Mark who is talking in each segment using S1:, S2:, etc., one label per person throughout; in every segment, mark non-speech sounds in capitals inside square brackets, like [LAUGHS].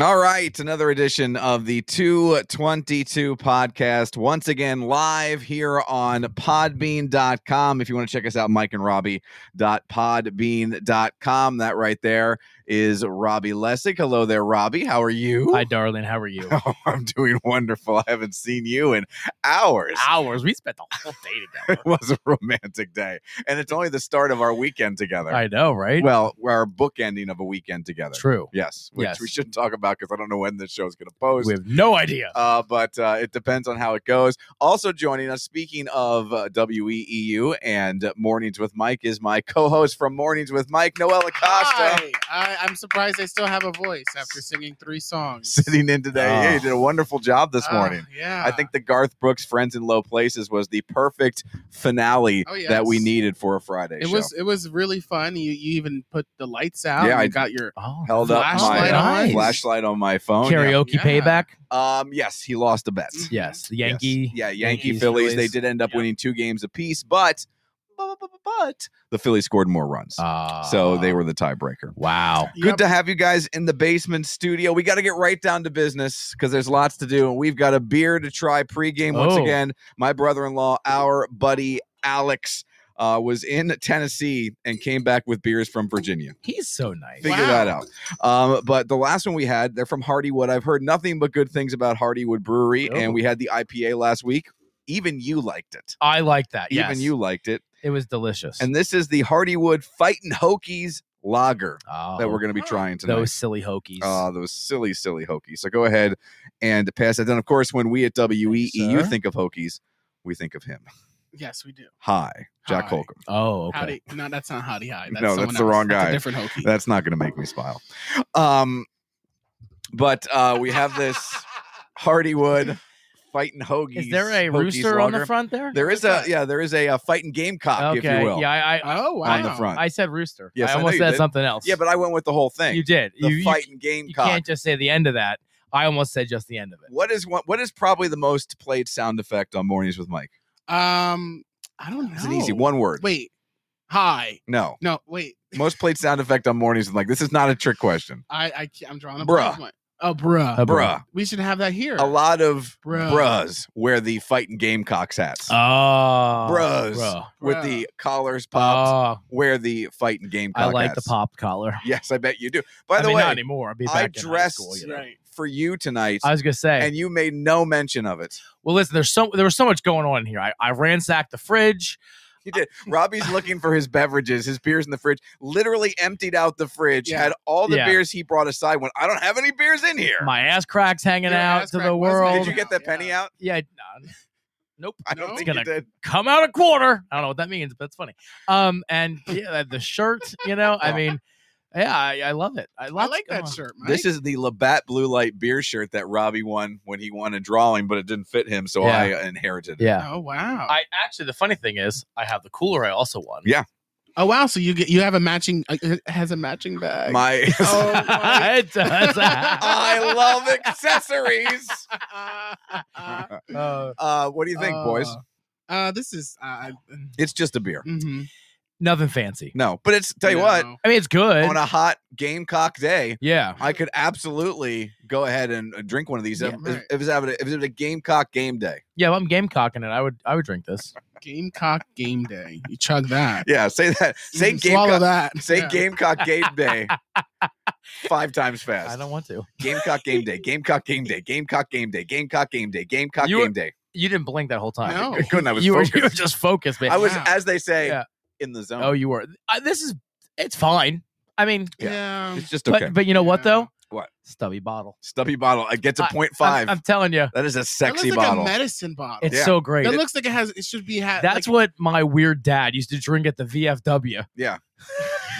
S1: All right, another edition of the 222 podcast. Once again, live here on podbean.com. If you want to check us out, Mike and Robbie.podbean.com. That right there is Robbie Lessig. Hello there, Robbie. How are you?
S2: Hi, darling. How are you?
S1: [LAUGHS] Oh, I'm doing wonderful. I haven't seen you in hours.
S2: Hours. We spent the whole day
S1: It [LAUGHS]
S2: together.
S1: was a romantic day. And it's only the start of our weekend together.
S2: I know, right?
S1: Well, our bookending of a weekend together.
S2: True.
S1: Yes, which
S2: Yes.
S1: we shouldn't talk about because I don't know when this show is going to post.
S2: We have no idea.
S1: uh, but uh, it depends on how it goes. Also joining us, speaking of uh, WEEU and Mornings with Mike, is my co-host from Mornings with Mike, Noel Acosta,
S3: Hi. I, I'm surprised I still have a voice after singing three songs.
S1: [LAUGHS] sitting in today.
S2: Ah.
S1: Yeah, you did a wonderful job this
S3: Ah,
S1: morning.
S3: yeah.
S1: I think the Garth Brooks Friends in Low Places was the perfect finale
S3: Oh, yes.
S1: that we needed for a Friday
S3: it
S1: show.
S3: was it was really fun. You you even put the lights out.
S1: Yeah,
S3: and
S1: I-
S3: you got your
S2: Oh,
S1: Held up my
S3: Flashlight
S1: uh,
S3: on.
S1: flashlight on my phone. yeah.
S2: karaoke
S3: Yeah.
S2: payback.
S1: Um, yes, he lost a
S3: Mm-hmm.
S1: bet.
S2: Yes, the
S1: Yes.
S2: Yankee.
S1: Yeah, Yankee
S2: Yankees,
S1: Phillies. They
S2: Phillies.
S1: did end up
S3: Yep.
S1: winning two games apiece, but but, but, but- but the Phillies scored more runs.
S2: Ah.
S1: so they were the tiebreaker.
S2: Wow.
S1: Good to have you guys in the basement studio. We got to get right down to business because there's lots to do, and we've got a beer to try pregame once
S2: Oh.
S1: again. My brother-in-law, our buddy Alex, uh, was in Tennessee and came back with beers from Virginia.
S2: He's so nice.
S1: Figure
S3: Wow.
S1: that out. Um, but the last one we had, they're from Hardywood. I've heard nothing but good things about Hardywood Brewery,
S2: Oh.
S1: and we had the IPA last week. Even you liked it.
S2: I like that.
S1: Even
S2: yes.
S1: you liked it.
S2: It was delicious.
S1: And this is the Hardywood Fightin' Hokies Lager
S2: oh,
S1: that we're going to be
S3: Oh.
S1: trying tonight.
S2: those silly hokies.
S1: Uh, those silly, silly Hokies. So go ahead and pass that. Then, of course, when we at WEEU
S2: sir.
S1: think of Hokies, we think of him.
S3: Yes, we do.
S1: Hi, Jack
S3: Hi.
S1: Holcomb.
S2: oh, okay.
S3: Howdy. No, that's not Howdy High. That's
S1: No,
S3: someone
S1: that's the
S3: else.
S1: wrong
S3: That's
S1: guy.
S3: a different Hokie.
S1: That's not going to make me smile. Um, but uh, we have this
S2: [LAUGHS]
S1: Hardywood Fightin' Hokies.
S2: Is there a
S1: Hokies
S2: rooster on
S1: lager.
S2: the front there?
S1: There is a
S3: What's that?
S1: yeah. There is a, uh fighting gamecock, if
S2: okay.
S1: you will,
S2: Yeah, I, I,
S3: [LAUGHS] Oh wow.
S1: on the front.
S2: I said rooster.
S1: Yes, I
S2: I
S1: know
S2: almost
S1: you
S2: said
S1: did.
S2: something else.
S1: yeah, but I went with the whole thing.
S2: you did.
S1: the
S2: you, you-
S1: fighting
S2: you
S1: gamecock.
S2: can't just say the end of that. I almost said just the end of it.
S1: What is one, what is probably the most played sound effect on Mornings with Mike?
S3: Um, I don't know.
S1: It's an easy one word.
S3: Wait. Hi.
S1: No,
S3: No. Wait.
S1: most played sound effect on Mornings with Mike. This is not a trick question,
S3: I I can't- I'm drawing a
S1: Bruh.
S3: blank. Oh, bruh.
S2: A br-
S1: bruh.
S3: we should have that here.
S1: A lot of
S3: Bruh.
S1: bruhs wear the fighting gamecocks hats
S2: Oh, bros.
S1: Bros.
S2: Bro.
S1: with
S3: Bruh.
S1: the collars popped.
S2: Oh,
S1: wear the fighting gamecock.
S2: I like the
S1: hats.
S2: pop collar.
S1: Yes, I bet you do. By
S2: I
S1: the
S2: mean, not e
S1: way,
S2: anymore. I'll be back
S1: I
S2: in high
S1: dressed-
S2: school, you know.
S3: Right.
S1: for you tonight,
S2: I was gonna say.
S1: and you made no mention of it.
S2: well, listen. There's so there was so much going on here. I, I ransacked the fridge.
S1: He did. Robbie's looking for his beverages, his beers in the fridge. Literally emptied out the fridge.
S3: Yeah.
S1: Had all the
S2: Yeah.
S1: beers he brought aside. When I don't have any beers in here.
S2: My ass cracks hanging
S3: Your
S2: out
S3: ass
S2: to
S3: crack
S2: the
S3: wasn't-
S2: world.
S1: did you get that penny out?
S2: yeah. nah, nope.
S1: I don't
S3: No.
S1: think
S2: It's
S1: you did.
S2: Come out a quarter. I don't know what that means, but it's funny. Um, and yeah, the shirt. You know,
S1: [LAUGHS]
S2: I
S1: Oh.
S2: mean, yeah, I, I love it. I,
S3: I
S2: lots
S3: like
S2: going
S3: that
S2: on.
S3: shirt. Mike.
S1: This is the Labatt Blue Light beer shirt that Robbie won when he won a drawing, but it didn't fit him, so
S2: Yeah.
S1: I inherited it.
S2: Yeah.
S3: Oh wow.
S2: I actually the funny thing is I have the cooler I also won.
S1: Yeah.
S3: Oh wow! So you get you have a matching uh, it has a matching bag. [LAUGHS]
S1: My
S3: Oh, my-
S2: [LAUGHS] It
S1: [LAUGHS]
S2: does.
S1: I love accessories.
S3: Uh,
S2: [LAUGHS] Uh,
S1: Uh, what do you think, boys?
S3: Uh, this is uh,
S1: It's just a beer.
S3: mhm.
S2: nothing fancy.
S1: No, but it's tell you what,
S3: No.
S2: I mean it's good.
S1: on a hot Gamecock day,
S2: yeah.
S1: I could absolutely go ahead and uh, drink one of these.
S2: Yeah,
S1: if, if-
S3: right.
S1: if it's having a, if it's a Gamecock game day.
S2: Yeah, if I'm gamecocking it, I would I would drink this.
S3: Gamecock game day. You chug that.
S1: [LAUGHS] Yeah, say that.
S2: [LAUGHS]
S1: Say
S3: Mhm, swallow
S1: Gamecock.
S3: that.
S1: Say
S3: Yeah.
S1: Gamecock game day. Five times fast.
S2: I don't want to.
S1: Gamecock game day. Gamecock game day. Gamecock game day. Gamecock game day. Gamecock
S2: You were-
S1: game
S2: [LAUGHS]
S1: day. [LAUGHS]
S2: You didn't blink that whole time.
S3: No.
S1: I couldn't. I was
S2: you, were, [LAUGHS]
S1: focused.
S2: you were just focused, man.
S1: I was,
S3: Wow.
S1: as they say,
S2: [LAUGHS] Yeah.
S1: in the zone.
S2: oh, you were. I, this is it's fine. I mean,
S1: Yeah.
S3: Yeah.
S1: it's just okay.
S2: but but you know what
S3: Yeah.
S2: though?
S1: What?
S2: Stubby bottle.
S1: Stubby bottle. I get to
S2: I-
S1: point
S2: I'm-
S1: 0.5.
S2: I'm, telling you,
S1: that is a
S3: That
S1: sexy
S3: looks like
S1: bottle.
S3: a medicine bottle.
S2: it's
S1: Yeah.
S2: so great.
S3: that looks like it has. It should be. Ha-
S2: That's
S3: like,
S2: what my weird dad used to drink at the VFW.
S1: the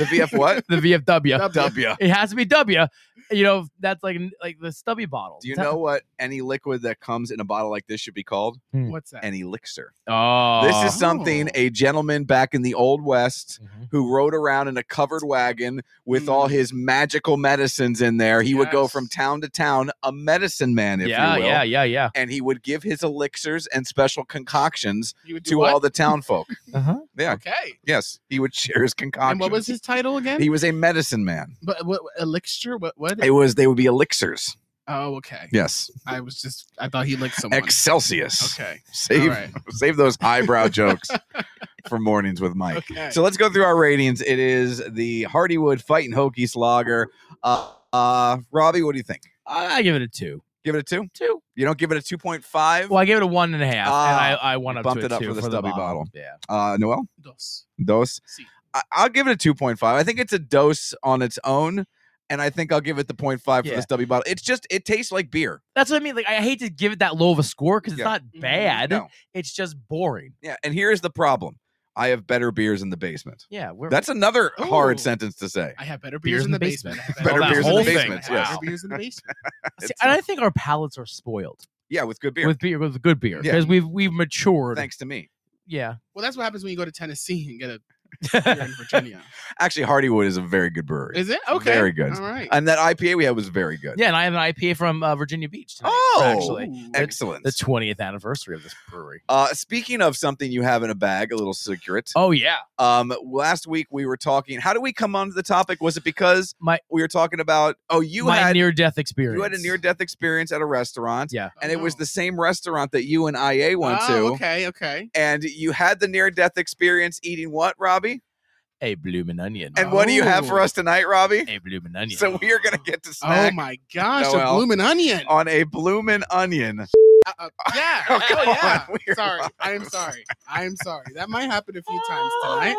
S1: VF
S2: [LAUGHS]
S1: what? [LAUGHS]
S2: The VFW.
S1: W.
S2: it has to be W. You know, that's like like the stubby bottle.
S1: Do you
S2: That-
S1: know what any liquid that comes in a bottle like this should be called?
S3: What's that?
S1: An elixir.
S2: Oh,
S1: This is something
S3: Oh.
S1: a gentleman back in the old West
S2: Mhm.
S1: who rode around in a covered wagon with all
S3: Mm.
S1: his magical medicines in there. He would go from town to town, a medicine man, if
S2: yeah,
S1: you will.
S2: yeah, yeah, yeah.
S1: And he would give his elixirs and special concoctions
S3: You would do
S1: to
S3: what?
S1: all the town
S3: [LAUGHS]
S1: folk.
S2: Uh-huh.
S1: Yeah,
S3: okay.
S1: yes, he would share his concoctions.
S3: And what was his title again?
S1: He was a medicine man.
S3: but what elixir? What? What?
S1: It was they would be elixirs.
S3: oh, okay.
S1: Yes,
S3: I was just. I thought he licked someone.
S1: Excelsius. [LAUGHS]
S3: okay.
S1: Save
S3: All right.
S1: save those highbrow
S3: [LAUGHS]
S1: jokes for mornings with Mike.
S3: Okay.
S1: So let's go through our ratings. It is the Hardywood Fighting Hokies Lager. Uh, uh, Robbie, what do you think?
S2: I I give it a two.
S1: Give it a two.
S2: Two.
S1: You don't give it a two point five.
S2: Well, I gave it a one and a half.
S1: Ah,
S2: and I, I went up
S1: bumped
S2: to a
S1: it up
S2: two
S1: for the
S2: the
S1: stubby bottle.
S2: Yeah.
S1: Uh, Noel,
S3: Dos.
S1: dose.
S3: Si.
S1: I- I'll give it a two point five. I think it's a dose on its own, and I think I'll give it the 0.5 for
S2: Yeah.
S1: the stubby bottle. It's just it tastes like beer.
S2: That's what I mean. Like I hate to give it that low of a score because it's
S1: Yeah. Mm-hmm.
S2: not
S3: Mhm.
S2: bad.
S1: No.
S2: It's just boring.
S1: Yeah, and here is the problem. I have better beers in the basement.
S2: Yeah, we're
S1: That's another hard
S3: Ooh.
S1: sentence to say.
S3: I have better beers, in the basement. [LAUGHS] I have
S1: Better
S2: beers in the basement,
S3: I have
S2: yes.
S3: Better beers in the basement.
S2: See,
S1: it's-
S2: and I think our palates are spoiled
S1: Yeah, with good beer.
S2: with beer with good beer
S1: Yeah.
S2: because we've we've matured.
S1: Thanks to me.
S2: Yeah, [LAUGHS]
S3: Well, that's what happens when you go to Tennessee and get a beer in
S1: [LAUGHS]
S3: Virginia.
S1: Actually, Hardywood is a very good brewery.
S3: Is it okay?
S1: Very good.
S3: All right.
S1: And that IPA we had was very good.
S2: yeah, and I have an IPA from uh, Virginia Beach. Tonight,
S1: Oh!
S2: actually,
S3: Ooh.
S1: Excellent.
S2: the twentieth anniversary of this brewery.
S1: Uh, speaking of something you have in a bag, a little secret.
S2: Oh yeah,
S1: Um, last week we were talking. How do we come onto the topic? Was it because
S2: My-
S1: we were talking about? Oh, you
S2: my
S1: had
S2: near death experience.
S1: you had a near death experience at a restaurant,
S2: Yeah,
S1: and it was
S3: Oh.
S1: the same restaurant that you and IA went
S3: Oh,
S1: to.
S3: Okay. Okay.
S1: And you had the near death experience eating what, Robbie?
S2: a bloomin' onion.
S1: And what do you have for
S3: Oh.
S1: us tonight, Robbie?
S2: a bloomin' onion. [LAUGHS]
S1: So we are gonna get to
S3: Oh
S1: snack
S3: my gosh,
S1: Noel. Oh,
S3: a bloomin' onion.
S1: on a bloomin' onion.
S3: Uh, uh,
S1: [LAUGHS]
S3: yeah.
S1: Oh,
S3: Oh,
S1: come
S3: [LAUGHS] yeah.
S1: on, we are
S3: Sorry.
S1: live.
S3: I am sorry. I am sorry. That might happen a few times
S1: [LAUGHS]
S3: tonight.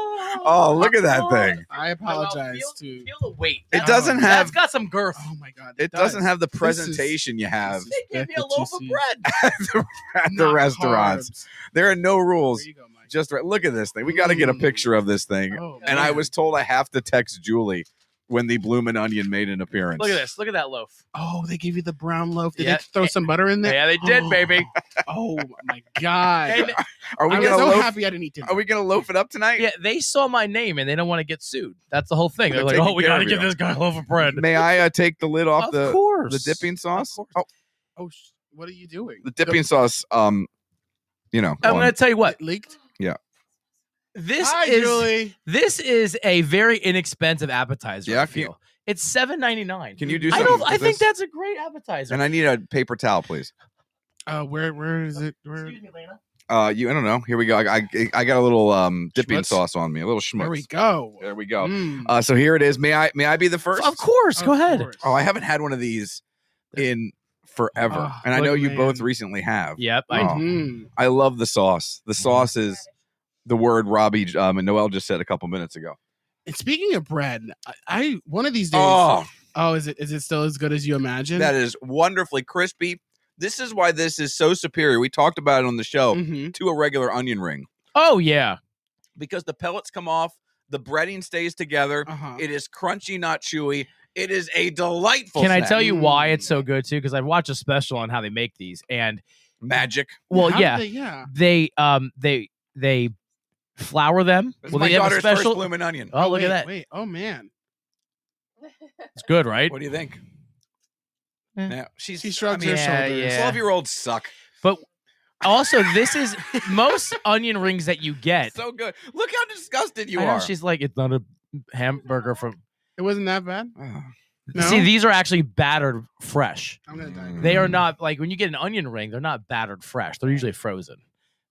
S1: Oh, look at that thing!
S3: I apologize to.
S2: Feel the weight.
S1: It doesn't
S2: That's
S1: have
S2: got some girth.
S3: Oh my god.
S1: it doesn't have the
S3: This is-
S1: presentation you have
S3: this
S2: They gave me a
S3: That's what
S2: loaf of
S3: you
S1: [LAUGHS]
S2: bread.
S1: at the, at the
S3: Not
S1: restaurants.
S3: carbs.
S1: There are no rules.
S3: There you go, Mike.
S1: Just right. Look at this thing. We got to get a
S3: Mm.
S1: picture of this thing.
S3: Oh,
S1: And I
S3: man.
S1: was told I have to text Julie when the bloomin' onion made an appearance.
S2: Look at this. Look at that loaf.
S3: Oh, they gave you the brown loaf. Did
S2: Yeah.
S3: they throw some butter in there?
S2: Yeah, they did,
S1: [LAUGHS]
S3: Oh.
S2: baby.
S3: Oh my god.
S2: They-
S1: Are we
S3: I was
S1: gonna
S3: so
S1: loaf?
S3: happy I didn't eat dinner.
S1: Are we gonna loaf it up tonight?
S2: yeah, they saw my name and they don't want to get sued. That's the whole thing. They're
S1: They're
S2: like,
S1: taking
S2: oh, we
S1: care
S2: got to
S1: of
S2: give
S1: you."
S2: this guy a loaf of bread.
S1: May I uh, take the lid off
S2: of
S1: the
S2: course,
S1: the dipping sauce?
S2: course.
S1: Oh,
S3: oh, sh- what are you doing?
S1: the dipping sauce. Um, you know.
S2: I'm
S1: one.
S2: going to tell you what.
S3: It leaked.
S2: This
S3: Hi,
S2: is
S3: Julie.
S2: this is a very inexpensive appetizer.
S1: Yeah,
S2: I
S1: can you-
S2: feel it's seven ninety nine.
S1: Can you do
S2: I
S1: something?
S2: don't. I
S1: with
S2: think
S1: this?
S2: that's a great appetizer.
S1: And I need a paper towel, please.
S3: Uh, where where is it? Where?
S2: Excuse me, Lena.
S1: Uh, you. I don't know. Here we go. I I, I got a little um dipping
S3: Schmutz?
S1: sauce on me. A little schmutz.
S3: There we go.
S1: There we go.
S3: Mm.
S1: Uh, so here it is. May I? May I be the first?
S2: Of course, go
S3: Of
S2: ahead.
S3: course.
S1: Oh, I haven't had one of these in forever,
S2: Ah,
S3: Oh,
S1: and I
S3: look,
S1: know you both
S3: man.
S1: recently have.
S2: Yep. I,
S1: Oh.
S3: Mm.
S1: I love the sauce.
S2: Mm-hmm.
S1: The sauce is the word Robbie um, and Noel just said a couple minutes ago.
S3: And speaking of bread, I, I one of these days.
S1: Oh,
S3: Oh, is it is it still as good as you imagine?
S1: that is wonderfully crispy. This is why this is so superior. We talked about it on the show
S2: Mm-hmm.
S3: Mhm.
S1: to a regular onion ring
S2: oh yeah.
S1: because the pellets come off, the breading stays together.
S3: Uh-huh.
S1: It is crunchy, not chewy. It is a delightful.
S2: Can I
S1: snack.
S2: tell you why
S3: Mm.
S2: it's so good too? Because I watched a special on how they make these, and
S1: magic?
S2: well,
S3: How did
S2: yeah,
S3: they- yeah.
S2: they um they they flour them.
S1: This is
S2: well,
S1: my
S2: they have a
S1: daughter's
S2: special.
S1: first blooming onion.
S2: oh, look
S3: Wait,
S2: at that!
S3: Wait. Oh man.
S2: It's good, right?
S1: What do you think?
S2: Eh.
S1: Yeah, she's
S3: She shrugs
S1: I mean,
S3: her
S2: yeah,
S3: shoulders.
S2: yeah.
S1: Twelve year olds suck.
S2: Also,
S1: [LAUGHS]
S2: this is most onion rings that you get.
S1: So good. Look how disgusted you
S2: I know, [SIGHS]
S1: are.
S2: She's like, it's not a hamburger from.
S3: It wasn't that bad.
S1: Ugh.
S3: No.
S2: See, these are actually battered fresh.
S3: I'm gonna die.
S1: Mm.
S2: They are
S1: Mm.
S2: not like when you get an onion ring, they're not battered fresh. They're usually frozen.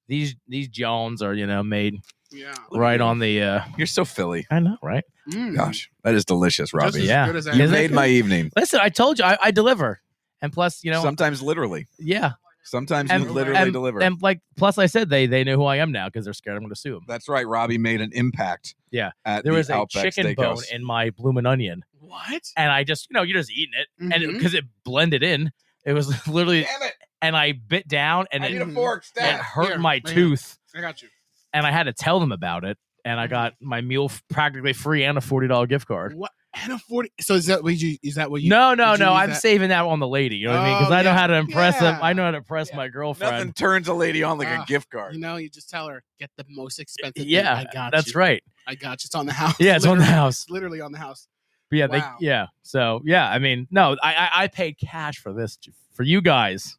S2: These these Jones are you know made
S3: Yeah.
S1: Look at
S2: right
S1: you.
S2: on the. uh
S1: You're so Philly.
S2: I know, right?
S3: Mm.
S1: Gosh, that is delicious,
S3: Just
S1: Robbie.
S3: as
S2: Yeah.
S3: good as I
S2: You
S1: You
S2: Isn't it
S1: made
S3: imagined.
S1: my evening.
S2: Listen, I told you, I, I deliver, and plus, [LAUGHS] you know,
S1: Sometimes literally.
S2: yeah,
S1: Sometimes
S2: And-
S1: you literally
S2: and-
S1: deliver.
S2: and like plus, I said they they know who I am now because they're scared I'm going to sue them.
S1: That's right. Robbie made an impact.
S2: Yeah.
S1: At
S2: There
S1: the
S2: was a
S1: Outback
S2: chicken
S1: Steakhouse.
S2: bone in my bloomin' onion,
S3: What?
S2: and I just you know you're just eating it, and
S1: Mm-hmm.
S3: Mhm.
S2: because it blended in, it was [LAUGHS] literally,
S1: Damn it!
S2: and I bit down, and
S1: I need
S2: it,
S1: a
S2: [LAUGHS]
S1: fork.
S2: it
S1: Stab.
S2: hurt
S3: Here,
S2: my
S3: right here.
S2: tooth,
S3: I got you.
S2: and I had to tell them about it, and I
S3: Mm-hmm.
S2: got my meal f- practically free and a forty dollar gift card.
S3: What? And a forty. So is that what you? Is that what you?
S2: no, no,
S3: did you
S2: no.
S3: use
S2: I'm
S3: that-
S2: saving that on the lady. You know what I mean? Because
S3: Oh,
S2: I know
S3: yeah.
S2: how to impress them. I
S3: Yeah.
S2: know how to impress
S3: Yeah.
S2: my girlfriend.
S1: Nothing turns a lady on like a
S3: Ah,
S1: gift
S3: You
S1: card.
S3: know, you just tell her get the most expensive. thing.
S2: Yeah,
S3: I got
S2: that's
S3: you.
S2: right.
S3: I got you. It's on the house.
S2: Yeah, it's on the
S3: Literally-
S2: house.
S3: It's literally on the house.
S2: But yeah,
S3: Wow.
S2: they yeah. So yeah, I mean, no, I I, I paid cash for this for you guys.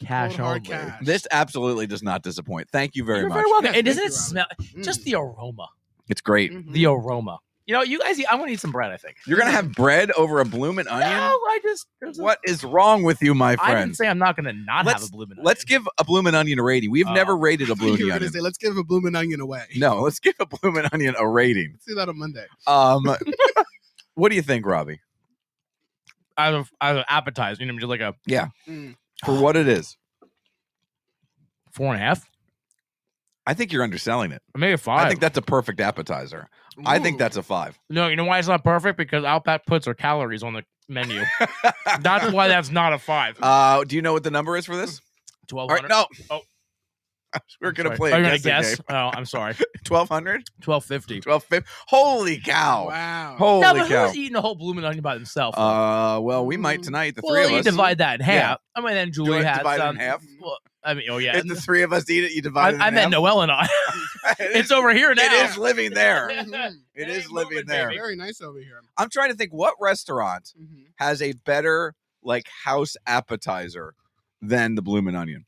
S2: Cash
S3: Cold hard
S2: only.
S3: cash.
S1: This absolutely does not disappoint. Thank you very
S2: You're
S1: much.
S2: very welcome.
S3: Yes,
S2: and
S3: thank
S2: doesn't
S3: you,
S2: it smell just
S3: Mm.
S2: the aroma?
S1: It's great.
S3: Mhm. [LAUGHS]
S2: The aroma. You know, you guys. eat- I want to eat some bread. I think.
S1: You're gonna have bread over a bloomin' onion.
S2: No, I just there's a-
S1: What is wrong with you, my
S2: I
S1: friend?
S2: didn't say I'm not gonna not
S1: Let's-
S2: have a blooming.
S1: Let's give a bloomin' onion a rating. We've
S2: Oh.
S1: never rated a
S3: you
S1: bloomin'
S3: were gonna
S1: onion.
S3: say, let's give a blooming onion away. [LAUGHS]
S1: No, let's give a bloomin' onion a rating.
S3: Let's do that on Monday.
S2: [LAUGHS]
S1: Um, what do you think, Robbie?
S2: out of out of appetizer. You know, just like a
S3: Mm.
S1: For what it is,
S2: four and a half,
S1: I think you're underselling it.
S2: maybe a
S1: I
S2: five.
S1: think that's a perfect appetizer. I think
S3: Ooh.
S1: that's a five.
S2: no, you know why it's not perfect because Alpat puts her calories on the
S1: [LAUGHS]
S2: menu. that's why that's not a five.
S1: Uh, do you know what the number is for this?
S2: Twelve
S1: All right,
S2: hundred.
S1: no.
S2: [LAUGHS] Oh.
S1: [LAUGHS] We're going to
S2: Sorry.
S1: play
S2: Are
S1: a
S2: you
S1: guessing game.
S2: gonna guess? Oh,
S1: [LAUGHS]
S2: I'm sorry. [LAUGHS]
S1: 1200?
S2: Twelve fifty.
S1: 1250? Holy cow.
S3: Wow. [LAUGHS]
S1: Holy
S2: No, but
S1: cow.
S2: who's eating a whole blooming onion by themselves?
S1: Uh, well, we might tonight, the
S2: Mm. well,
S1: three
S2: you
S1: of us.
S2: divide that in half.
S1: Yeah.
S2: I mean, then
S1: Do you
S2: Julie
S1: wanna
S2: has
S1: divide it in
S2: um,
S1: half?
S2: Well, I mean, oh yeah.
S1: If the three of us eat it, you
S2: I,
S1: divide it in
S2: I meant
S1: half.
S2: Noel and I.
S1: [LAUGHS] It
S2: it's
S1: is,
S2: over here now.
S1: it is living there.
S3: Mhm.
S1: It
S2: It
S1: is
S2: ain't
S1: living
S2: moving,
S1: there.
S2: baby.
S3: Very nice over here.
S1: I'm trying to think what restaurant
S3: Mhm.
S1: has a better like house appetizer than the Bloomin' Onion.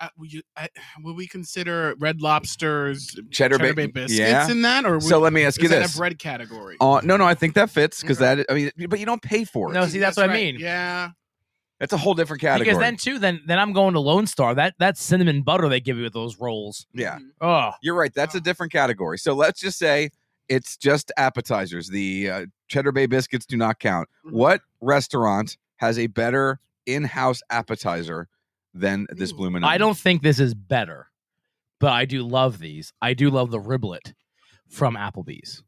S3: Uh, would, you, I, would we consider red lobsters,
S1: Cheddar,
S3: cheddar
S1: ba-
S3: bay biscuits
S1: Yeah.
S3: in that, or would,
S1: So let me ask
S3: is
S1: you
S3: that
S1: this.
S3: a bread category?
S1: Uh, no, no, I think that fits because that. I mean, but you don't pay for it.
S2: No, see, that's what I
S3: right.
S2: mean.
S3: Yeah.
S1: That's a whole different category.
S2: Because then too, then then I'm going to Lone Star. That that cinnamon butter they give you with those rolls.
S1: yeah,
S3: Mhm.
S2: Oh,
S1: you're right. That's a different category. So let's just say it's just appetizers. The uh, Cheddar Bay biscuits do not count.
S2: Mm-hmm.
S3: Mhm.
S1: What restaurant has a better in-house appetizer than this
S3: Ooh.
S1: Bloomin'
S2: I
S1: Onion?
S2: don't think this is better, but I do love these. I do love the riblet from Applebee's.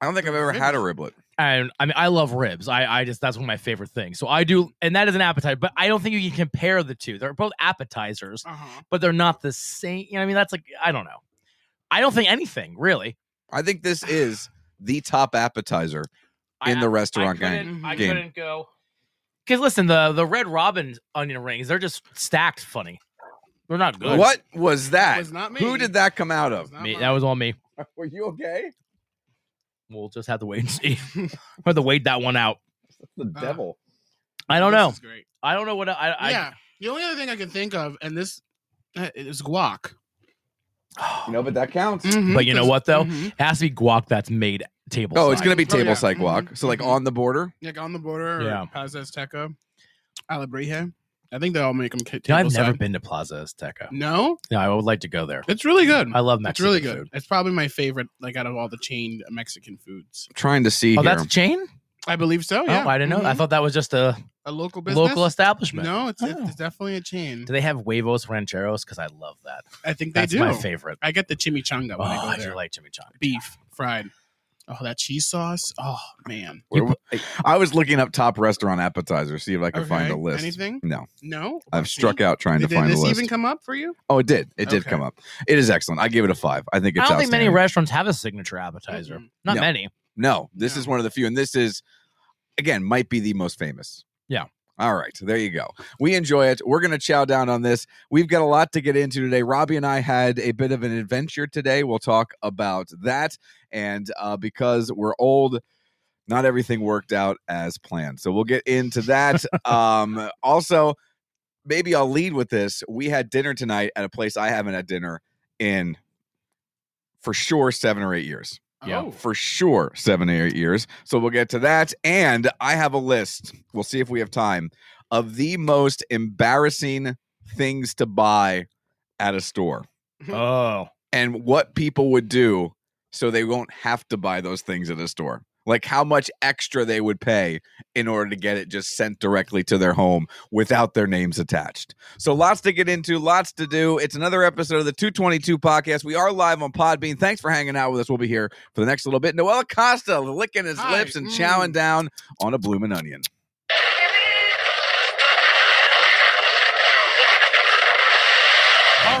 S1: I don't
S2: Oh
S1: think I've ever had a riblet.
S2: And I mean, I love ribs. I, I just that's one of my favorite things. So I do, and that is an appetizer. But I don't think you can compare the two. They're both appetizers,
S3: Uh-huh.
S2: but they're not the same. You know, what I mean, that's like I don't know. I don't think anything really
S1: I think this is the top appetizer
S2: I-
S1: in the
S2: I
S1: restaurant game.
S2: couldn't, I
S1: game.
S2: couldn't go. Because listen, the the Red Robin onion rings, they're just stacked funny. They're not good.
S1: What was that?
S3: was not me.
S1: Who did that come out of?
S3: That was not
S2: Me,
S3: mine.
S2: that was all me.
S1: [LAUGHS] Were you okay?
S2: We'll just have to wait and see. [LAUGHS] we'll have to wait that one out.
S1: The
S3: Ah.
S1: devil.
S2: I don't
S3: This
S2: know.
S3: is great.
S2: I don't know what I. I [SIGHS]
S3: yeah. The only other thing I can think of, and this uh, is guac.
S1: You know, but that counts.
S3: mm,
S2: But you know
S3: Because-
S2: what, though?
S3: Mhm.
S2: It has to be guac that's made table.
S1: Oh, it's
S2: side.
S1: gonna be
S3: Oh, yeah.
S1: table side guac.
S3: Mhm.
S1: So like
S3: Mhm.
S1: on the border.
S3: Like on the border,
S2: Yeah.
S3: or Paz Azteca, Alabrije. I think they all make them.
S2: You know, I've never been to Plaza Azteca.
S3: No,
S2: No, I would like to go there.
S3: it's really good.
S2: I love
S3: it's
S2: Mexican
S3: really good.
S2: food.
S3: It's probably my favorite, like out of all the chain Mexican foods.
S1: trying to see
S2: Oh,
S1: here.
S2: that's a chain.
S3: I believe so.
S2: Oh,
S3: Yeah,
S2: I didn't know. that. I
S3: Mhm.
S2: thought that was just a
S3: a local business.
S2: local establishment.
S3: No, it's,
S2: Oh.
S3: it's definitely a chain.
S2: Do they have huevos rancheros? Because I love that.
S3: I think they
S2: That's
S3: do.
S2: my favorite.
S3: I get the chimichanga when
S2: oh,
S3: I
S2: I
S3: go
S2: do
S3: there.
S2: like chimichanga.
S3: Beef fried. Oh, that cheese sauce. Oh man.
S1: Where
S2: You
S1: w- I was looking up top restaurant appetizers, see if I could find a
S3: Okay.
S1: list.
S3: Anything?
S1: No,
S3: No.
S1: I've struck out trying
S3: Did,
S1: to find a
S3: this
S1: list.
S3: even come up for you?
S1: oh, it did. It did
S3: Okay.
S1: come up. It is excellent. I give it a five. I think it's.
S2: I don't think many
S1: outstanding.
S2: restaurants have a signature appetizer.
S3: Mhm.
S2: Not
S1: No.
S2: many.
S1: No, this
S3: No.
S1: is one of the few, and this is again might be the most famous.
S2: Yeah.
S1: All right, there you go. We enjoy it. We're gonna chow down on this. We've got a lot to get into today. Robbie and I had a bit of an adventure today. We'll talk about that, and uh, because we're old. Not everything worked out as planned. So we'll get into that. um, also, maybe I'll lead with this. We had dinner tonight at a place I haven't had dinner in for sure seven or eight years
S2: Yeah.
S3: Oh.
S1: for sure seven or eight years. So we'll get to that. And I have a list. We'll see if we have time of the most embarrassing things to buy at a store
S2: Oh,
S1: and what people would do so they won't have to buy those things at a store. Like how much extra they would pay in order to get it just sent directly to their home without their names attached. So lots to get into, lots to do. It's another episode of the 222 podcast. We are live on Podbean. Thanks for hanging out with us. We'll be here for the next little bit. Noel Acosta licking his
S3: Hi.
S1: lips and
S3: Mm.
S1: chowing down on a bloomin' onion.
S4: All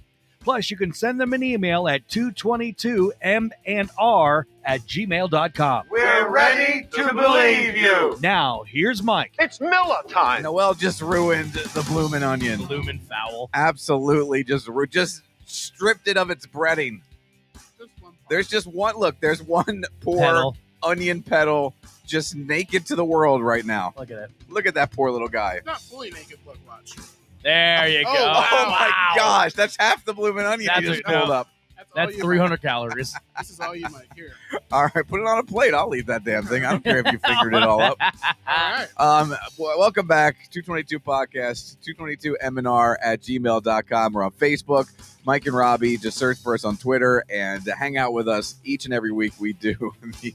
S5: Plus, you can send them an email at 222m&r at gmail.com.
S6: We're ready to believe you.
S5: Now, here's Mike.
S7: It's Miller time!
S1: Noel just ruined the bloomin' onion.
S2: Lumen foul.
S1: Absolutely, just ru- just stripped it of its breading. There's just one look. There's one [LAUGHS] poor
S2: Pedal.
S1: onion petal just naked to the world right now.
S2: Look at it.
S1: Look at that poor little guy.
S3: Not fully naked, but watch.
S2: There you go.
S3: Oh,
S1: Oh, my
S2: Wow.
S1: gosh, that's half the bloomin' onion
S2: That's
S1: you just
S2: it.
S1: pulled up.
S3: That's, all
S2: That's
S3: you,
S2: 300 calories.
S3: Mike. This is all you might hear.
S1: All right, put it on a plate. I'll leave that damn thing. I don't care if you figured it
S2: [LAUGHS]
S1: all up.
S3: All
S2: Ah.
S3: right.
S1: Um, w- welcome back, 222 Podcast, 222MNR at gmail.com. We're on Facebook. Mike and Robbie, just search for us on Twitter and hang out with us each and every week. We do [LAUGHS] the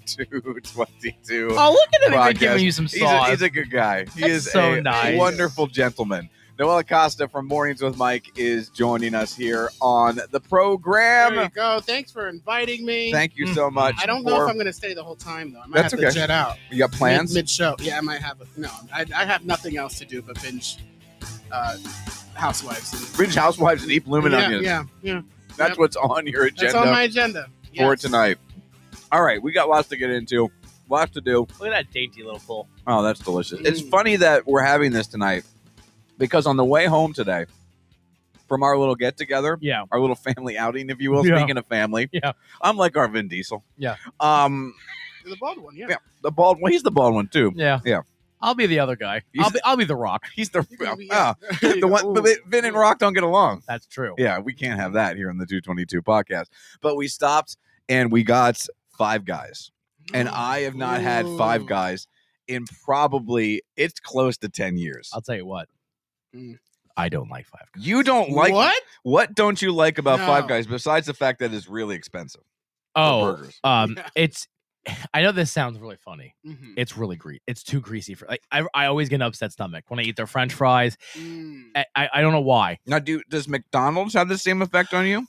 S1: 222.
S2: Oh, look at him even
S1: Podcast.
S2: giving you some
S1: he's, a,
S2: sauce.
S1: he's a good guy. He
S2: That's
S1: is
S2: so
S1: a
S2: nice.
S1: wonderful gentleman. Noel Acosta from Mornings with Mike is joining us here on the
S3: There you
S1: program.
S3: go. Thanks for inviting me.
S1: Thank you so much.
S3: Mm-hmm. I don't know
S1: for-
S3: if I'm going to stay the whole time though. I might
S1: That's
S3: have
S1: okay.
S3: to jet out.
S1: you got plans?
S3: Mid show. Yeah, I might have. A, no, I, I have nothing else to do but binge uh, Housewives. And,
S1: British Housewives and Eat Bloomin'
S3: yeah,
S1: Onions.
S3: yeah, yeah.
S1: That's
S3: Yep.
S1: what's on your agenda.
S3: That's on my agenda
S1: for
S3: Yes.
S1: tonight. All right, we got lots to get into, lots to do.
S2: look at that dainty little pull.
S1: Oh, that's delicious. It's
S3: Mm.
S1: funny that we're having this tonight because on the way home today from our little get together,
S2: Yeah.
S1: our little family outing, if you will,
S2: Yeah.
S1: speaking of family,
S2: Yeah.
S1: I'm like our Vin Diesel.
S2: Yeah.
S1: Um,
S3: The bald one. Yeah.
S1: Yeah. the bald one, he's the bald one too.
S2: Yeah.
S1: Yeah.
S2: I'll be the other guy.
S1: He's-
S2: I'll be, I'll be the rock.
S1: He's the,
S3: You can be-
S1: ah,
S3: yeah.
S1: [LAUGHS] the one, but Vin and Rock don't get along.
S2: That's true.
S1: Yeah, we can't have that here on the 222 podcast. But we stopped and we got five guys. And I have not had five
S3: Mm-hmm. Oh, Ooh.
S1: guys in probably it's close to 10 years.
S2: I'll tell you what.
S3: Mm.
S2: I don't like Five Guys.
S1: You don't like what,
S3: what?
S1: don't you like about Five
S3: No.
S1: Guys besides the fact that it's really expensive? for
S2: Oh,
S1: burgers. [LAUGHS]
S2: um,
S3: Yeah.
S2: it's. [SIGHS] I know this sounds really funny.
S1: Mm-hmm. Mm.
S3: Mhm.
S2: It's really greasy. It's too greasy for. Like, I I always get an upset stomach when I eat their French fries.
S3: Mm.
S2: I, I, I don't know why.
S1: Now do does McDonald's have the same effect on you?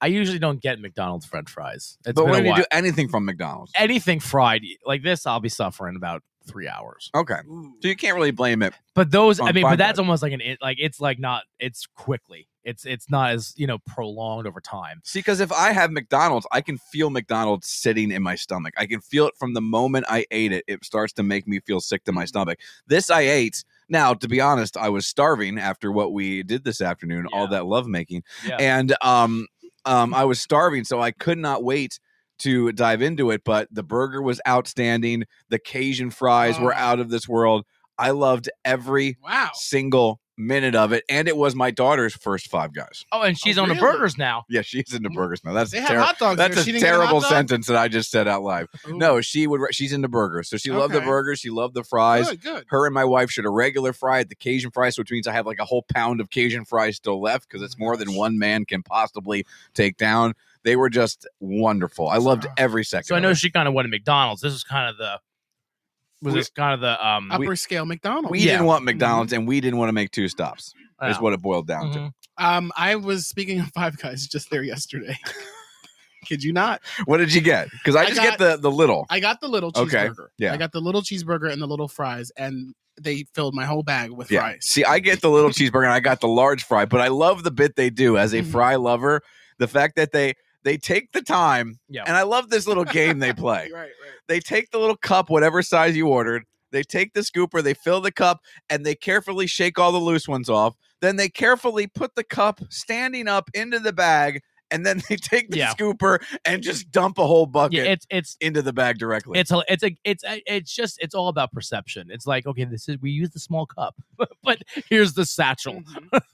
S2: I usually don't get McDonald's French fries.
S1: but
S2: It's been a
S1: when you
S2: while.
S1: do anything from McDonald's.
S2: anything fried like this, I'll be suffering about three hours.
S1: Okay.
S3: Ooh.
S1: So you can't really blame it.
S2: But those, I
S1: On
S2: mean, but
S1: Five
S2: that's
S1: Guys.
S2: almost like an it, like it's like not it's quickly. It's it's not as you know prolonged over time.
S1: See, because if I have McDonald's, I can feel McDonald's sitting in my stomach. I can feel it from the moment I ate it. It starts to make me feel sick to
S2: Mm-hmm.
S1: my stomach. This I ate. Now, to be honest, I was starving after what we did this afternoon, all
S2: Yeah.
S1: that lovemaking.
S2: Yeah.
S1: And um, um,
S2: [LAUGHS]
S1: I was starving, so I could not wait to dive into it. But the burger was outstanding. The Cajun fries were
S3: Oh.
S1: out of this world. I loved every
S3: Wow.
S1: single minute of it. And it was my daughter's first five guys.
S2: Oh, and she's
S3: Oh,
S2: on the
S3: really?
S2: burgers now.
S1: Yeah, she's into
S3: Mm.
S1: burgers now. That's
S3: They have
S1: terrible.
S3: hot dogs. there.
S1: That's
S3: She
S1: a
S3: didn't get
S1: terrible
S3: hot dog?
S1: sentence that I just said out loud.
S3: Ooh.
S1: No, she would. She's into burgers, so she loved the
S3: Okay.
S1: burgers. She loved the fries.
S3: Good. Good.
S1: Her and my wife should a regular fry at the Cajun fries, which means I have like a whole pound of Cajun fries still left because it's
S3: my
S1: more than
S3: gosh.
S1: one man can possibly take down. They were just wonderful. I loved
S3: Wow.
S1: every second.
S2: So I
S1: of
S2: know
S1: it.
S2: she kind of wanted McDonald's. This is kind of the was
S1: We-
S2: this kind of the um
S3: Upper
S1: we-
S3: scale McDonald's.
S1: we
S2: Yeah.
S1: didn't want McDonald's
S3: Mm-hmm.
S1: and we didn't want to make two stops.
S2: I
S1: Is
S2: don't
S1: what it boiled down
S2: know.
S3: Um, I was speaking of Five Guys just there yesterday. [LAUGHS] Kid you not?
S1: to. What did you get? Because I
S3: I
S1: just get the the little.
S3: I got the little
S1: Okay,
S3: cheeseburger.
S1: yeah.
S3: I got the little cheeseburger and the little fries, and they filled my whole bag with
S1: Yeah.
S3: fries.
S1: See, I get the little cheeseburger and I got the large fry, but I love the bit they do as a
S3: Mhm.
S1: fry lover. The fact that they they take the time,
S2: Yeah.
S1: and I love this little game they
S3: Right,
S1: play.
S3: right.
S1: They take the little cup, whatever size you ordered. They take the scooper, they fill the cup, and they carefully shake all the loose ones off. Then they carefully put the cup standing up into the bag, and then [LAUGHS] they take the
S2: Yeah.
S1: scooper and just dump a whole bucket
S2: Yeah, it's it's
S1: into the bag directly.
S2: it's a, it's a, it's a, it's just it's all about perception. It's like okay, this is we use the small cup, [LAUGHS] but here's the satchel.
S1: Mm, [LAUGHS]
S3: Mhm.
S1: but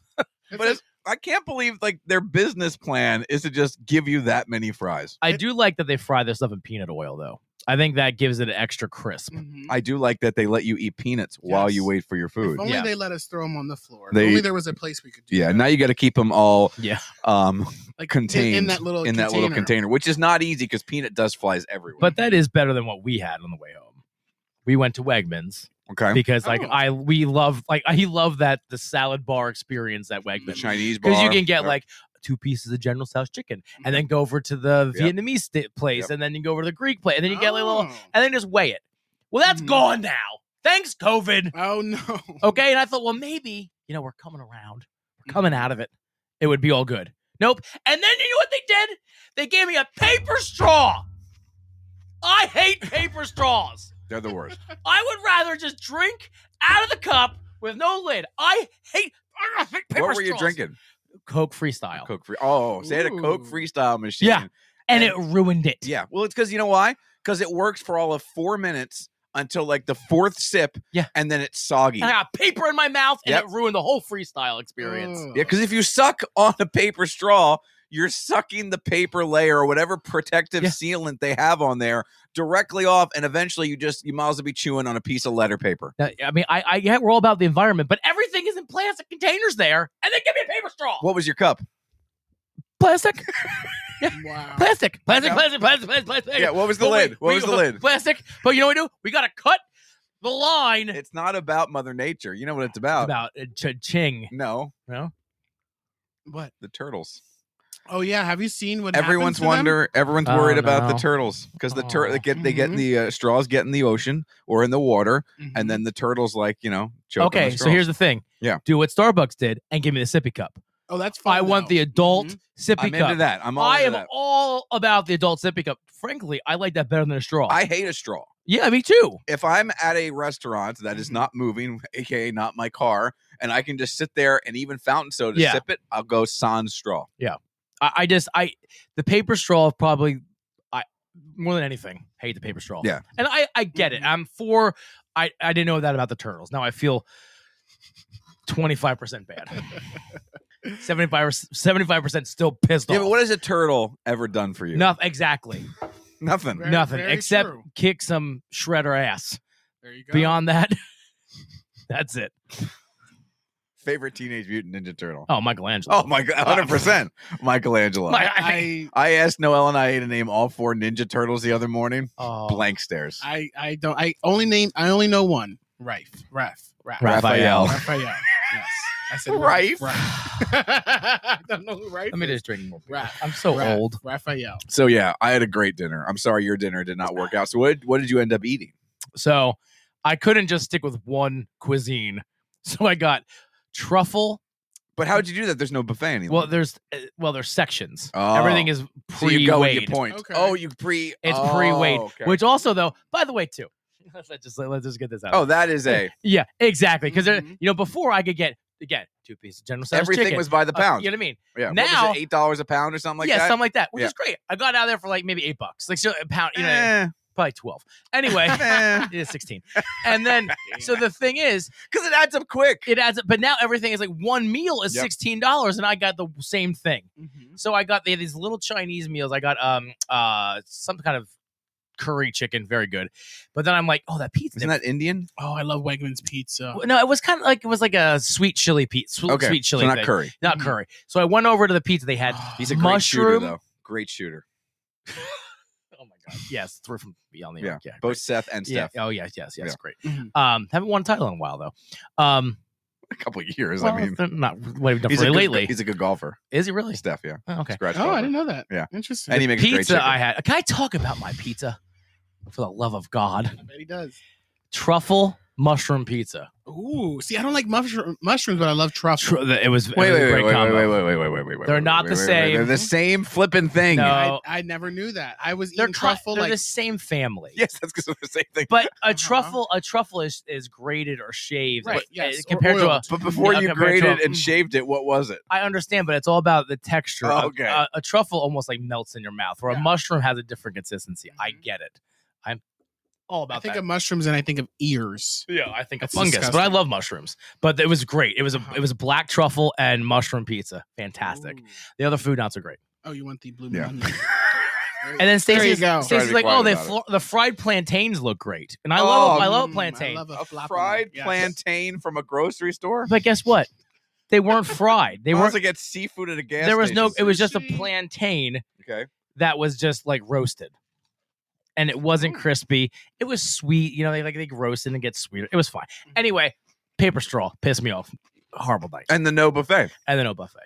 S3: like-
S1: it's, I can't believe like their business plan is to just give you that many fries.
S2: I do like that they fry their stuff in peanut oil though. I think that gives it an extra
S1: Mm.
S2: crisp.
S3: Mhm.
S1: I do like that they let you eat peanuts while you
S3: Yes.
S1: wait for your
S3: If
S1: food.
S3: only
S2: yeah.
S3: they let us throw them on the floor.
S1: They-
S3: if only there was a place we could do.
S1: Yeah,
S3: that.
S1: now you got to keep them all
S2: Yeah.
S1: um,
S3: like in-
S1: contained
S3: in, that [LAUGHS] little
S1: in that
S3: container.
S1: little container, which is not easy because peanut dust flies everywhere.
S2: But that is better than what we had on the way home. We went to Wegmans
S1: okay,
S2: because like
S3: Oh.
S2: I we love like I love that the salad bar experience at
S1: the
S2: Wegmans
S1: Chinese bar
S2: because you can get
S1: yeah.
S2: like two pieces of General Tso's chicken, and then go over to the
S1: Yep.
S2: Vietnamese sti- place,
S1: Yep.
S2: and then you go over to the Greek place, and then you get like a little,
S3: Oh.
S2: and then just weigh it. Well, that's
S1: Mm-hmm.
S3: Mhm.
S2: gone now. Thanks, COVID.
S1: [LAUGHS]
S3: Oh no.
S2: Okay. And I thought, well, maybe, you know, we're coming around, we're coming
S1: Mm-hmm.
S2: out of it. It would be all good. Nope. And then you know what they did? They gave me a paper straw. I hate paper straws.
S1: They're the
S2: [LAUGHS]
S1: worst.
S2: I would rather just drink out of the cup with no lid. I hate, I hate paper straws.
S1: what were you drinking?
S2: Coke freestyle.
S1: Coke free. Oh, so they had a Coke
S3: Ooh.
S1: freestyle machine.
S2: Yeah. And it ruined it.
S1: Yeah. Well, it's because you know why? Because it works for all of four minutes until like the fourth sip.
S2: Yeah.
S1: And then it's soggy.
S2: And I
S1: Yeah.
S2: got paper in my mouth and
S1: Yep. Mm.
S2: it ruined the whole freestyle experience.
S3: Ugh.
S1: Because if you suck on a paper straw, you're sucking the paper layer or whatever protective
S2: Yeah.
S1: sealant they have on there directly off, and eventually you just you might as well be chewing on a piece of letter paper.
S2: Now, I mean, I, I yeah, we're all about the environment, but everything is in plastic containers there, and they give me a paper straw.
S1: What was your cup?
S2: Plastic,
S3: Wow.
S2: plastic, [LAUGHS] plastic,
S1: Yeah.
S2: plastic, plastic, plastic, plastic.
S1: Yeah. What was the
S2: Well,
S1: lid?
S2: wait,
S1: What
S2: we-
S1: was the lid?
S2: [LAUGHS] Plastic. But you know what we do? We gotta cut the line. It's
S1: It's not about Mother Nature. You know what it's about?
S2: about uh, cha-ching.
S1: no,
S2: No?
S3: What?
S1: the turtles.
S3: Oh yeah. Have you seen what? happened
S1: everyone's
S3: to them?
S1: wonder everyone's
S2: Oh,
S1: worried about the
S2: no.
S1: turtles because the
S2: Oh.
S1: turtle they get they get in the uh, straws get in the ocean or in the water
S3: Mm-hmm.
S1: and then the turtles like you know choke on the
S2: Mm-hmm. Okay, so
S1: straws.
S2: here's the thing.
S1: Yeah.
S2: Do what Starbucks did and give me the sippy cup.
S3: Oh, that's fine.
S2: I want
S3: though.
S2: the adult
S3: Mhm.
S2: sippy
S1: Mm-hmm. I'm
S2: cup.
S1: into that I'm all
S2: I
S1: into
S2: am
S1: that.
S2: all about the adult sippy cup. Frankly, I like that better than a straw.
S1: I hate a straw
S2: yeah, me too.
S1: if I'm at a restaurant that is not moving [LAUGHS] aka not my car and I can just sit there and even fountain soda
S2: Yeah.
S1: sip it I'll go sans straw
S2: I, I just I the paper straw probably I more than anything hate the paper straw.
S1: Yeah. Mm-hmm.
S2: and I I get it. I'm for I I didn't know that about the turtles. Now I feel twenty five
S1: [LAUGHS]
S2: percent bad. 75 percent still pissed
S1: yeah
S2: off.
S1: but what has a turtle ever done for you
S2: Noth- exactly.
S1: [LAUGHS] nothing
S3: Very-
S2: Nothing
S3: very
S2: except
S3: true.
S2: kick some shredder ass.
S3: There you go.
S2: Beyond that, [LAUGHS] that's it.
S1: favorite teenage mutant ninja turtle
S2: Oh, Michelangelo.
S1: oh my god 100% Michelangelo [LAUGHS]
S2: My- I,
S3: I
S1: I asked Noel and I to name all four Ninja Turtles the other morning.
S2: oh,
S1: Blank stares.
S3: I I don't. I only name. I only know one. Rife. Raf. Raf.
S2: Raphael.
S3: [LAUGHS] Raphael. yes. I said
S1: Rife.
S3: Rife. Rife. [LAUGHS] I don't know who Rife.
S2: Let me
S3: is.
S2: just drink more.
S3: Raf.
S2: I'm so
S3: Raf.
S2: old.
S3: Raphael.
S1: So yeah, I had a great dinner. I'm sorry your dinner did not work out. So what what did you end up eating?
S2: So I couldn't just stick with one cuisine. [LAUGHS] So I got truffle.
S1: But how did you do that? There's no buffet anymore.
S2: Well, there's uh, well, there's sections.
S1: Oh.
S2: Everything is
S1: so you go and you
S2: pre-weighed.
S1: point.
S3: Okay.
S1: Oh, you pre.
S2: it's
S1: oh,
S2: pre-weighed,
S1: okay.
S2: which also though, by the way, too. [LAUGHS] Let's just let's just get this out.
S1: oh, that is a.
S2: yeah, exactly. Because
S3: Mhm.
S2: you know, before I could get again two pieces of general size
S1: Everything
S2: chicken.
S1: was by the
S2: Uh,
S1: pound.
S2: you know what I mean?
S1: yeah. What
S2: now-
S1: was it, eight dollars a pound or something like
S2: yeah,
S1: that.
S2: something like that, which
S1: Yeah. Eh.
S2: is great. I got out of there for like maybe eight bucks, like so a pound, you know, probably twelve.
S1: [LAUGHS]
S2: Anyway, [LAUGHS] yeah, sixteen. And then, so the thing is,
S1: because it adds up quick.
S2: it adds up. But now everything is like one meal is
S1: Yep. Mm-hmm.
S2: sixteen dollars, and I got the same thing. So I got they had these little Chinese meals. I got um uh some kind of curry chicken, very good. But then I'm like, oh, that pizza.
S1: Isn't that Indian?
S3: Oh, I love Wegmans [LAUGHS] pizza.
S2: no, it was kind of like it was like a sweet chili pizza, sweet,
S1: Okay,
S2: sweet chili,
S1: so not
S2: thing.
S1: curry.
S2: not curry. So I went over to the pizza they had.
S1: [GASPS] He's a great shooter,
S2: mushroom.
S1: though. Great shooter.
S2: oh my god, yes, through from beyond the
S1: Yeah,
S2: arc. yeah
S1: Both Seth and
S2: Yeah.
S1: Steph.
S2: Oh yes, yes, yes.
S1: Yeah. Mm-hmm.
S2: Great.
S3: Mhm.
S2: Um, haven't won a title in a while though. Um,
S1: A couple of years.
S2: well,
S1: I mean,
S2: not what we've done
S1: he's
S2: for
S1: a
S2: you
S1: good,
S2: lately.
S1: He's a good golfer.
S2: Is he really?
S1: Steph, yeah.
S2: Oh, okay.
S1: Scratch
S3: Oh, I
S1: golfer.
S3: didn't know that.
S1: Yeah.
S3: Interesting.
S1: And he makes a great
S2: pizza
S1: chicken.
S2: I had. Can I talk about my pizza? For the love of God,
S3: I bet he does.
S2: truffle mushroom pizza.
S3: Ooh, see, I don't like mushroom, mushrooms, but I love truffle.
S2: Tru- it was, it
S1: wait,
S2: was a
S1: wait, wait,
S2: great
S1: wait,
S2: combo.
S1: wait, wait, wait, wait, wait, wait, wait.
S2: They're
S1: wait,
S2: not
S1: wait,
S2: the
S1: wait, wait, wait. They're
S2: same.
S1: the same flipping thing.
S2: No.
S3: I, I never knew that. I was
S2: Oh. They're
S3: eating
S2: kind-
S3: truffle
S2: they're
S3: like
S2: the same family.
S1: [LAUGHS] Yes, that's because they're the same thing.
S2: But a
S3: Uh-huh.
S2: truffle, a truffle is, is grated or shaved,
S3: Right,
S2: uh,
S3: yes, or
S2: compared to a.
S3: oiled.
S1: But before
S2: Yeah,
S1: you
S2: compared to
S1: graded
S2: a-
S1: and shaved it, what was it?
S2: I understand, but it's all about the texture. A-
S1: Okay.
S2: A, a truffle almost like melts in your mouth, where
S3: Yeah.
S2: a mushroom has a different consistency. I
S3: Mhm.
S2: get it. I'm all about
S3: I think
S2: that.
S3: of mushrooms and I think of ears.
S2: yeah, I think a
S3: That's
S2: fungus, but I
S3: disgusting.
S2: love mushrooms. But it was great. It was a
S3: Uh-huh.
S2: it was black truffle and mushroom pizza. Fantastic.
S3: Ooh.
S2: The other food not so great.
S3: Oh, you want the blue
S1: Yeah.
S3: moon?
S2: And then
S3: There you
S2: Stacy's,
S3: go.
S1: Sorry to
S2: Stacy's
S1: be
S2: like,
S1: quiet
S2: oh, they
S1: about it.
S2: fl- the fried plantains look great, and I
S1: Oh,
S2: love [LAUGHS] I love
S3: Mm,
S2: plantain.
S3: love
S1: A
S3: flop
S1: fried
S3: on it. Yes.
S1: plantain from a grocery store?
S2: but guess what? They
S3: [LAUGHS]
S2: weren't fried. They
S1: They were
S2: weren't.
S1: like at seafood at a gas
S2: there was no. It
S1: station.
S2: was just a
S3: Sushi.
S2: plantain
S1: Okay.
S2: that was just like roasted, and it
S3: Oh.
S2: wasn't crispy. It was sweet. You know, they like they roast it and get sweeter. It was fine.
S3: Mm-hmm.
S2: Anyway, paper straw pissed me off. Horrible night. And,
S1: And the no buffet.
S2: then no buffet.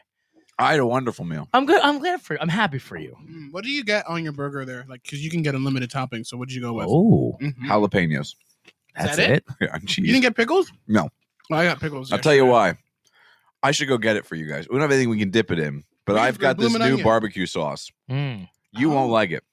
S1: I had a wonderful meal.
S2: I'm good. I'm glad for you. I'm happy for you.
S3: Mm, What do you get on your burger there? Like, because you can get unlimited toppings. So what did you go with?
S2: Oh,
S3: Mhm.
S1: Jalapenos [LAUGHS]
S2: that's
S3: that
S2: it.
S1: on
S3: You
S1: cheese.
S3: didn't get pickles?
S1: No.
S3: Well, I got pickles.
S1: I'll tell you
S3: yesterday.
S1: why. I should go get it for you guys. We don't have anything we can dip it in, but
S3: We've
S1: I've
S3: got
S1: got this new
S3: bloomin' onion.
S1: barbecue sauce.
S2: Mm.
S1: You won't
S3: Oh.
S1: like it.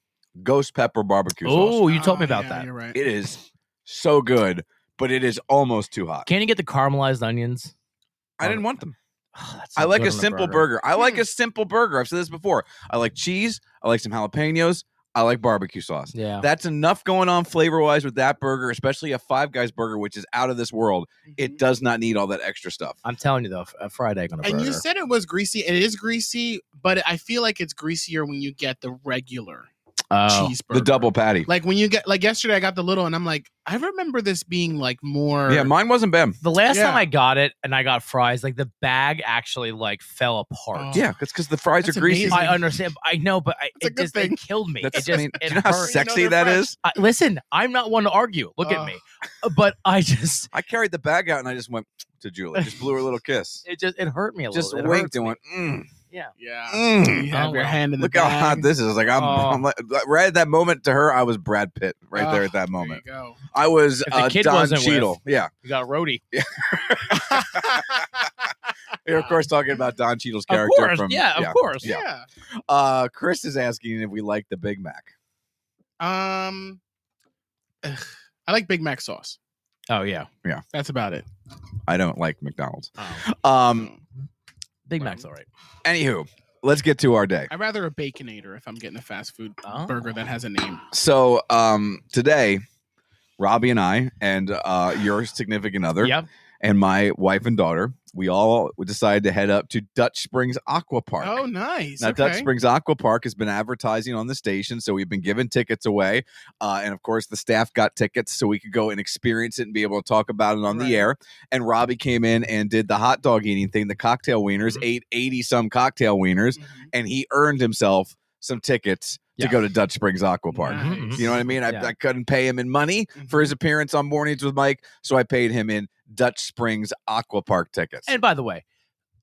S1: Ghost pepper barbecue
S2: Oh,
S1: sauce.
S2: you told me
S3: Ah,
S2: about
S3: yeah,
S2: that.
S3: You're right.
S1: It is so good, but it is almost too hot.
S2: Can you get the caramelized onions? [SIGHS]
S1: I didn't want them.
S2: Oh, that's so
S1: I like
S2: good
S1: a
S2: on
S1: simple burger. I like a simple burger. I've said this before. I like cheese. I like some jalapenos. I like barbecue sauce.
S2: Yeah.
S1: That's enough going on flavor wise with that burger, especially a Five Guys burger, which is out of this world.
S3: Mm-hmm.
S1: It does not need all that extra stuff.
S2: I'm telling you though, a fried egg on a
S3: And
S2: burger.
S3: you said it was greasy. It is greasy, but I feel like it's greasier when you get the regular
S2: oh.
S3: cheeseburger.
S1: The double patty.
S3: Like when you get like yesterday, I got the little, and I'm like, I remember this being like more.
S1: Yeah, mine wasn't bad.
S2: The last
S3: Yeah.
S2: time I got it and I got fries, like the bag actually like fell apart.
S3: Oh.
S1: Yeah, it's because the fries
S3: That's
S1: are greasy.
S3: amazing.
S2: I understand. I know, but I,
S3: That's a
S2: it
S3: good
S2: just it
S3: thing.
S2: killed me.
S1: That's,
S2: it just
S1: I mean,
S2: it
S1: do you know how
S2: hurt.
S1: sexy
S3: they're
S1: that
S3: fresh.
S1: is?
S2: I, listen, I'm not one to argue. Look at
S3: Ugh.
S2: me, but I just
S1: I carried the bag out and I just went to Julie, just blew her a little kiss,
S2: it just it hurt me a
S1: just
S2: little. It
S1: winked
S2: hurts
S1: and
S2: me.
S1: went, mm,
S2: Yeah.
S3: yeah.
S1: mm.
S3: You have
S2: Oh,
S3: your
S2: wow.
S3: hand in the
S1: Look how
S3: bag.
S1: hot this is. Like, I'm,
S2: Oh.
S1: I'm like, right at that moment to her, I was Brad Pitt right there
S3: Oh,
S1: at that
S3: There
S1: moment.
S3: you go.
S1: I was
S2: If the
S1: uh,
S2: kid
S1: Don
S2: wasn't with-
S1: Cheadle. Yeah.
S2: You got roadie.
S1: [LAUGHS] You're, of course, talking about Don Cheadle's
S2: Of
S1: character
S2: course.
S1: from.
S2: yeah, of course.
S1: Yeah.
S3: Yeah.
S1: Uh, Chris is asking if we like the Big Mac.
S3: Um, ugh, I like Big Mac sauce.
S2: Oh yeah.
S3: That's about it.
S1: I don't like McDonald's.
S2: Oh.
S1: Um,
S2: Big Mac's all right.
S1: anywho, let's get to our day.
S3: I'd rather a baconator if I'm getting a fast food
S2: Oh.
S3: burger that has a name.
S1: So, um, today, Robbie and I, and uh, your significant other,
S2: Yep.
S1: and my wife and daughter, we all decided to head up to Dutch Springs Aqua Park.
S3: Oh, nice.
S1: Now, Dutch
S3: Okay.
S1: Springs Aqua Park has been advertising on the station, so we've been giving tickets away. Uh, and of course, the staff got tickets so we could go and experience it and be able to talk about it on
S3: Right.
S1: the air. And Robbie came in and did the hot dog eating thing, the cocktail wieners,
S2: Mm-hmm.
S1: ate 80 some cocktail wieners,
S3: Mhm.
S1: and he earned himself some tickets
S2: Yeah.
S1: to go to Dutch Springs Aqua Park.
S3: Nice.
S2: Mhm.
S1: You know what I mean? I,
S2: Yeah. Mm-hmm.
S1: I couldn't pay him in money for his appearance on Mornings with Mike, so I paid him in Dutch Springs Aqua Park tickets.
S2: And by the way,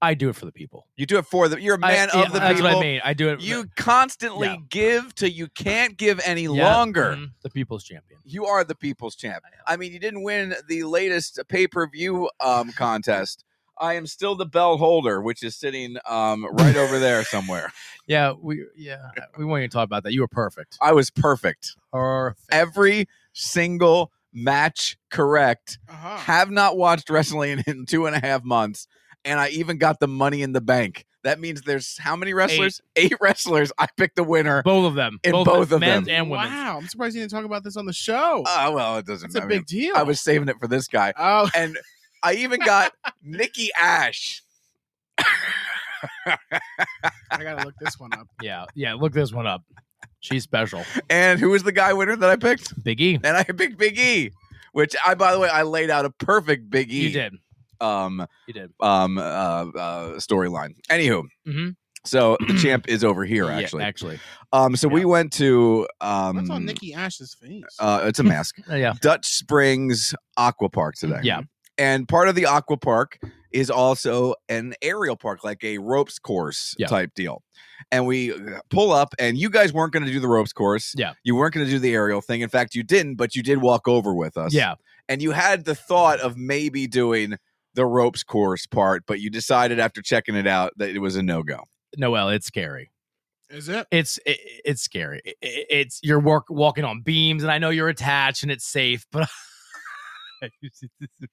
S2: I do it for the people.
S1: you do it for the you're a
S2: I-
S1: man
S2: yeah,
S1: of the
S2: that's
S1: people.
S2: what I mean. I do [LAUGHS] it.
S1: You constantly
S2: Yeah.
S1: give till you can't give any
S2: Yeah.
S1: longer.
S2: Mhm. The people's champion.
S1: You are the people's champ.
S2: I am.
S1: I mean, you didn't win the latest pay per view um, contest. I am still the bell holder, which is sitting um, right
S2: [LAUGHS]
S1: over there somewhere.
S2: Yeah, we yeah we won't even talk about that. You were perfect.
S1: I was perfect.
S2: Perfect.
S1: Every single match correct.
S3: Uh-huh.
S1: Have not watched wrestling in, in two and a half months. And I even got the money in the bank. That means there's how many wrestlers? Eight, wrestlers. I picked the winner.
S2: Both of them.
S1: In both of
S2: men's
S1: them.
S2: and women's.
S3: Wow, I'm surprised you didn't talk about this on the show.
S1: Uh, well, it doesn't
S3: That's a
S1: I mean,
S3: big deal.
S1: I was saving it for this guy.
S3: Oh,
S1: [LAUGHS] and I even
S2: [LAUGHS]
S1: got Nikki Ash.
S3: I gotta look this one up.
S2: Yeah, yeah. Look this one up. She's special.
S1: And who was the guy winner that I picked?
S2: Big E.
S1: And I picked Big E, which I, by the way, I laid out a perfect Big E
S2: You did.
S1: um
S2: You did.
S1: um uh, uh storyline. Anywho,
S2: Mhm.
S1: so
S2: [CLEARS THROAT]
S1: the champ is over here
S2: Yeah,
S1: actually.
S2: actually.
S1: um, so we
S2: yeah.
S1: went to um,
S3: What's on Nikki Ash's face?
S1: Uh,
S2: [LAUGHS]
S1: it's a mask.
S2: Uh, yeah.
S1: Dutch Springs Aqua Park today.
S2: Mm, Yeah.
S1: And part of the aqua park is also an aerial park, like a ropes course
S2: Yeah.
S1: type deal. And we uh, pull up, and you guys weren't going to do the ropes course.
S2: Yeah.
S1: You weren't going to do the aerial thing. In fact, you didn't, but you did walk over with us.
S2: Yeah.
S1: And you had the thought of maybe doing the ropes course part, but you decided after checking it out that it was a no go.
S2: Noel, it's scary.
S3: Is it?
S2: It's it, it's scary. It- it- it's you're work, walking on beams, and I know you're attached and it's safe, but [LAUGHS]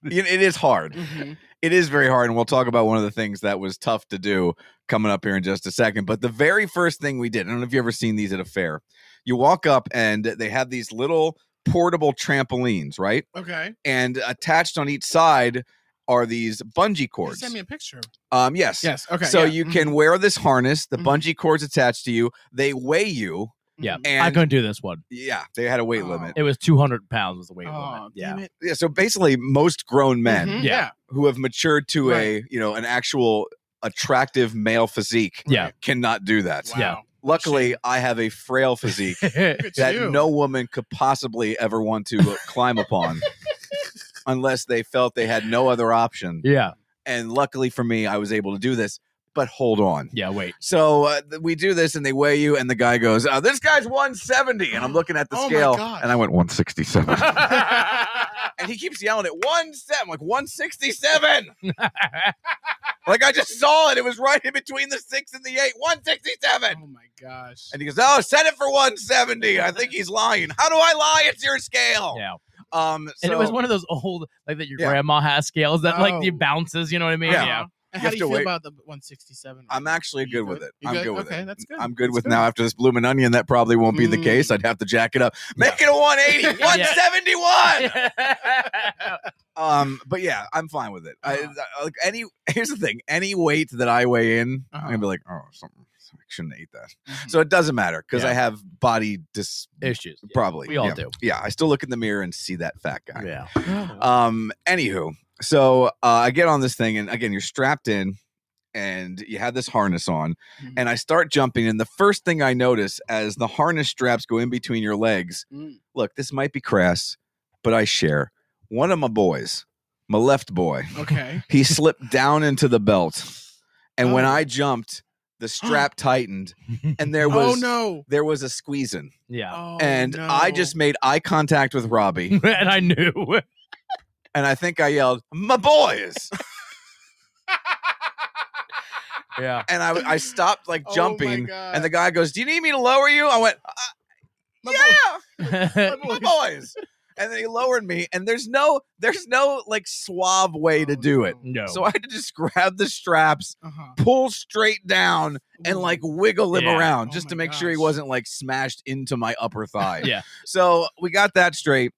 S1: It is hard.
S2: Mm-hmm.
S3: Mhm.
S1: it is very hard and we'll talk about one of the things that was tough to do coming up here in just a second but the very first thing we did i don't know if you've ever seen these at a fair you walk up and they have these little portable trampolines right
S3: Okay.
S1: and attached on each side are these bungee
S3: You
S1: cords
S3: Send me a picture.
S1: um yes
S3: Yes. Okay.
S1: so
S3: yeah.
S1: you
S3: Mhm.
S1: can wear this harness the
S3: Mhm.
S1: bungee cords attached to you they weigh you
S3: Mm-hmm.
S2: yeah,
S1: and
S2: I couldn't do this one.
S1: yeah they had a weight
S3: Oh.
S1: limit
S2: It was 200 pounds was the weight
S3: Oh,
S2: limit. Yeah,
S3: damn it.
S1: yeah so basically most grown men
S3: Mhm,
S2: Yeah.
S1: who have matured to a
S3: Right.
S1: you know an actual attractive male physique
S2: yeah.
S1: cannot do that.
S3: Wow.
S2: Yeah.
S1: Luckily, I have a frail physique
S3: Look at
S1: that
S3: you.
S1: no woman could possibly ever want to uh, climb upon unless they felt they had no other option.
S2: [LAUGHS] yeah.
S1: And luckily for me, I was able to do this. but hold on.
S2: Yeah, wait.
S1: So uh, th- we do this, and they weigh you, and the guy goes, uh, "This guy's 170," and I'm looking at the
S3: Oh my
S1: scale,
S3: God.
S1: and I went 167, [LAUGHS] and he keeps yelling at one seven, like 167. [LAUGHS] like I just saw it; it was right in between the six and the eight, 167.
S3: Oh my gosh.
S1: And he goes, "Oh, set it for 170." I think he's lying. How do I lie? It's your scale.
S2: yeah.
S1: Um. So
S2: and it was one of those old, like that your
S1: Yeah.
S2: grandma has scales that like the
S3: Oh.
S2: bounces, you know what I mean?
S1: Yeah. You
S3: And how
S1: have
S3: do
S1: to
S3: you feel
S1: wait.
S3: about the 167?
S1: I'm actually
S3: You
S1: good with it.
S3: You
S1: I'm good with
S3: okay,
S1: it.
S3: that's good.
S1: I'm good
S3: That's
S1: with now after this bloomin' onion. That probably won't be the case.
S3: Mm.
S1: I'd have to jack it up. Make it a 180,
S2: [LAUGHS] Yeah.
S1: 171.
S2: Yeah.
S1: Um, but yeah, I'm fine with it. I,
S3: Uh-huh.
S1: I- like any [LAUGHS] here's the thing: any weight that I weigh in, I'm
S3: Uh-huh.
S1: gonna be like, oh, something. I shouldn't have ate that.
S3: Mm-hmm.
S1: So [LAUGHS] it doesn't matter because
S2: Hmm. Yeah.
S1: I have body dis.
S2: [LAUGHS] Issues.
S1: Probably
S2: We all
S1: yeah.
S2: do.
S1: Yeah, I still look in the mirror and see that fat guy.
S2: Yeah.
S1: Um, anywho, so uh, I get on this thing, and again, you're strapped in, and you have this harness on,
S3: Mhm.
S1: and I start jumping, and the first thing I notice as the harness straps go in between your legs,
S3: Mm.
S1: look, this might be crass, but I share one of my boys, my left boy,
S3: Okay.
S1: he slipped down into the belt, and when
S3: Oh.
S1: I jumped,
S3: [GASPS]
S1: the strap tightened, and there
S3: Oh
S1: was.
S3: no.
S1: There was a squeezing,
S2: Yeah.
S3: Oh,
S1: and I
S3: no.
S1: just made eye contact with Robbie,
S2: [LAUGHS] and I knew. [LAUGHS]
S1: and I think I yelled, "My boys!" [LAUGHS]
S2: Yeah.
S1: and I, I stopped like
S3: [LAUGHS] Oh my
S1: jumping.
S3: God.
S1: and the guy goes, "Do you need me to lower you?" I went, uh,
S3: My boy-
S1: "Yeah, [LAUGHS]
S2: yeah.
S1: my boys." And then he lowered me, and there's no, there's no like suave way to
S3: Oh,
S1: do it.
S3: no.
S2: [LAUGHS] No.
S1: So I had to just [LAUGHS] grab the straps,
S3: Uh-huh.
S1: pull straight down, and
S3: Ooh.
S1: like wiggle him
S2: Yeah.
S1: around
S3: Oh
S1: just to
S3: my
S1: make sure he
S3: gosh.
S1: wasn't like smashed into my upper thigh.
S2: Yeah.
S1: So we got that straight.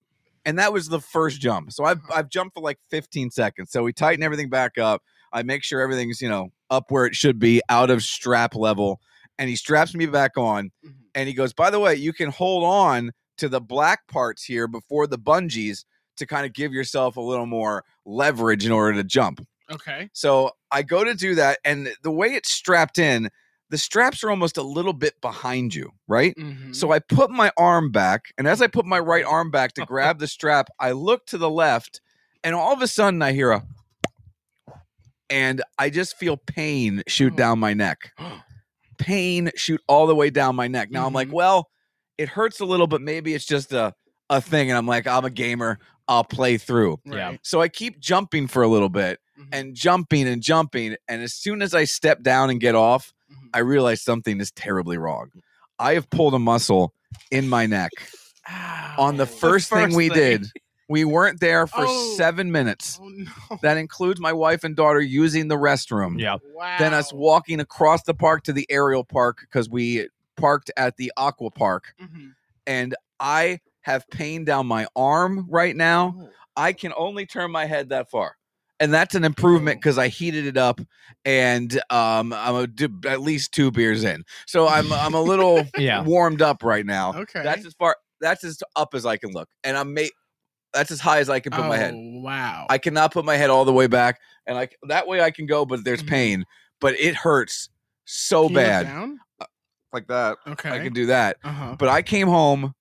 S1: And that was the first jump. So
S3: Uh-huh.
S1: I've, I've jumped for like 15 seconds. So we tighten everything back up. I make sure everything's, you know, up where it should be, out of strap level. And he straps me back on.
S3: Mhm.
S1: And he goes, by the way, you can hold on to the black parts here before the bungees to kind of give yourself a little more leverage in order to jump.
S3: Okay.
S1: So I go to do that, and the way it's strapped in, the straps are almost a little bit behind you, right? [LAUGHS]
S3: Mhm.
S1: So I put my arm back, and as I put my right arm back to grab the strap, I look to the left, and all of a sudden I hear a and I just feel pain shoot
S3: Oh.
S1: down my neck. Pain shoot all the way down my neck. Now I'm like,
S3: Mhm.
S1: well, it hurts a little, but maybe it's just a a thing. And I'm like, I'm a gamer. I'll play through.
S2: Yeah.
S3: Right.
S1: So I keep jumping for a little bit,
S3: Mhm.
S1: and jumping and jumping. And as soon as I step down and get off,
S3: Mhm.
S1: I realize something is terribly wrong. I have pulled a muscle in my neck on the
S3: Ow.
S1: first, thing
S2: first
S1: we
S2: thing.
S1: did. We weren't there for
S3: Oh.
S1: seven minutes.
S3: Oh no.
S1: That includes my wife and daughter using the restroom.
S2: Yeah.
S3: Wow.
S1: Then us walking across the park to the aerial park because we parked at the aqua park. [LAUGHS]
S3: Mhm.
S1: And I have pain down my arm right now.
S3: Oh.
S1: I can only turn my head that far. And that's an improvement because I heated it up and um, I'm a, d- at least two beers in. So I'm, I'm a
S3: [LAUGHS]
S1: little
S2: Yeah.
S1: warmed up right now.
S3: Okay.
S1: That's as far, that's as up as I can look. And I'm made, that's as high as I can put my
S3: Oh,
S1: head.
S3: Wow.
S1: I cannot put my head all the way back. And like that way I can go, but there's
S3: Mhm.
S1: pain, but it hurts so
S3: Can you look
S1: bad.
S3: down?
S1: Like that.
S3: Okay.
S1: I can do that.
S3: Uh-huh.
S1: But I came home,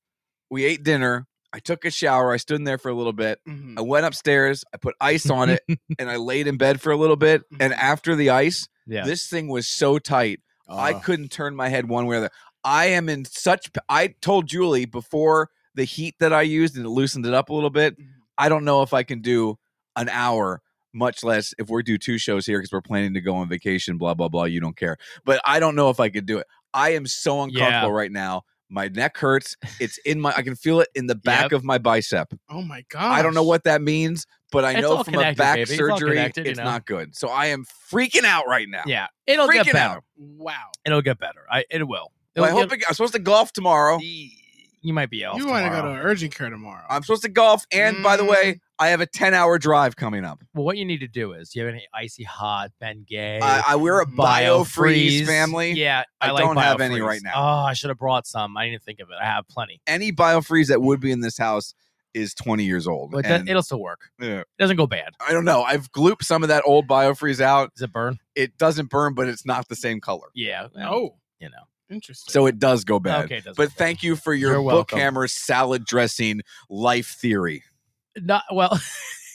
S1: we ate dinner, I took a shower, I stood in there for a little bit.
S3: Mhm.
S1: I went upstairs, I put ice on
S2: [LAUGHS]
S1: it, and I laid in bed for a little bit. And
S3: Mhm.
S1: after the ice,
S2: Mm-hmm. Yeah.
S1: this thing was so tight, I
S3: Ah. Oh,
S1: couldn't turn my head one way or the other. I am in such. p- I told Julie before the heat that I used and it loosened it up a little bit.
S2: Mm-hmm.
S3: Mhm.
S1: I don't know if I can do an hour, much less if we do two shows here because we're planning to go on vacation. Blah blah blah. You don't care, but I don't know if I could do it. I am so uncomfortable right now. My neck hurts. It's in my. I can feel it in the back
S2: Yep.
S1: of my bicep.
S3: Oh my god.
S1: I don't know what that means, but I
S2: It's
S1: know
S2: all
S1: from a
S2: connected,
S1: back
S2: baby. It's all
S1: surgery, it's,
S2: connected, you know.
S1: not good. So I am freaking out right now.
S2: Yeah. It'll get
S1: Freaking
S2: better.
S1: out.
S3: Wow.
S2: It'll get better. I it will.
S1: Well, I
S2: It'll
S1: hope it, I'm supposed to golf tomorrow.
S2: get- you might be off.
S3: you want to go to
S2: tomorrow.
S3: urgent care tomorrow?
S1: I'm supposed to golf, and by the way,
S2: Mm.
S1: I have a 10 hour drive coming up.
S2: Well, what you need to do is, do you have any icy hot Ben Gay?
S1: I, I we're a biofreeze
S2: Biofreeze.
S1: family.
S2: Yeah,
S1: I
S2: like
S1: don't have any
S2: Biofreeze.
S1: right now.
S2: Oh, I should have brought some. I didn't think of it. I have plenty,
S1: Any biofreeze that would be in this house is 20 years old.
S2: but that,
S1: and,
S2: it'll still work.
S1: yeah,
S2: It doesn't go bad.
S1: I don't know. I've glooped some of that old biofreeze out.
S2: Does it burn?
S1: It doesn't burn, but it's not the same color.
S2: Yeah. well,
S3: Oh,
S2: you know.
S3: interesting.
S1: So it does go bad.
S2: Okay. It does
S1: But thank you for your
S2: You're
S1: book
S2: welcome.
S1: hammer salad dressing life theory.
S2: [LAUGHS] Not well.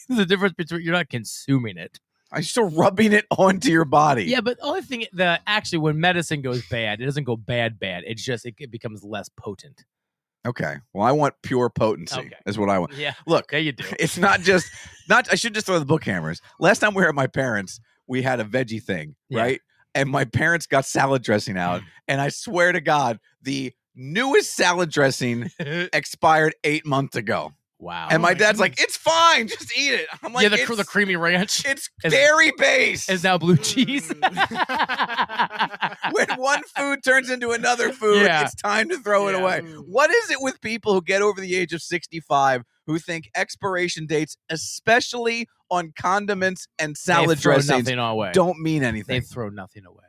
S2: the difference between you're not consuming it.
S1: I'm still rubbing it [LAUGHS] onto your body.
S2: Yeah, but the only thing that actually when medicine goes bad, it doesn't go bad bad. It's just it, it becomes less potent.
S1: Okay. Well, I want pure potency.
S2: Okay.
S1: Is what I want.
S2: Yeah.
S1: Look,
S2: Yeah,
S1: [LAUGHS]
S2: you do.
S1: it's not just not i should just throw the book hammers last time we were at my parents we had a veggie thing
S2: Yeah.
S1: right and my parents got salad dressing
S2: [LAUGHS]
S1: out and i swear to god the newest salad dressing expired eight months ago
S2: [LAUGHS] Wow.
S1: and my, dad's like it's fine just eat it i'm like
S2: Oh yeah, the, cr- the
S1: "It's-
S2: creamy
S1: [LAUGHS]
S2: ranch
S1: it's
S2: is-
S1: dairy based
S2: is now blue cheese.
S1: Mm.
S2: [LAUGHS]
S1: when one food turns into another food,
S2: Yeah.
S1: it's time to throw it
S2: Yeah. Mm.
S1: away. What is it with people who get over the age of 65 who think expiration dates, especially on condiments and salad
S2: they throw
S1: dressings,
S2: nothing away.
S1: don't mean
S2: they
S1: anything?
S2: throw nothing away?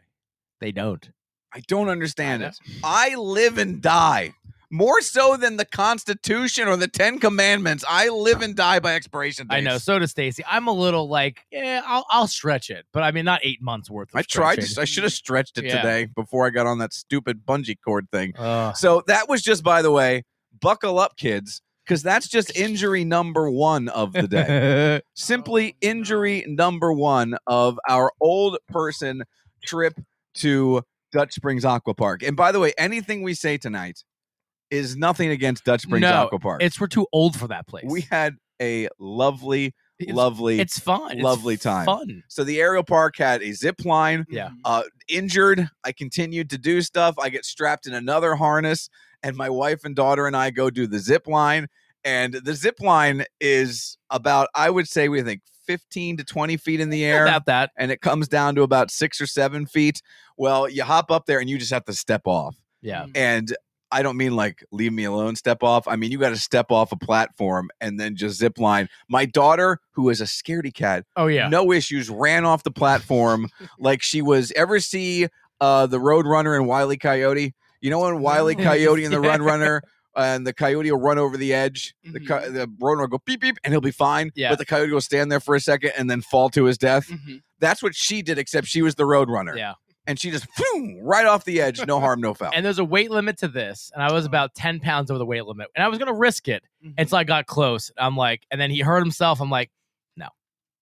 S2: They don't.
S1: I don't understand
S2: I
S1: it. I live and die. More so than the Constitution or the Ten Commandments, I live and die by expiration dates.
S2: I know. So does Stacy. I'm a little like, yeah, I'll, I'll stretch it, but I mean, not eight months worth. Of
S1: I tried.
S2: stretching.
S1: To, I should have stretched it
S2: Yeah.
S1: today before I got on that stupid bungee cord thing.
S2: [LAUGHS] Ugh.
S1: So that was just, by the way, buckle up, kids, because that's just injury number one [LAUGHS] of the
S2: [LAUGHS]
S1: day. Simply injury number one of our old person trip to Dutch Springs Aqua Park. And by the way, anything we say tonight is nothing against Dutch Springs
S2: No,
S1: Aqua Park.
S2: it's we're too old for that place.
S1: We had a lovely,
S2: [LAUGHS] It's-
S1: lovely.
S2: It's fun. It's
S1: lovely time.
S2: Fun.
S1: so the aerial park had a zip line
S2: Yeah.
S1: uh, injured. I continued to do stuff. I get strapped in another harness, and my wife and daughter and I go do the zip line. And the zip line is about, I would say, we think 15 to 20 feet in the air,
S2: About that.
S1: and it comes down to about six or seven feet. Well, you hop up there and you just have to step off.
S2: Yeah.
S1: And I don't mean like leave me alone, step off. I mean, you got to step off a platform and then just zip line. My daughter, who is a scaredy cat,
S2: Oh yeah.
S1: no issues, ran off the platform like she was. Ever see uh, the Road Runner and Wiley Coyote? You know when Wiley
S2: No.
S1: Coyote and the Run
S2: [LAUGHS] Yeah.
S1: Runner and the coyote will run over the edge. The co- the road runner will go beep beep and he'll be fine.
S2: Mm-hmm. Yeah. Mm-hmm.
S1: But the coyote will stand there for a second and then fall to his death.
S3: Mhm.
S1: That's what she did, except she was the road runner.
S2: Yeah.
S1: And she just phoom, right off the edge, no harm, no foul.
S2: And there's a weight limit to this, and I
S1: Uh-huh.
S2: was about ten pounds over the weight limit, and I was gonna risk it
S1: Mm-hmm.
S2: until I got close. I'm like, and then he hurt himself. I'm like,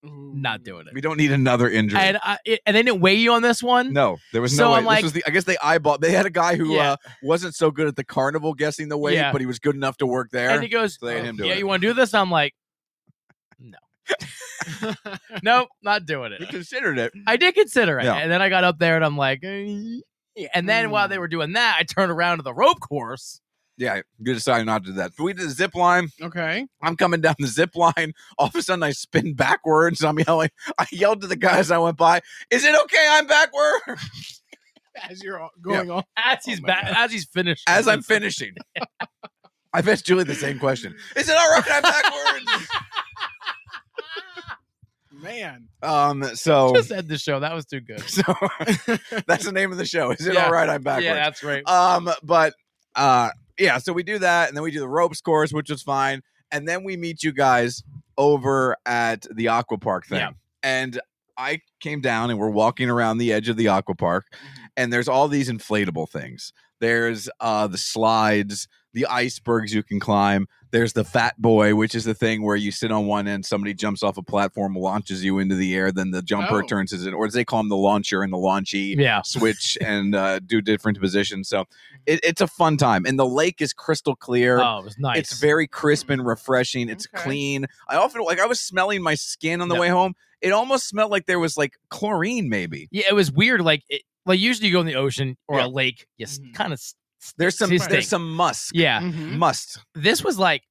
S2: not doing
S1: we
S2: it.
S1: don't need another injury.
S2: And I, it, and they didn't weigh you on this one.
S1: no, there was
S2: So
S1: no way.
S2: I'm like-
S1: this was the, I guess they eyeballed. They had a guy who
S2: Yeah.
S1: uh, wasn't so good at the carnival guessing the weight,
S2: Yeah.
S1: but he was good enough to work there.
S2: And he goes,
S1: So they had
S2: "Oh,
S1: him do
S2: "Yeah,
S1: it.
S2: you want to do this?" I'm like,
S1: [LAUGHS]
S2: "No, nope, not doing
S1: He
S2: it."
S1: considered it.
S2: I did consider it,
S1: Yeah.
S2: and then I got up there and I'm like, "Eh." and then while
S1: Mm.
S2: they were doing that, I turned around to the rope course.
S1: Yeah, you decided not to do that. But we did the zip line.
S3: Okay.
S1: I'm coming down the zip line. [LAUGHS] All of a sudden, I spin backwards. I'm yelling. I yelled to the guys I went by. Is it okay? I'm backward.
S3: [LAUGHS] As you're all- going on.
S2: As he's
S3: my
S2: back, as he's finished,
S1: [LAUGHS] Oh As I'm finishing, I've asked Julie the same question. Is it all right? I'm
S2: [LAUGHS]
S1: backwards.
S3: Man.
S1: um. So.
S2: [LAUGHS] just end the show. That was
S1: [LAUGHS]
S2: too good.
S1: so that's the name of the show. Is it
S2: Yeah.
S1: all right? I'm backwards.
S2: Yeah, that's right.
S1: Um, but uh, yeah, so we do that, and then we do the ropes course, which was fine, and then we meet you guys over at the aqua park thing,
S2: Yeah.
S1: and. I came down and we're walking around the edge of the aqua park,
S2: Mm-hmm.
S1: and there's all these inflatable things. There's uh, the slides, the icebergs you can climb. There's the fat boy, which is the thing where you sit on one end, somebody jumps off a platform, launches you into the air, then the jumper
S3: Oh.
S1: turns it, in- or as they call him the launcher and the launchy
S2: yeah, [LAUGHS]
S1: switch and uh, do different positions. So it, it's a fun time. And the lake is crystal clear.
S2: oh, it was nice.
S1: It's very crisp and refreshing. It's
S3: Mm-hmm. Okay.
S1: clean. I often like I was smelling my skin on the
S2: No.
S1: way home. It almost smelled like there was like chlorine, maybe.
S2: yeah, it was weird. Like, it, like usually you go in the ocean or
S1: Yeah. Mm-hmm.
S2: a lake, you
S3: Mhm.
S2: kind of
S1: There's some
S2: His
S1: there's
S2: thing.
S1: some musk.
S2: yeah.
S3: Mhm.
S1: Must.
S2: This was like.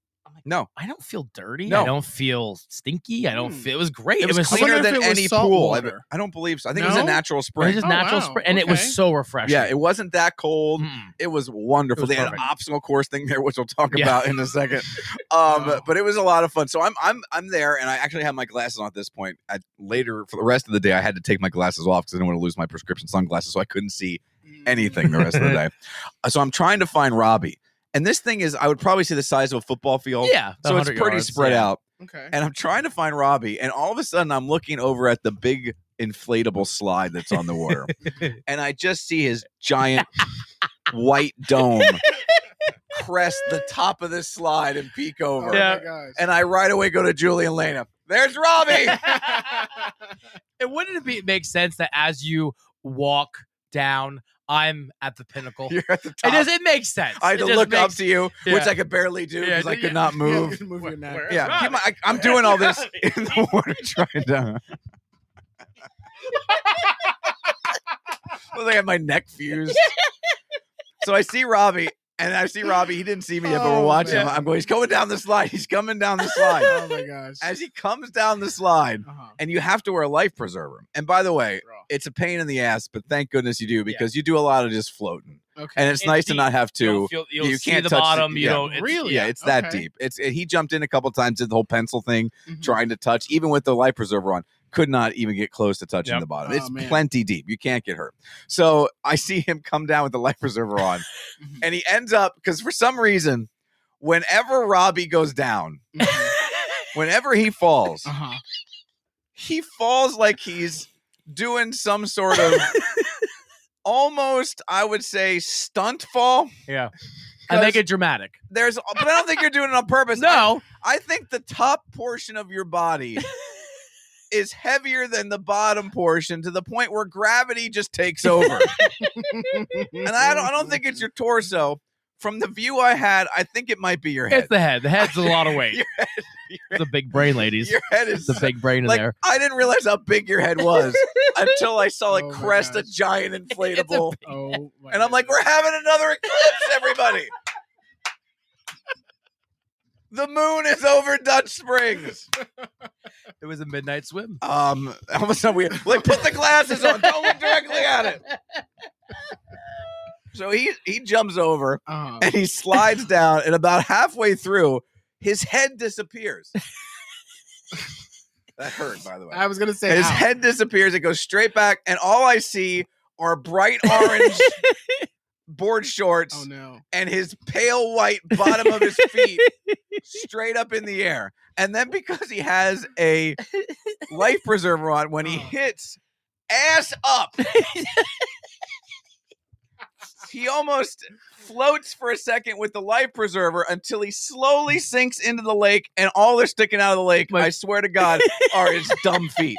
S1: No.
S2: I don't feel dirty.
S1: No.
S2: I don't feel stinky. I don't
S3: Hmm.
S2: feel. It was great.
S1: It was,
S3: I wonder
S1: cleaner
S3: if
S1: than
S3: it was
S1: any
S3: salt
S1: pool. I've-
S3: water.
S1: I don't believe so. I think it was a
S3: No?
S1: natural
S2: It was
S1: spring.
S2: just
S3: Oh,
S2: natural,
S3: wow.
S2: spring, and it was
S3: Okay.
S2: so refreshing.
S1: yeah, it wasn't that cold.
S2: Mm.
S1: It was wonderful.
S2: It was
S1: they had
S2: perfect.
S1: an obstacle course thing there, which we'll talk
S2: Yeah. Oh.
S1: about in a second.
S2: [LAUGHS]
S1: Um, but it was a lot of fun. So I'm I'm I'm there, and I actually have my glasses on at this point. I, later for the rest of the day, I had to take my glasses off because I didn't want to lose my prescription sunglasses, so I couldn't see
S3: Mm.
S1: anything the rest
S2: [LAUGHS]
S1: of the day. Uh, So I'm trying to find Robbie, and this thing is I would probably say the size of a football field.
S2: Yeah, the
S1: So it's
S2: 100
S1: pretty
S2: yards,
S1: spread
S2: yeah.
S1: out, [LAUGHS]
S3: Okay.
S1: and I'm trying to find Robbie, and all of a sudden I'm looking over at the big inflatable slide that's on the
S2: [LAUGHS]
S1: water, and I just see his giant white dome crest the top of this slide and peek over.
S3: Oh
S2: Yeah.
S3: my gosh.
S1: And I right away go to Julie and Lena. There's
S2: [LAUGHS]
S1: Robbie.
S2: [LAUGHS]
S1: [LAUGHS]
S2: and wouldn't it be make sense that as you walk down, I'm at the pinnacle?
S1: You're at the
S2: It
S1: top.
S2: does. It makes sense.
S1: I had
S2: It
S1: to
S2: just
S1: look up
S2: makes-
S1: to you,
S2: yeah.
S1: which I could barely do
S2: Yeah,
S1: because I
S2: yeah.
S1: could not move.
S3: [LAUGHS] Move your neck.
S2: Where-
S1: Yeah,
S2: Robbie?
S1: keep my, I, I'm doing all this in the water trying [LAUGHS] to. well, they had my neck fused. so I see Robbie, and I see Robbie. He didn't see me yet, but we're
S3: Oh,
S1: watching
S3: man.
S1: him. I'm going. He's going down the slide. He's coming down the slide.
S3: [LAUGHS] Oh my gosh.
S1: As he comes down the slide,
S3: Uh-huh.
S1: and you have to wear a life preserver. And by the way,
S3: Bro.
S1: it's a pain in the ass, but thank goodness you do because you do a lot of just floating,
S3: Okay.
S1: and it's
S2: It's
S1: nice to
S2: deep.
S1: not have to.
S2: You'll feel- you'll
S1: you
S2: see
S1: can't
S2: the
S1: touch the-
S2: bottom. you
S1: yeah.
S2: know, it's,
S3: Really?
S1: Yeah, it's that
S3: Okay.
S1: deep. It's he jumped in a couple times, did the whole pencil thing,
S3: Mhm.
S1: trying to touch, even with the life preserver on, could not even get close to touching
S2: Yep.
S1: the bottom.
S3: Oh,
S1: it's
S3: man.
S1: plenty deep. You can't get hurt. So I see him come down with the life preserver on,
S3: Mhm.
S1: and he ends up because for some reason, whenever Robbie goes down,
S3: Mhm.
S1: whenever he
S3: [LAUGHS]
S1: falls,
S3: Uh-huh.
S1: he falls like he's doing some sort
S3: [LAUGHS]
S1: of almost, I would say, stunt fall.
S2: Yeah. I make it dramatic.
S1: There's, but I don't think you're doing it on purpose.
S2: [LAUGHS]
S1: I- [LAUGHS]
S2: No,
S1: I think the top portion of your
S2: [LAUGHS]
S1: body is heavier than the bottom portion to the point where gravity just takes over. and I don't, I don't think it's your torso. From the view I had, I think it might be your head.
S2: it's the head. The head's a lot of weight.
S1: Your
S2: It's a big brain, ladies.
S1: [LAUGHS] Your head
S2: It's
S1: is
S2: a big brain in
S1: like
S2: there.
S1: I didn't realize how big your head
S2: [LAUGHS]
S1: was until I saw it
S3: Oh my
S1: crest a
S3: gosh.
S1: giant inflatable,
S3: [LAUGHS] Oh. my
S1: and I'm like, "We're having another eclipse,
S2: [LAUGHS]
S1: everybody." The moon is over Dutch Springs.
S2: It was a midnight swim.
S1: Um, [LAUGHS] almost not weird. Like, put the glasses on. Don't look directly at it. So he he jumps over
S3: Uh-huh.
S1: and he slides down, and about halfway through, his head disappears. that hurt, by the way.
S3: I was gonna say
S1: And his
S3: ow.
S1: head disappears. It goes straight back, and all I see are bright
S3: [LAUGHS]
S1: orange board shorts
S3: Oh no.
S1: and his pale white bottom of his
S2: [LAUGHS]
S1: feet straight up in the air. And then because he has a life preserver on, when he
S3: Oh.
S1: hits ass
S2: [LAUGHS]
S1: up, he almost floats for a second with the life preserver until he slowly sinks into the lake. And all they're sticking out of the lake,
S2: My- Oh
S1: I swear to God, are his dumb
S2: [LAUGHS]
S1: feet.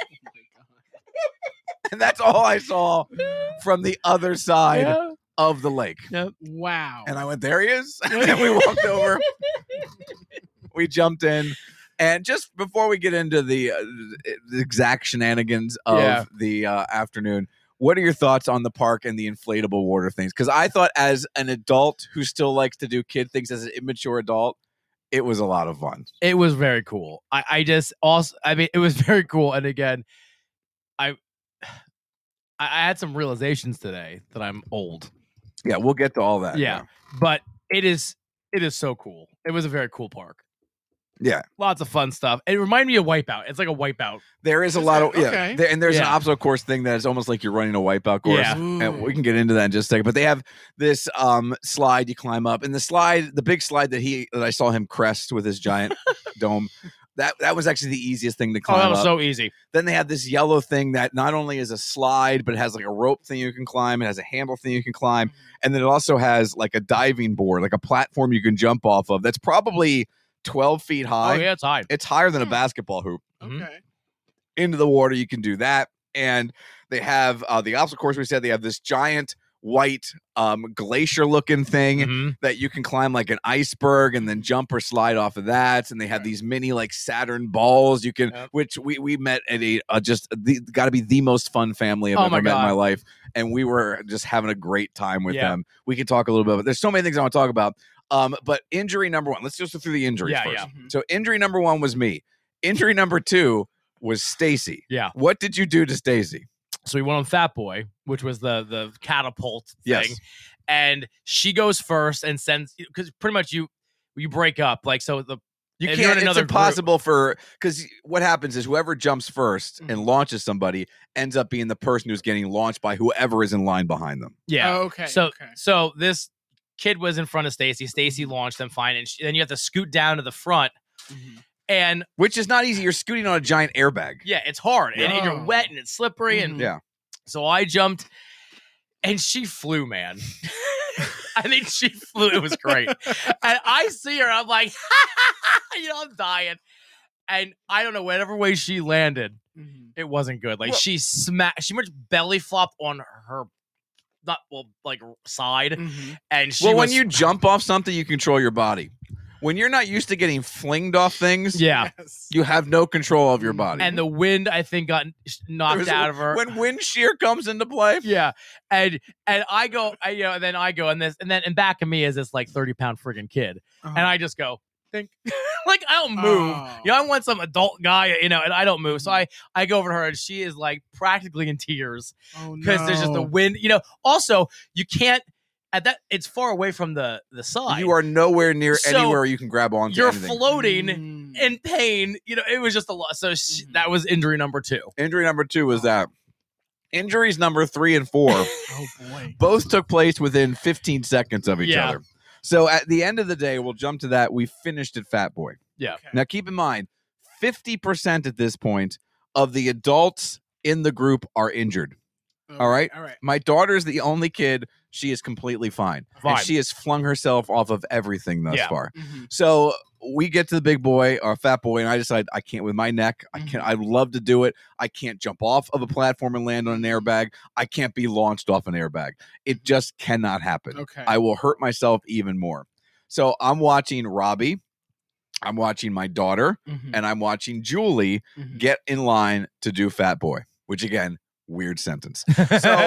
S1: And that's all I saw from the other side
S2: Yeah.
S1: of the lake.
S3: Wow.
S1: And I [LAUGHS] went, there he is. and
S2: [LAUGHS]
S1: we walked over. we jumped in. And just before we get into the, uh, the exact shenanigans of
S2: Yeah.
S1: the uh, afternoon, what are your thoughts on the park and the inflatable water things? Because I thought, as an adult who still likes to do kid things as an immature adult, it was a lot of fun.
S2: It was very cool. I, I just also, I mean, it was [LAUGHS] very cool. And again, I, I I had some realizations today that I'm old,
S1: Yeah, we'll get to all that.
S2: Yeah. but it is, it is so cool. It was a very cool park.
S1: Yeah.
S2: Lots of fun stuff. It reminded me of Wipeout. It's like a Wipeout. Oh,
S1: There is a
S3: Is
S1: lot
S3: it?
S1: of, yeah.
S3: Okay.
S1: there- and there's an
S2: Yeah.
S1: obstacle course thing that is almost like you're running a wipeout course.
S2: Yeah.
S1: and we can get into that in just a second. But they have this um, slide you climb up, and the slide, the big slide that he that I saw him crest with his giant dome. That that was actually the easiest thing to
S2: Oh,
S1: climb
S2: that was
S1: up.
S2: so easy.
S1: then they have this yellow thing that not only is a slide, but it has like a rope thing you can climb. It has a handle thing you can climb,
S2: Mm-hmm.
S1: and then it also has like a diving board, like a platform you can jump off of. That's probably twelve feet
S2: Oh,
S1: high.
S2: yeah, Hmm. it's high.
S1: It's higher than a basketball hoop
S2: Mhm.
S3: Okay.
S1: into the water. You can do that. And they have uh, the obstacle course. We said they have this giant white um, glacier looking thing
S2: Mhm.
S1: that you can climb like an iceberg and then jump or slide off of that. And they have these mini like Saturn balls you can,
S2: Yep.
S1: which we, we met at a uh, just the, got to be the most fun family I've
S2: Oh
S1: ever
S2: my
S1: met in my
S2: God.
S1: life. And we were just having a great time with
S2: Yeah.
S1: them. We could talk a little bit, but there's so many things I want to talk about. Um, but injury number one, let's just go through the injuries
S2: Yeah, mm-hmm.
S1: first.
S2: yeah.
S3: Mhm.
S1: So injury number one was me. Injury number two was Stacy.
S2: Yeah.
S1: What did you do to Stacy?
S2: So we went on Fat Boy, which was the the catapult thing.
S1: Yes.
S2: And she goes first and sends because pretty much you you break up like so the
S1: You
S2: If you're in
S1: can't. It's
S2: another
S1: impossible for because what happens is whoever jumps 1st
S2: Mm.
S1: and launches somebody ends up being the person who's getting launched by whoever is in line behind them.
S2: yeah.
S3: Oh, okay.
S2: so
S3: okay.
S2: so this kid was in front of Stacy. Stacy launched them fine, and she, then you have to scoot down to the front.
S3: Mhm.
S2: And
S1: Which is not easy. You're scooting on a giant airbag.
S2: yeah, it's hard, and, and you're
S3: Yeah.
S2: wet and it's slippery, and
S3: Mhm.
S1: Yeah.
S2: so I jumped, and she flew, man. [LAUGHS] I mean, she [LAUGHS] flew. It was great. and I see her. I'm like, you know, I'm dying. and I don't know whatever way she landed,
S3: Mm-hmm.
S2: it wasn't good. Like
S7: Well-
S2: she smacked, she much belly flopped on her, not well, like side,
S3: Mm-hmm.
S2: [LAUGHS] and she.
S1: well, when
S2: was-
S1: you jump off something, you control your body. When you're not used to getting flinged off things, [LAUGHS]
S2: yeah,
S3: Yes.
S1: you have no control of your body.
S2: and the wind I think got knocked
S1: There's-
S2: out of her.
S1: when wind shear comes into play,
S2: yeah, and and I
S3: [LAUGHS]
S2: go, I, you know, and then I go, and this, and then and back of me is this like thirty pound friggin' kid,
S3: Uh-huh.
S2: and I just go think, [LAUGHS] like I don't move.
S3: Oh. Mm-hmm.
S2: You know, I want some adult guy, you know, and I don't move. So I I go over to her, and she is like practically in tears.
S3: Oh,
S2: because there's just the
S3: no.
S2: wind. You know, also you can't at that. It's far away from the the side.
S1: you are nowhere near
S2: So,
S1: anywhere you can grab onto
S2: you're
S1: anything.
S2: floating
S3: Mm.
S2: in pain. You know, it was just a lot. So she,
S3: Mhm.
S2: that was injury number
S3: [LAUGHS]
S2: two.
S1: Injury number two was that. Injuries number three and
S2: [LAUGHS]
S1: four
S3: oh boy.
S1: both took place within 15 seconds of each
S2: Yeah.
S1: other. So at the end of the day, we'll jump to that. We finished at Fat Boy.
S2: Yeah.
S3: Okay.
S1: Now keep in mind, 50% at this point of the adults in the group are injured. All right.
S3: All right.
S1: My daughter's the only kid. She is completely fine. And
S2: Fine.
S1: she has flung herself off of everything thus
S2: Yeah.
S1: far.
S3: Mhm.
S1: So we get to the big boy, our fat boy, and I decide I can't with my neck. I can't. I love to do it. I can't jump off of a platform and land on an airbag. I can't be launched off an airbag. It just cannot happen.
S3: Okay.
S1: I will hurt myself even more. So I'm watching Robbie. I'm watching my daughter
S3: Mhm.
S1: and I'm watching Julie
S3: Mhm.
S1: get in line to do Fat Boy, which again, weird sentence.
S2: [LAUGHS]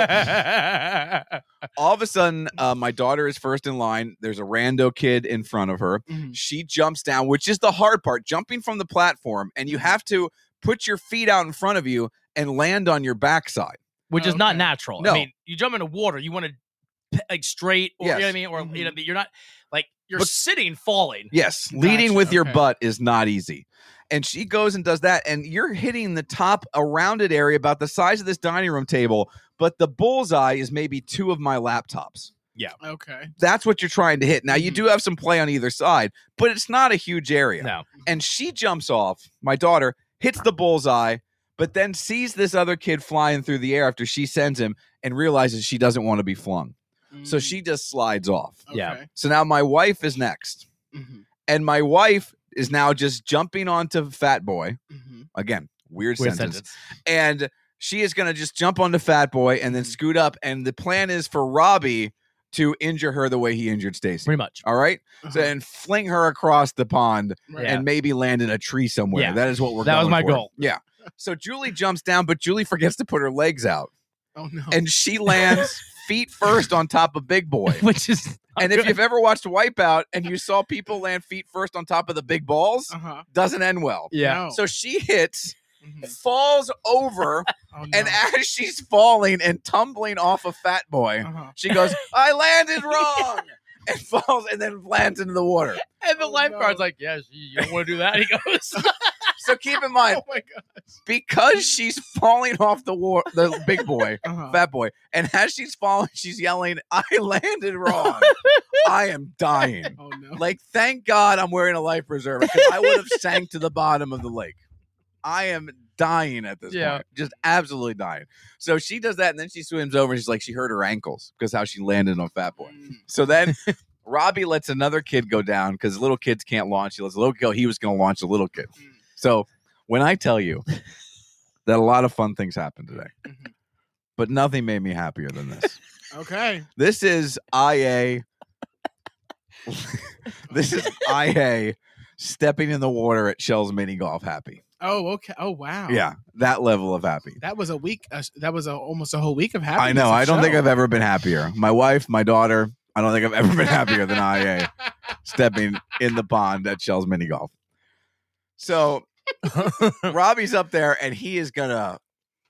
S3: [LAUGHS]
S2: So
S1: All of a sudden, uh, my daughter is first in line. There's a rando kid in front of her.
S3: Mhm.
S1: She jumps down, which is the hard part, jumping from the platform, and
S3: Mm-hmm.
S1: you have to put your feet out in front of you and land on your backside.
S2: which is not
S3: Okay.
S2: natural.
S1: No.
S2: I mean, you jump into water, you want to like straight, or you know what I
S1: Yes.
S2: mean, or you know,
S3: Mhm.
S2: you're not like you're
S1: But-
S2: sitting falling.
S1: Yes, leading
S3: Gotcha,
S1: with your
S3: okay.
S1: butt is not easy. And she goes and does that, and you're hitting the top, a rounded area about the size of this dining room table, but the bullseye is maybe two of my laptops.
S3: Mm-hmm. Okay.
S1: That's what you're trying to hit. Now, you
S3: Mhm.
S1: do have some play on either side, but it's not a huge area.
S2: No,
S1: and she jumps off. My daughter hits the bullseye, but then sees this other kid flying through the air after she sends him and realizes she doesn't want to be flung. So
S3: Mm.
S1: she just slides off.
S2: yeah.
S3: Mm-hmm. Okay.
S1: So now my wife is next,
S3: Mhm.
S1: and my wife is now just jumping onto Fat Boy
S3: Mhm.
S1: again. Weird,
S2: weird
S1: sentence.
S2: sentence.
S1: And she is going to just jump onto Fat Boy and then
S3: Mhm.
S1: scoot up. And the plan is for Robbie to injure her the way he injured Stacy.
S2: [LAUGHS]
S1: [LAUGHS]
S2: Pretty much.
S1: All right?
S3: Uh-huh.
S1: So, and fling her across the pond
S3: Right.
S1: and maybe land in a tree somewhere.
S2: Yeah.
S1: That is what we're.
S2: That was
S1: going
S2: my
S1: for.
S2: goal.
S1: Yeah. So Julie jumps down, but Julie forgets to put her legs
S3: [LAUGHS]
S1: out,
S3: Oh no.
S1: and she lands feet first on top of Big
S2: [LAUGHS]
S1: Boy.
S2: Which is not
S1: And
S2: [LAUGHS]
S1: if
S2: good.
S1: you've ever watched Wipeout and you saw people land feet first on top of the big balls,
S3: uh-huh.
S1: doesn't end well.
S2: yeah,
S3: No.
S1: So she hits,
S3: Mhm.
S1: falls over,
S3: Oh, [LAUGHS] no.
S1: and as she's falling and tumbling off of Fat Boy,
S3: uh-huh.
S1: she goes, "I landed
S3: [LAUGHS]
S1: wrong." And falls and then lands into the water.
S2: and the
S3: Oh,
S2: lifeguard's
S3: no.
S2: like, yeah, she- you don't want to do that. He goes, [LAUGHS]
S1: So keep in mind,
S3: [LAUGHS] Oh my god.
S1: because she's falling off the war the big boy
S3: Uh-huh.
S1: fat boy and as she's falling she's yelling i landed wrong i am
S3: [LAUGHS]
S1: dying
S3: Oh
S1: [LAUGHS]
S3: no.
S1: like thank god i'm wearing a life preserver because i would have sank to the bottom of the lake i am dying at this
S2: Yeah.
S1: point just absolutely dying so she does that and then she swims over and she's like she hurt her ankles because how she landed on fat boy
S3: Mm.
S1: so
S3: [LAUGHS]
S1: then robbie lets another kid go down because little kids can't launch he lets a little go he was going to launch a little kid
S3: Mm.
S1: so when I tell you
S3: [LAUGHS]
S1: that a lot of fun things happened today,
S3: Mhm.
S1: but nothing made me happier than this.
S3: Okay.
S1: this is IA. [LAUGHS] this is IA stepping in the water at Shell's mini golf happy.
S3: Oh, okay. Oh, wow.
S1: Yeah, that level of happy.
S3: That was a week. Uh, that was a, almost a whole week of happiness.
S1: I know. I don't think I've e-,
S3: of
S1: ever been happier. My wife, my daughter, I don't think I've ever been happier than IA stepping in the pond at Shell's mini golf. So Robbie's up there and he is gonna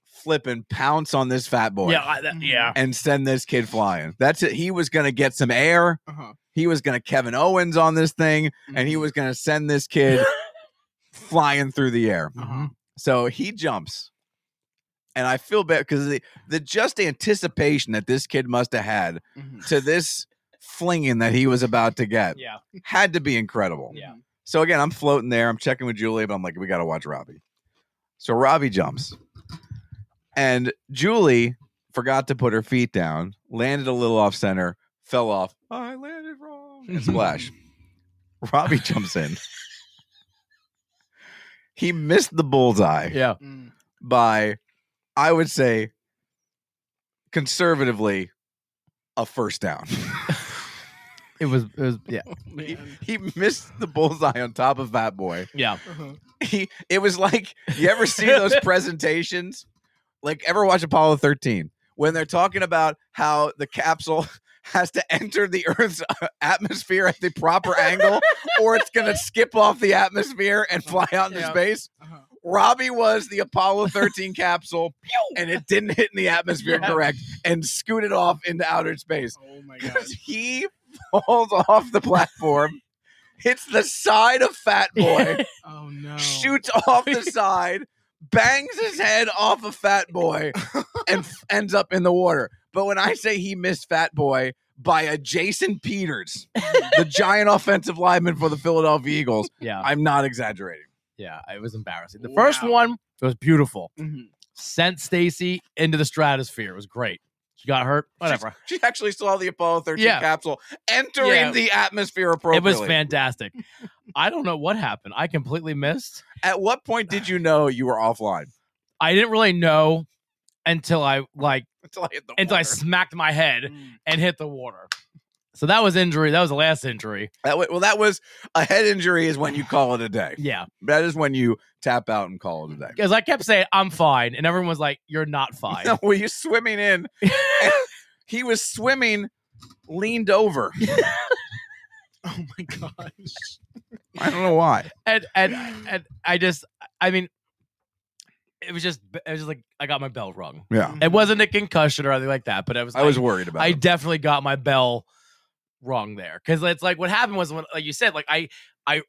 S1: flip and pounce on this fat boy
S2: yeah, I, that, yeah.
S1: and send this kid flying. That's it. He was gonna get some air.
S3: Uh-huh.
S1: He was gonna Kevin Owens on this thing, and he was gonna send this kid flying through the air.
S3: Uh-huh.
S1: So he jumps. And I feel bad because the, the just anticipation that this kid must have had
S3: Mhm.
S1: to this flinging that he was about to get
S2: Yeah.
S1: had to be incredible.
S2: Yeah.
S1: So again, I'm floating there. I'm checking with Julie, but I'm like, we got to watch Robbie. So Robbie jumps, and Julie forgot to put her feet down, landed a little off center, fell off. I landed
S2: [LAUGHS]
S1: wrong. And splash. Robbie jumps in. He missed the bullseye
S2: Yeah.
S3: Mm.
S1: by, I would say, conservatively, a first down.
S2: It was it was yeah.
S1: he, he missed the bullseye on top of Fat Boy.
S2: Yeah.
S1: He, it was like you ever see
S3: [LAUGHS]
S1: those presentations? Like ever watch Apollo 13 when they're talking about how the capsule [LAUGHS] has to enter the Earth's uh, atmosphere at the proper angle, or it's going to skip off the atmosphere and fly out into
S3: Yeah.
S1: space.
S3: Uh-huh.
S1: Robbie was the Apollo 13
S3: [LAUGHS]
S1: capsule, and it didn't hit in the atmosphere
S3: Yeah.
S1: correct and scooted off into outer space
S3: Oh my god.
S1: because [LAUGHS] he falls off the platform, hits the side of Fat Boy,
S3: Oh no.
S1: shoots off the side, bangs his head off of Fat Boy, and f- ends up in the water. But when I say he missed Fat Boy by a Jason Peters, the giant offensive lineman for the Philadelphia Eagles,
S2: Yeah.
S1: I'm not exaggerating.
S2: Yeah. It was embarrassing. The first
S3: Wow.
S2: one was beautiful.
S3: Mhm.
S2: Sent Stacy into the stratosphere. It was great. She got hurt. Whatever.
S1: She actually saw the Apollo 13
S2: Yeah.
S1: capsule entering
S2: Yeah.
S1: the atmosphere
S2: It
S1: appropriately.
S2: was fantastic. I don't know what happened. I completely missed.
S1: At what point did you know you were offline?
S2: I didn't really know until I like
S1: Until I hit the
S2: until I
S1: water.
S2: smacked my head
S3: Mm.
S2: and hit the water. So that was injury. That was the last injury.
S1: That wa- well, that was a head injury is when you call it a day.
S2: Yeah.
S1: That is when you tap out and call it a day.
S2: Because I kept saying, I'm fine. And everyone was like, You're not fine.
S1: No, [LAUGHS] were you swimming
S2: [LAUGHS]
S1: in? and he was swimming, leaned
S2: [LAUGHS]
S1: over.
S3: Oh my gosh.
S1: I don't know
S2: [LAUGHS]
S1: why.
S2: and and and I just I mean it was just it was just like I got my bell rung.
S1: Yeah,
S2: It wasn't a concussion or anything like that, but I was
S1: I was
S2: like,
S1: worried about.
S2: I
S1: it.
S2: definitely got my bell rung there cuz it's like what happened was when like you said like I I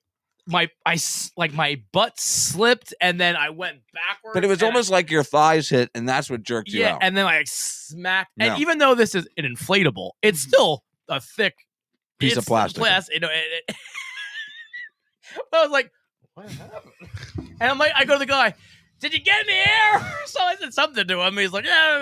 S2: my I s- like my butt slipped and then I went backwards.
S1: But it was
S2: and I-
S1: almost like your thighs hit, and that's what jerked you
S2: yeah,
S1: out.
S2: and then I smacked.
S1: No. Mm-hmm.
S2: And even though this is an inflatable, it's still a thick
S1: Piece of
S2: it's
S1: plastic.
S2: plas- you know, and it- [LAUGHS] but I was like, what happened? And I'm like, I go to the guy. Did you get in the air? [LAUGHS] So I said something to him. He's like, yeah,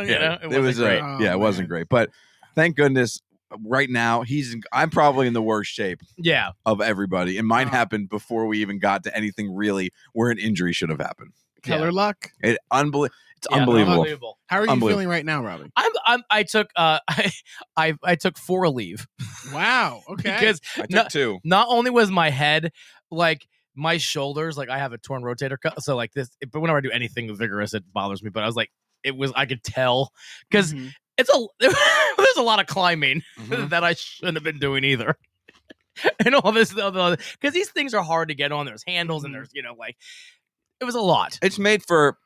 S2: you know, it, wasn't
S1: was
S2: great.
S1: Uh,
S3: Oh,
S1: yeah, it wasn't great. But thank goodness, right now he's. In, I'm probably in the worst shape
S2: yeah,
S1: of everybody, and mine
S2: Uh-huh.
S3: Wow.
S1: happened before we even got to anything really where an injury should have happened.
S3: Keller luck.
S1: It unbel- It's
S2: yeah,
S1: unbelievable.
S2: unbelievable.
S3: How are you
S1: Unbelievable.
S3: feeling right now, Robbie?
S2: I'm, I'm, I took, uh, [LAUGHS] I, I, I took four leave [LAUGHS]
S3: Wow. Okay.
S2: because
S1: I took
S2: No-
S1: two.
S2: not only was my head like my shoulders like i have a torn rotator cuff so like this but whenever i do anything vigorous it bothers me but i was like it was i could tell because
S1: Mm-hmm.
S3: Mhm.
S2: it's a [LAUGHS] there's a lot of climbing [LAUGHS] that i shouldn't have been doing either [LAUGHS] and all this because these things are hard to get on there's handles
S1: Mm-hmm.
S2: and there's you know like it was a lot
S1: It's made for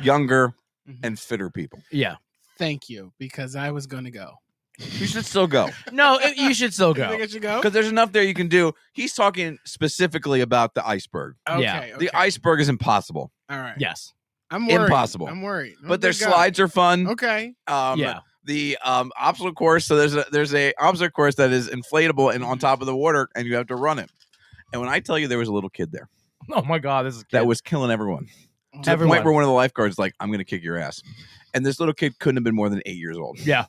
S1: younger
S2: Mm-hmm.
S3: Mhm.
S1: and fitter people.
S2: yeah
S3: thank you because I was going to go.
S1: You should still
S2: [LAUGHS]
S1: go
S2: no it, you
S1: [LAUGHS]
S2: should still
S3: You
S2: go
S3: think I should go?
S1: because there's enough there you can do. He's talking specifically about the iceberg.
S3: Okay,
S2: Yeah.
S3: okay.
S1: The iceberg is impossible,
S3: All right.
S2: yes
S3: I'm worried.
S1: Impossible.
S3: I'm worried.
S2: Oh,
S3: I'm
S1: but their
S3: gonna go.
S1: slides are fun.
S3: Okay.
S1: Um,
S2: yeah
S1: The um, obstacle course. So there's a there's a obstacle course that is inflatable
S2: Mm-hmm.
S1: and on top of the water, and you have to run it. And when I tell you there was a little kid there
S2: oh my god this is
S1: that
S2: good.
S1: was killing everyone to the
S2: Everyone.
S1: point where one of the lifeguards is like, "I'm going to kick your ass," and this little kid couldn't have been more than eight years old.
S2: yeah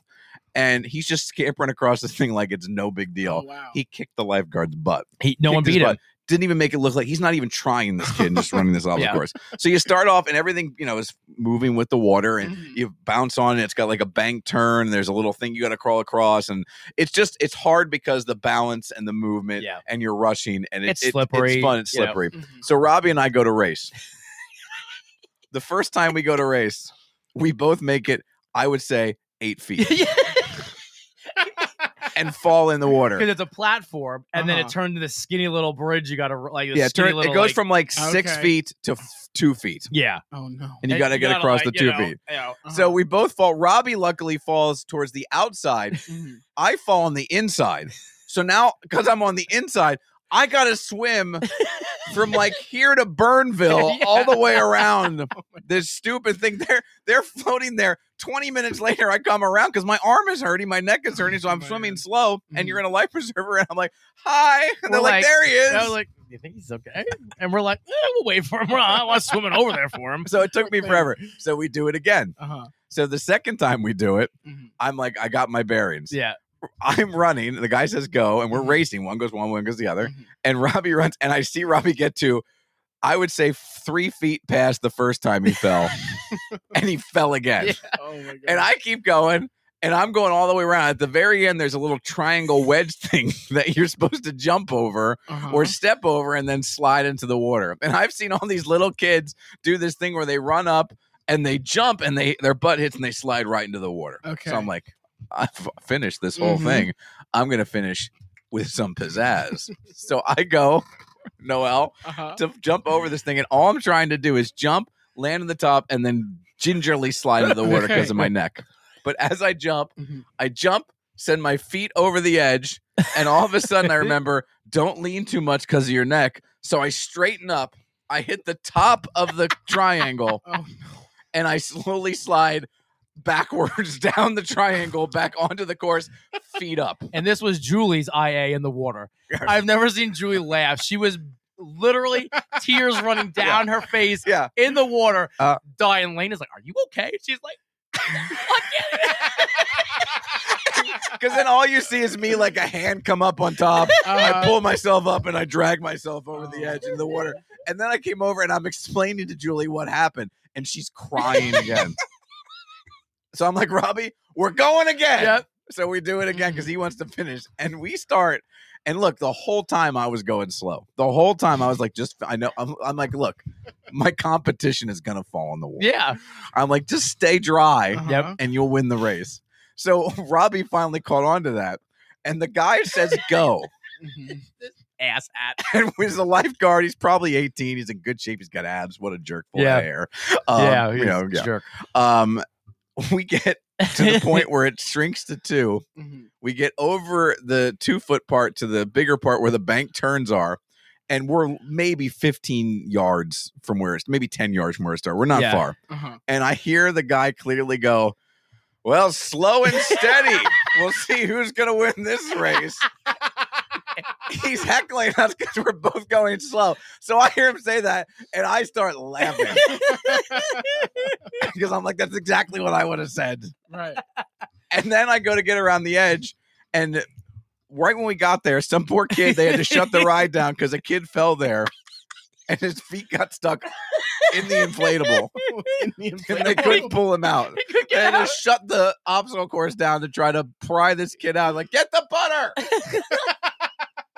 S1: and he's just scampering across this thing like it's no big deal.
S3: Oh, wow.
S1: He kicked the lifeguard's butt.
S2: he, no one
S1: Kicked his
S2: beat him
S1: butt. Didn't even make it look like he's not even trying this kid and just running
S2: [LAUGHS]
S1: this off
S2: Yeah.
S1: the course. So you start off and everything, you know, is moving with the water and
S3: Mhm.
S1: you bounce on and it's got like a bank turn. there's a little thing you got to crawl across. And it's just, it's hard because the balance and the movement
S2: Yeah.
S1: and you're rushing and it-
S2: It's
S1: it-
S2: slippery,
S1: It's fun. It's
S2: you know.
S1: slippery.
S3: Mhm.
S1: So Robbie and I go to
S2: [LAUGHS]
S1: race. the first time we go to race, we both make it, I would say, eight
S2: [LAUGHS]
S1: feet and fall in the water.
S2: because it's a platform, and then it
S3: Uh-huh.
S2: turned to this skinny little bridge. You got to like this
S1: yeah,
S2: skinny
S1: turn, it
S2: little,
S1: goes
S2: like-
S1: from like six
S3: Okay.
S1: feet to f- two feet,
S2: yeah,
S3: Oh no.
S1: and you got to get across the
S2: like,
S1: two
S2: you know, uh-huh.
S1: feet.
S2: you know.
S1: [LAUGHS]
S2: uh,
S1: So we both fall. Robbie luckily falls towards the outside.
S3: Mhm.
S1: I fall on the inside. So now, because I'm on the inside, I got to swim [LAUGHS] from like here to Burnville all the way [LAUGHS] around this stupid thing. They're they're floating there. Twenty minutes later, I come around because my arm is hurting, my neck is hurting, so I'm
S3: Man.
S1: swimming slow. And
S3: Mhm.
S1: you're in a life preserver, and I'm like, "Hi!" And they're
S2: We're
S1: like,
S2: like-
S1: "There he is."
S2: And I was like, "You think he's okay?" And we're like, eh, "We'll wait for him. We're not, I was swimming over there for him."
S1: [LAUGHS] so it took me forever. So we do it again.
S3: Uh-huh.
S1: So the second time we do it,
S3: Mhm.
S1: I'm like, I got my bearings.
S2: Yeah,
S1: I'm running. The guy says go, and we're
S3: Mhm.
S1: racing. One goes one, one goes the other.
S3: Mhm.
S1: And Robbie runs, and I see Robbie get to. I would say three feet past the first time he fell, and he fell again.
S3: Oh my god.
S1: And I keep going, and I'm going all the way around. At the very end, there's a little triangle wedge [LAUGHS] thing that you're supposed to jump over
S3: Uh-huh.
S1: or step over and then slide into the water. And I've seen all these little kids do this thing where they run up and they jump and they their butt hits and they slide right into the water.
S3: Okay.
S1: So I'm like, I've finished this whole
S3: Mhm.
S1: thing. I'm gonna finish with some pizzazz. so I go, [LAUGHS] Noel,
S3: uh-huh.
S1: to jump over this thing, and all I'm trying to do is jump, land on the top, and then gingerly slide into the water because of my neck. But as I jump,
S3: Mhm.
S1: I jump, send my feet over the edge, and all of a sudden
S3: [LAUGHS]
S1: I remember don't lean too much because of your neck. So I straighten up, I hit the top of the triangle,
S3: [LAUGHS] Oh no.
S1: and I slowly slide backwards [LAUGHS] down the triangle back onto the course, feet up.
S2: and this was Julie's IA in the water. I've never seen Julie laugh. She was literally tears
S1: [LAUGHS]
S2: running down her face
S1: Yeah.
S2: in the water.
S1: Uh,
S2: Diane Lane is like, "Are you okay?" She's like, "I can't."
S1: Because then all you see is me like a hand come up on top. I
S3: Uh,
S1: pull myself up and I drag myself over the edge into the water. And then I came over and I'm explaining to Julie what happened, and she's crying again. so I'm like, Robbie, we're going again.
S2: Yep.
S1: So we do it again because he wants to finish. And we start. And look, the whole time I was going slow. The whole time I was like, just, I know, I'm, I'm like, look, my competition is going to fall in the water.
S2: Yeah,
S1: I'm like, just stay dry
S2: Yep.
S3: uh-huh.
S1: and you'll win the race. So [LAUGHS] Robbie finally caught on to that. And the guy
S2: [LAUGHS]
S1: says, go. Mm-hmm.
S3: Mhm.
S2: ass at.
S1: and was a lifeguard. He's probably 18. He's in good shape. He's got abs. What a jerk full
S2: Yeah.
S1: of hair. Um, you know, yeah.
S2: [LAUGHS]
S1: Um, [LAUGHS] we get to the point where it shrinks to two.
S3: Mhm.
S1: We get over the two foot part to the bigger part where the bank turns are. And we're maybe 15 yards from where it's maybe 10 yards from where it started. We're not
S2: Yeah.
S1: far.
S3: Uh-huh.
S1: And I hear the guy clearly go, Well, slow and steady. we'll see who's going to win this race. He's heckling us because we're both going slow. So I hear him say that and I start laughing because I'm like, That's exactly what I would have said.
S3: Right.
S1: [LAUGHS] And then I go to get around the edge and right when we got there, some poor kid, they had to shut the ride down because a kid fell there and his feet got stuck in the [LAUGHS] inflatable. and they couldn't pull him out. They had to shut the obstacle course down to try to pry this kid out. Like, get the butter! [LAUGHS]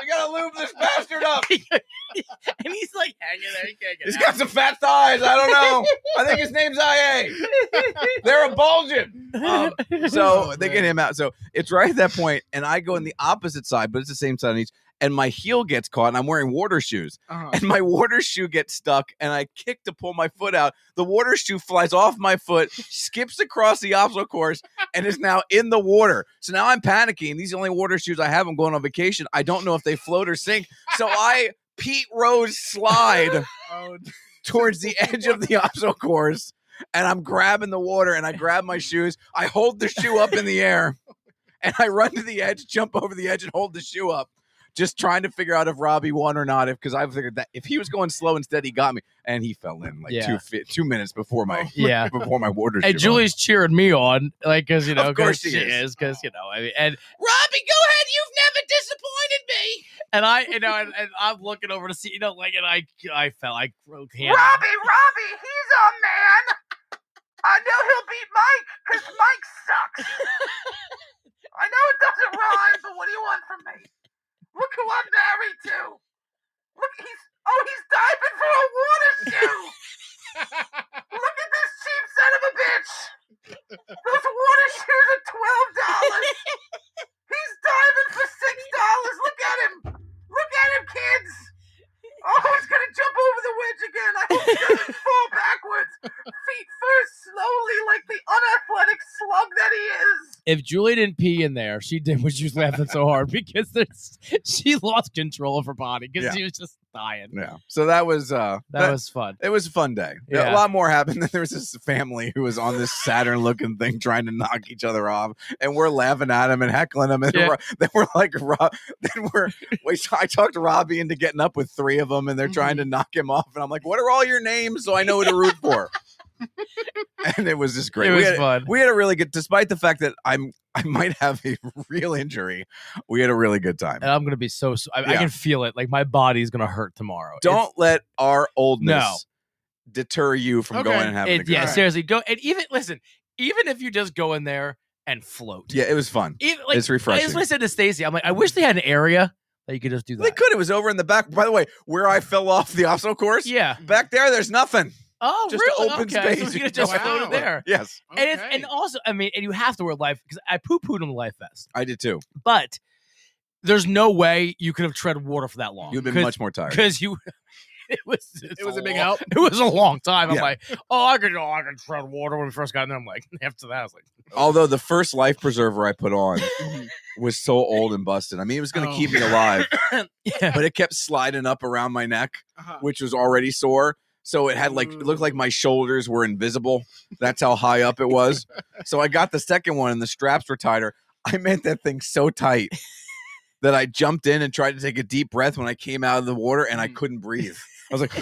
S1: we gotta lube this bastard up.
S2: and he's like hanging there. He can't get
S1: He's
S2: out.
S1: got some fat thighs. I don't know. I think his name's IA. They're a Bulgarian. Um, so they get him out. So it's right at that point, and I go in the opposite side, but it's the same side on each. And my heel gets caught, and I'm wearing water shoes [LAUGHS]
S3: Uh-huh.
S1: and my water shoe gets stuck and I kick to pull my foot out. The water shoe flies off my foot, skips across the obstacle course, and is now in the water. So now I'm panicking. These are the only water shoes I have. I'm going on vacation. I don't know if they float or sink. So I Pete Rose slide
S3: Oh,
S1: towards the edge of the obstacle course and I'm grabbing the water and I grab my shoes. I hold the shoe up in the air [LAUGHS] and I run to the edge, jump over the edge and hold the shoe up. Just trying to figure out if Robbie won or not, if because I figured that if he was going slow instead, he got me, and he fell in like
S2: Yeah. Oh.
S1: two fi- two minutes before my
S2: Yeah.
S1: [LAUGHS] before my water. shoe
S2: And Julie's cheering me on, like, because you know,
S1: Of course
S2: 'cause
S1: she
S2: she
S1: is.
S2: is, because you know, I mean, and Robbie, go ahead, you've never disappointed me. And I, you know, and, and I'm looking over to see, you know, like, and I, I felt like broke hand.
S7: Robbie, he's a man. I know he'll beat Mike because Mike sucks. I know it doesn't rhyme, but what do you want from me? Look who I'm married to. Look, he's oh, he's diving for a water shoe. Look at this cheap son of a bitch. Those water shoes are twelve dollars. He's diving for six dollars. Look at him. Look at him, kids. Oh, he's gonna jump over the wedge again. I hope he doesn't fall backwards, feet first, slowly, like the unathletic slug that he is.
S2: If Julie didn't pee in there, she did when she was laughing so hard because there's, she lost control of her body because
S1: Yeah.
S2: she was just dying.
S1: Yeah, so that was uh,
S2: That, was fun.
S1: It was a fun day.
S2: Yeah.
S1: A lot more happened. [LAUGHS] Then there was this family who was on this Saturn looking thing trying to knock each other off. And we're laughing at him and heckling him. And
S2: Yeah.
S1: we're, then we're like, Rob, [LAUGHS] then we're, we, I talked Robbie into
S2: Mm-hmm. [LAUGHS]
S1: getting up with three of them and they're trying to knock him off. And I'm like, what are all your names so I know who to root for? and it was just
S2: It
S1: great. We
S2: was
S1: had,
S2: fun.
S1: we had a really good, despite the fact that I'm I might have a [LAUGHS] real injury. We had a really good time.
S2: and I'm gonna be so. so I, I
S1: Yeah.
S2: can feel it. Like my body's gonna hurt tomorrow.
S1: Don't let our oldness
S2: No.
S1: deter you from
S3: Okay.
S1: going and
S2: It's,
S1: having a
S2: it-
S1: good
S2: yeah,
S1: time.
S2: seriously. Go and even listen. Even if you just go in there and float.
S1: Yeah, it was fun.
S2: Even, like,
S1: it's
S2: I just
S1: refreshing.
S2: what I said to Stacy. I'm like, I wish they had an area that you could just do that.
S1: They could. It was over in the back. By the way, where I fell off the obstacle course,
S2: Yeah.
S1: back there, there's nothing.
S2: Oh,
S1: Just
S2: really?
S1: open
S2: okay.
S1: space.
S2: So
S1: You
S2: we
S1: can
S2: could just
S3: go
S2: float it
S3: out.
S2: there.
S1: Yes,
S2: And it's, and
S3: Okay.
S2: also, I mean, and you have to wear life because I poo pooed on the life vest,
S1: I did too.
S2: but there's no way you could have tread water for that long.
S1: You'd been much more tired.
S2: because you. [LAUGHS] It was. it's
S3: it was a big
S2: long-
S3: help.
S2: It was a long time. I'm
S1: Yeah.
S2: like, oh, I could, oh, I could tread water when we first got in there. I'm like, [LAUGHS] after that, I was like,
S1: Although the first life preserver I put on was so old and busted. I mean, it was going to
S3: Oh.
S1: keep me alive,
S2: yeah.
S3: [LAUGHS]
S1: but it kept sliding up around my neck,
S3: Uh-huh. Mm.
S1: which was already sore. So it had like it looked like my shoulders were invisible. That's how high up it was. So I got the second one, and the straps were tighter. I made that thing so tight that I jumped in and tried to take a deep breath when I came out of the water, and I
S3: Mm.
S1: couldn't breathe. I
S3: [LAUGHS]
S1: was like,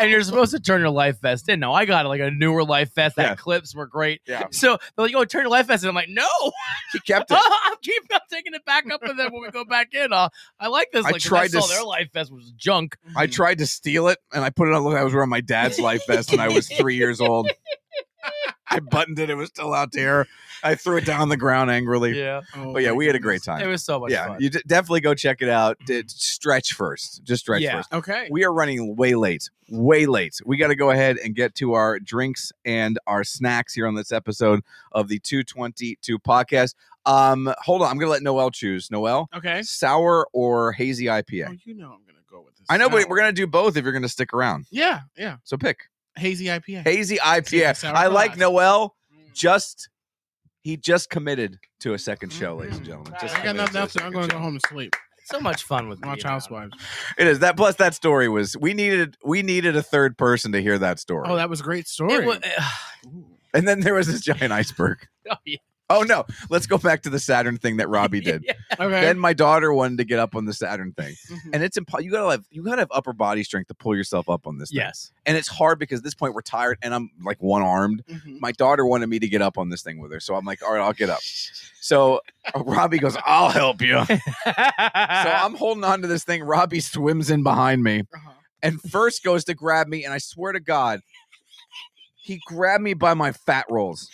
S2: and you're supposed to turn your life vest in. Now I got like a newer life vest that
S1: Yeah.
S2: clips were great.
S1: Yeah.
S2: So they're like, oh, turn your life vest in. I'm like, no, [LAUGHS]
S1: he kept it.
S2: I'm keep I'm taking it back up, and then when we go back in, uh, I like this.
S1: I
S2: Like, 'cause
S1: tried
S2: I
S1: to
S2: saw their
S1: s-
S2: life vest was junk.
S1: I
S3: Mm.
S1: tried to steal it and I put it on. Look, I was wearing my dad's life vest and I was three years
S3: [LAUGHS]
S1: old. I buttoned it. It was still out there. I threw it down on the ground angrily.
S2: Yeah,
S3: Oh
S1: But yeah,
S3: my
S1: we had a
S3: goodness.
S1: great
S2: it
S1: time.
S2: was so much
S1: Yeah,
S2: fun.
S1: you d- definitely go check it out.
S3: Mm-hmm.
S1: Did stretch first. Just stretch
S2: Yeah.
S1: first.
S3: Okay.
S1: We are running way late, way late. We got to go ahead and get to our drinks and our snacks here on this episode of the 222 podcast. Um, hold on. I'm going to let Noel choose. Noel,
S3: Okay.
S1: sour or hazy IPA?
S3: Oh, you know I'm gonna go with this.
S1: I know, but we're
S3: sour.
S1: going to do both if you're going to stick around.
S3: Yeah, yeah.
S1: So pick.
S3: [LAUGHS] Hazy IPA.
S1: Hazy
S3: Taking
S1: IPA.
S3: sour
S1: I like
S3: glass.
S1: Noel.
S3: Mm.
S1: Just he just committed to a second show, ladies and
S3: Mhm.
S1: gentlemen.
S2: I
S1: Just
S3: I got
S1: committed
S3: nothing
S1: to a
S3: else. I'm
S1: second
S3: gonna
S1: show.
S3: go home and sleep.
S2: so much fun with
S3: Watch
S2: me, man.
S3: Housewives.
S1: It is that. Plus, that story was we needed we needed a third person to hear that story.
S3: Oh, that was a great story.
S2: It was, uh,
S3: Ooh.
S1: and then there was this giant iceberg.
S2: [LAUGHS] oh, yeah.
S1: Oh no! Let's go back to the Saturn thing that Robbie
S3: [LAUGHS]
S1: did.
S2: Yeah.
S3: okay.
S1: [LAUGHS] Then my daughter wanted to get up on the Saturn thing,
S3: Mhm.
S1: and it's impossible. You gotta have you gotta have upper body strength to pull yourself up on this. thing.
S2: Yes.
S1: and it's hard because at this point we're tired, and I'm like one armed,
S3: Mhm.
S1: my daughter wanted me to get up on this thing with her. So I'm like, all right, I'll get
S3: [LAUGHS]
S1: up. So uh, Robbie goes, I'll help you. So
S2: [LAUGHS]
S3: [LAUGHS]
S1: I'm holding on to this thing. Robbie swims in behind me
S3: Uh-huh.
S1: and first goes to grab me. And I swear to God, he grabbed me by my fat rolls,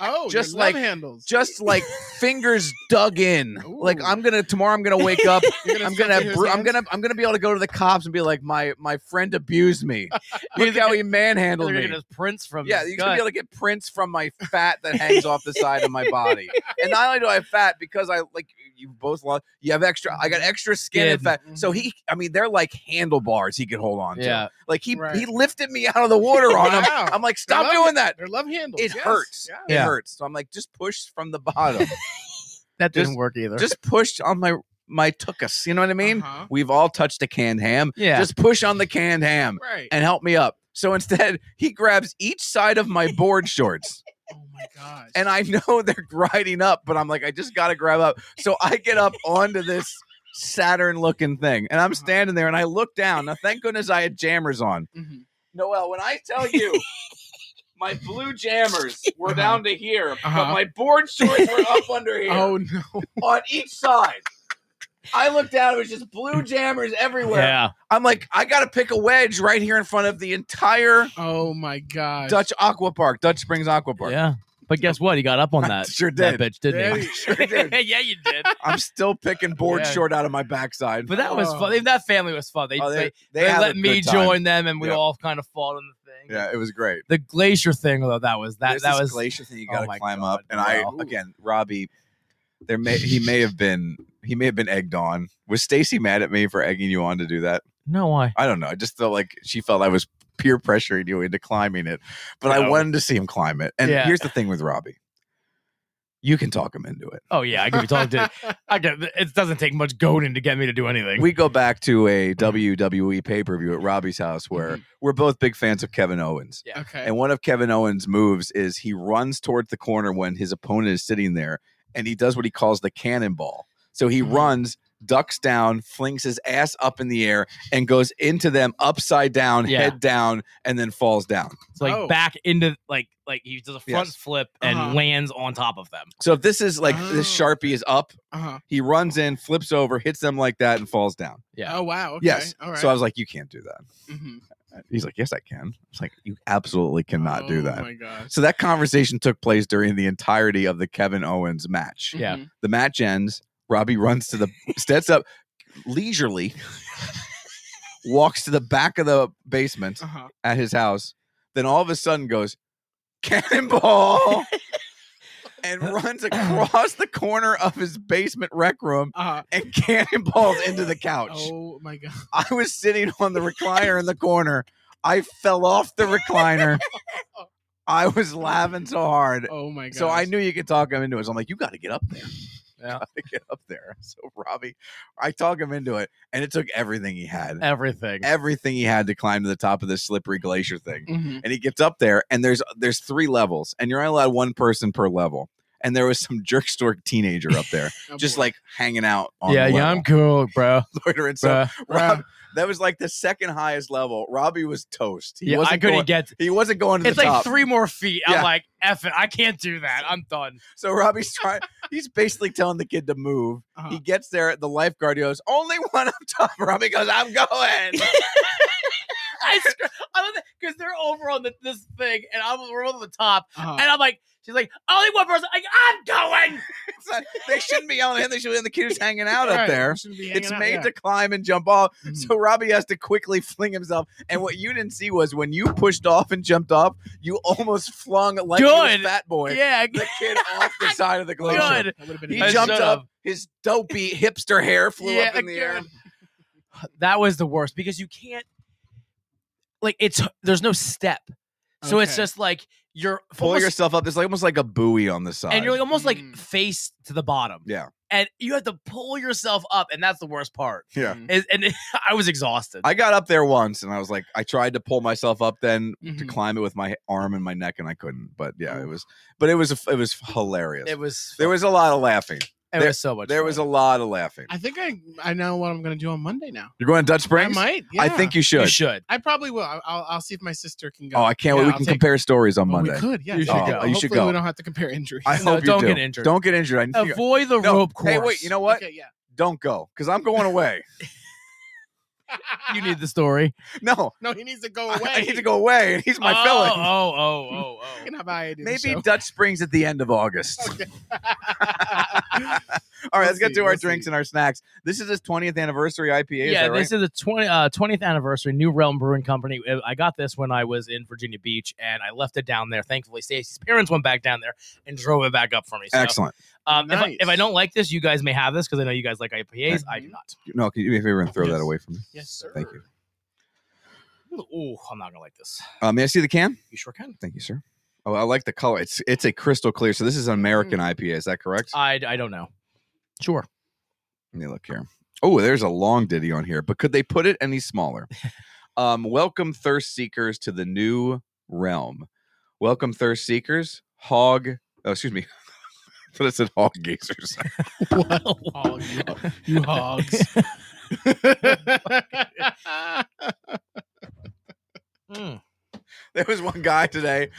S3: Oh,
S1: Just
S3: just
S1: like-
S3: like handles.
S1: just like fingers dug in. Like
S3: Ooh.
S1: I'm gonna tomorrow. I'm gonna wake up.
S3: [LAUGHS] You're
S1: I'm
S3: suck
S1: gonna.
S3: in his
S1: Br- I'm
S3: hands?
S1: gonna. I'm gonna be able to go to the cops and be like, my my friend abused
S3: [LAUGHS]
S1: me. Look how he manhandled
S2: They're
S1: me.
S2: gonna prints from
S1: Yeah,
S2: this
S1: you're gonna be
S2: gut.
S1: able to get prints from my fat
S3: [LAUGHS]
S1: that hangs off the side of my body. And not only do I have fat because I like you both lost. You have extra. I got
S3: Mm-hmm.
S1: extra skin and
S2: Skin.
S1: fat. So he, I mean, they're like handlebars he could hold on to.
S2: Yeah.
S1: Like he
S3: Right.
S1: he lifted me out of the water on him.
S3: Wow.
S1: I'm like,
S3: They
S1: stop
S3: love
S1: doing
S3: it.
S1: that.
S3: They're love handles.
S1: It
S3: Yes.
S1: hurts.
S3: Yeah.
S1: It
S2: Yeah.
S1: hurts. So I'm like, just push from the
S3: [LAUGHS]
S1: bottom.
S2: That didn't
S1: Just-
S2: work either.
S1: just push on my my tuchus. You know what I mean?
S3: Uh-huh.
S1: We've all touched a canned ham.
S2: yeah.
S1: Just push on the canned ham
S3: Right.
S1: and help me up. So instead, he grabs each side of my board shorts.
S3: oh my gosh.
S1: and I [LAUGHS] know they're grinding up, but I'm like, I just gotta grab up. So I get up onto this Saturn looking thing, and I'm standing there, and I look down. Now, thank goodness I had jammers on.
S3: Mhm.
S1: Noel, when I tell you. My blue jammers were
S3: Uh-huh.
S1: down to here, but
S3: Uh-huh.
S1: my board shorts were up under here
S3: Oh no.
S1: on each side. I looked down; it was just blue jammers everywhere.
S2: yeah.
S1: I'm like, I got to pick a wedge right here in front of the entire
S3: Oh my gosh.
S1: Dutch Aqua Park, Dutch Springs Aqua Park.
S2: Yeah. But guess what? He got up
S1: [LAUGHS]
S2: on that.
S1: sure did.
S2: that bitch, didn't he?
S3: Yeah,
S1: Sure did.
S2: [LAUGHS] yeah, you did.
S1: I'm still picking
S2: [LAUGHS]
S1: board
S2: Yeah.
S1: short out of my backside.
S2: But that was
S3: Oh.
S2: fun. That family was fun. They
S1: Oh,
S2: they,
S1: they,
S2: they,
S1: they have a
S2: let
S1: good
S2: me
S1: time.
S2: join them, and we
S1: Yeah.
S2: all kind of fought on the thing.
S1: Yeah, it was great.
S2: The glacier thing, though, that was that
S1: There's
S2: that
S1: this
S2: was
S1: glacier thing you
S2: oh
S1: got to
S2: my
S1: climb
S2: God,
S1: up, and I
S2: wow.
S1: again, Robbie, there may he may have been he may have been egged on. Was Stacy mad at me for egging you on to do that?
S2: no why.
S1: I don't know. I just felt like she felt I was peer pressuring you into climbing it, but I
S2: No.
S1: wanted to see him climb it. And
S2: Yeah.
S1: here's the thing with Robbie, you can talk him into it.
S2: Oh yeah, I can be talking to.
S1: [LAUGHS]
S2: I can, it doesn't take much goading to get me to do anything.
S1: We go back to
S2: Mm-hmm.
S1: a WWE pay per view at Robbie's house where we're both big fans of Kevin Owens.
S3: okay.
S1: And one of Kevin Owens' moves is he runs towards the corner when his opponent is sitting there and he does what he calls the cannonball. So he
S3: Mhm.
S1: runs ducks down, flings his ass up in the air, and goes into them upside down,
S2: Yeah.
S1: head down, and then falls down.
S2: It's like
S3: Oh.
S2: back into like like he does a front
S1: Yes.
S2: flip and
S3: Uh-huh.
S2: lands on top of them.
S1: So if this is like this
S3: Oh.
S1: Sharpie is up,
S3: Uh-huh.
S1: he runs in, flips over, hits them like that, and falls down.
S2: Yeah.
S3: Oh wow. Okay.
S1: Yes.
S3: All right.
S1: So I was like, you can't do that.
S3: Mhm.
S1: He's like, yes, I can. I was like, you absolutely cannot do
S3: Oh
S1: that.
S3: my gosh.
S1: So that conversation took place during the entirety of the Kevin Owens match.
S2: Yeah.
S3: Mhm.
S1: The match ends. Robbie runs to the steps up leisurely, walks to the back of the basement
S3: Uh-huh.
S1: at his house. Then all of a sudden goes cannonball and runs across the corner of his basement rec room
S3: Uh-huh.
S1: and cannonballs into the couch.
S3: Oh my god.
S1: I was sitting on the recliner in the corner. I fell off the recliner. I was laughing so hard.
S3: Oh my god.
S1: So I knew you could talk him into it. So I'm like, you got to get up there. [LAUGHS]
S2: Yeah.
S1: Got to get up there. [LAUGHS] So Robbie, I talk him into it, and it took everything he had,
S2: Everything.
S1: everything he had to climb to the top of this slippery glacier
S2: Mm.
S1: thing.
S3: Mm-hmm.
S1: And he gets up there, and there's there's three levels, and you're only allowed one person per level. And there was some [LAUGHS] jerk stork teenager up
S2: [LAUGHS]
S1: there,
S2: Oh,
S3: Oh,
S1: just like hanging out. on the level, [LAUGHS]
S2: cool, bro.
S1: loitering. So Rob, that was like the second highest level. Robbie was toast. He
S2: yeah, I
S1: wasn't
S2: couldn't
S1: going,
S2: get.
S1: he wasn't going to
S2: It's
S1: the
S2: like
S1: top.
S2: three more feet.
S1: Yeah.
S2: I'm like, F it. I can't do that. I'm done.
S1: So Robbie's trying. he's basically telling the kid to move.
S3: uh
S2: Uh-huh.
S1: He gets there. The lifeguard goes, "Only one up top." [LAUGHS] Robbie goes, "I'm
S2: [LAUGHS]
S1: going."
S2: I because they're over on the, this thing, and I'm we're over the top,
S3: Uh-huh.
S2: and I'm like, she's like, only one person. Like, I'm going.
S1: It's not- they shouldn't be yelling at him. They should be in the kid who's hanging out up there. It's made to climb and jump off.
S2: Mm-hmm.
S1: So Robbie has to quickly [LAUGHS] fling himself. And what you didn't see was when you pushed off and jumped off, you almost flung like you was
S2: Good.
S1: fat boy
S2: Yeah,
S1: the kid off
S2: [LAUGHS]
S1: the side of the glacier.
S2: Good.
S1: He
S2: I
S1: jumped
S2: should've.
S1: up. His dopey hipster hair flew
S2: Yeah,
S1: up in the air.
S2: good. that was the worst because you can't like it's there's no step so it's
S3: Okay.
S2: just like you're
S1: Pull
S2: almost-
S1: yourself up. It's like almost like a buoy on the side.
S2: and you're like almost like
S3: Mm.
S2: face to the bottom
S1: Yeah.
S2: and you have to pull yourself up and that's the worst part
S1: yeah.
S2: Is- and [LAUGHS] i was exhausted
S1: I got up there once and I was like, I tried to pull myself up then
S3: Mm-hmm. Mm.
S1: to climb it with my arm and my neck and I couldn't. But yeah,
S3: Oh.
S1: it was, but it was, it was hilarious.
S2: it was
S1: there was a lot of laughing.
S2: it
S1: there-
S2: was so much
S1: There was a
S2: fun.
S1: lot of laughing.
S3: I think I I know what I'm gonna do on Monday now.
S1: You're going to Dutch
S3: I
S1: Springs?
S3: might.
S1: I
S3: yeah.
S1: think you should.
S2: you should
S3: I probably will. I- I'll, I'll see if my sister can go.
S1: Oh, I can't
S3: Yeah,
S1: wait. We
S3: I'll
S1: can
S3: take-
S1: compare stories on
S3: Oh,
S1: Monday.
S3: We could. Yeah.
S2: You
S3: yeah.
S2: should
S3: Well,
S2: go.
S1: You should
S3: hopefully
S1: go.
S3: We don't have to compare injuries. [LAUGHS]
S1: I
S2: No,
S1: hope you
S2: don't
S1: do.
S2: get injured.
S1: Don't get injured. I think you-
S2: avoid the
S1: No.
S2: rope course
S1: Hey, wait. You know what?
S3: Okay, yeah.
S1: Don't go because I'm going away. [LAUGHS]
S2: you need the story
S1: no,
S3: [LAUGHS] No, [LAUGHS] he needs to go
S1: [LAUGHS] I-
S3: away.
S1: I need to go away. And he's my
S2: oh,
S1: felon.
S2: oh oh oh
S3: He [LAUGHS]
S2: oh
S3: can have I do the
S1: Maybe [LAUGHS]
S3: show.
S1: Dutch Springs at the end of August.
S3: Okay.
S1: [LAUGHS] All right,
S3: We'll
S1: let's get
S3: see,
S1: to our
S3: we'll
S1: drinks
S3: see.
S1: and our snacks. This is his 20th anniversary IPA.
S2: yeah,
S1: is that right?
S2: this is the 20, uh, 20th anniversary New Realm Brewing Company. Uh, I got this when I was in Virginia Beach, and I left it down there. Thankfully, Stacy's parents went back down there and drove it back up for me. So,
S1: Excellent.
S2: Um, if, I,
S3: Nice.
S2: if I don't like this, you guys may have this because I know you guys like IPAs. I do
S3: Mhm.
S2: not.
S1: No, can you do me a favor and throw that
S3: Yes.
S1: away from me?
S3: yes, sir.
S1: Thank you.
S2: Ooh, I'm not gonna like this.
S1: Uh, may I see the can?
S2: You sure can.
S1: Thank you, sir. Oh, I like the color. It's it's a crystal clear. So this is an American
S2: Mm.
S1: IPA. Is that correct?
S2: I, I don't know. Sure.
S1: Let me look here. Oh, there's a long ditty on here, but could they put it any
S3: [LAUGHS]
S1: smaller? um, welcome, thirst seekers, to the new realm. Welcome, thirst seekers. Hog. Oh, excuse me. [LAUGHS] But it said hog gazers. [LAUGHS]
S2: [LAUGHS] Oh,
S3: Hog, you, you hogs.
S2: Mm.
S1: There was one guy today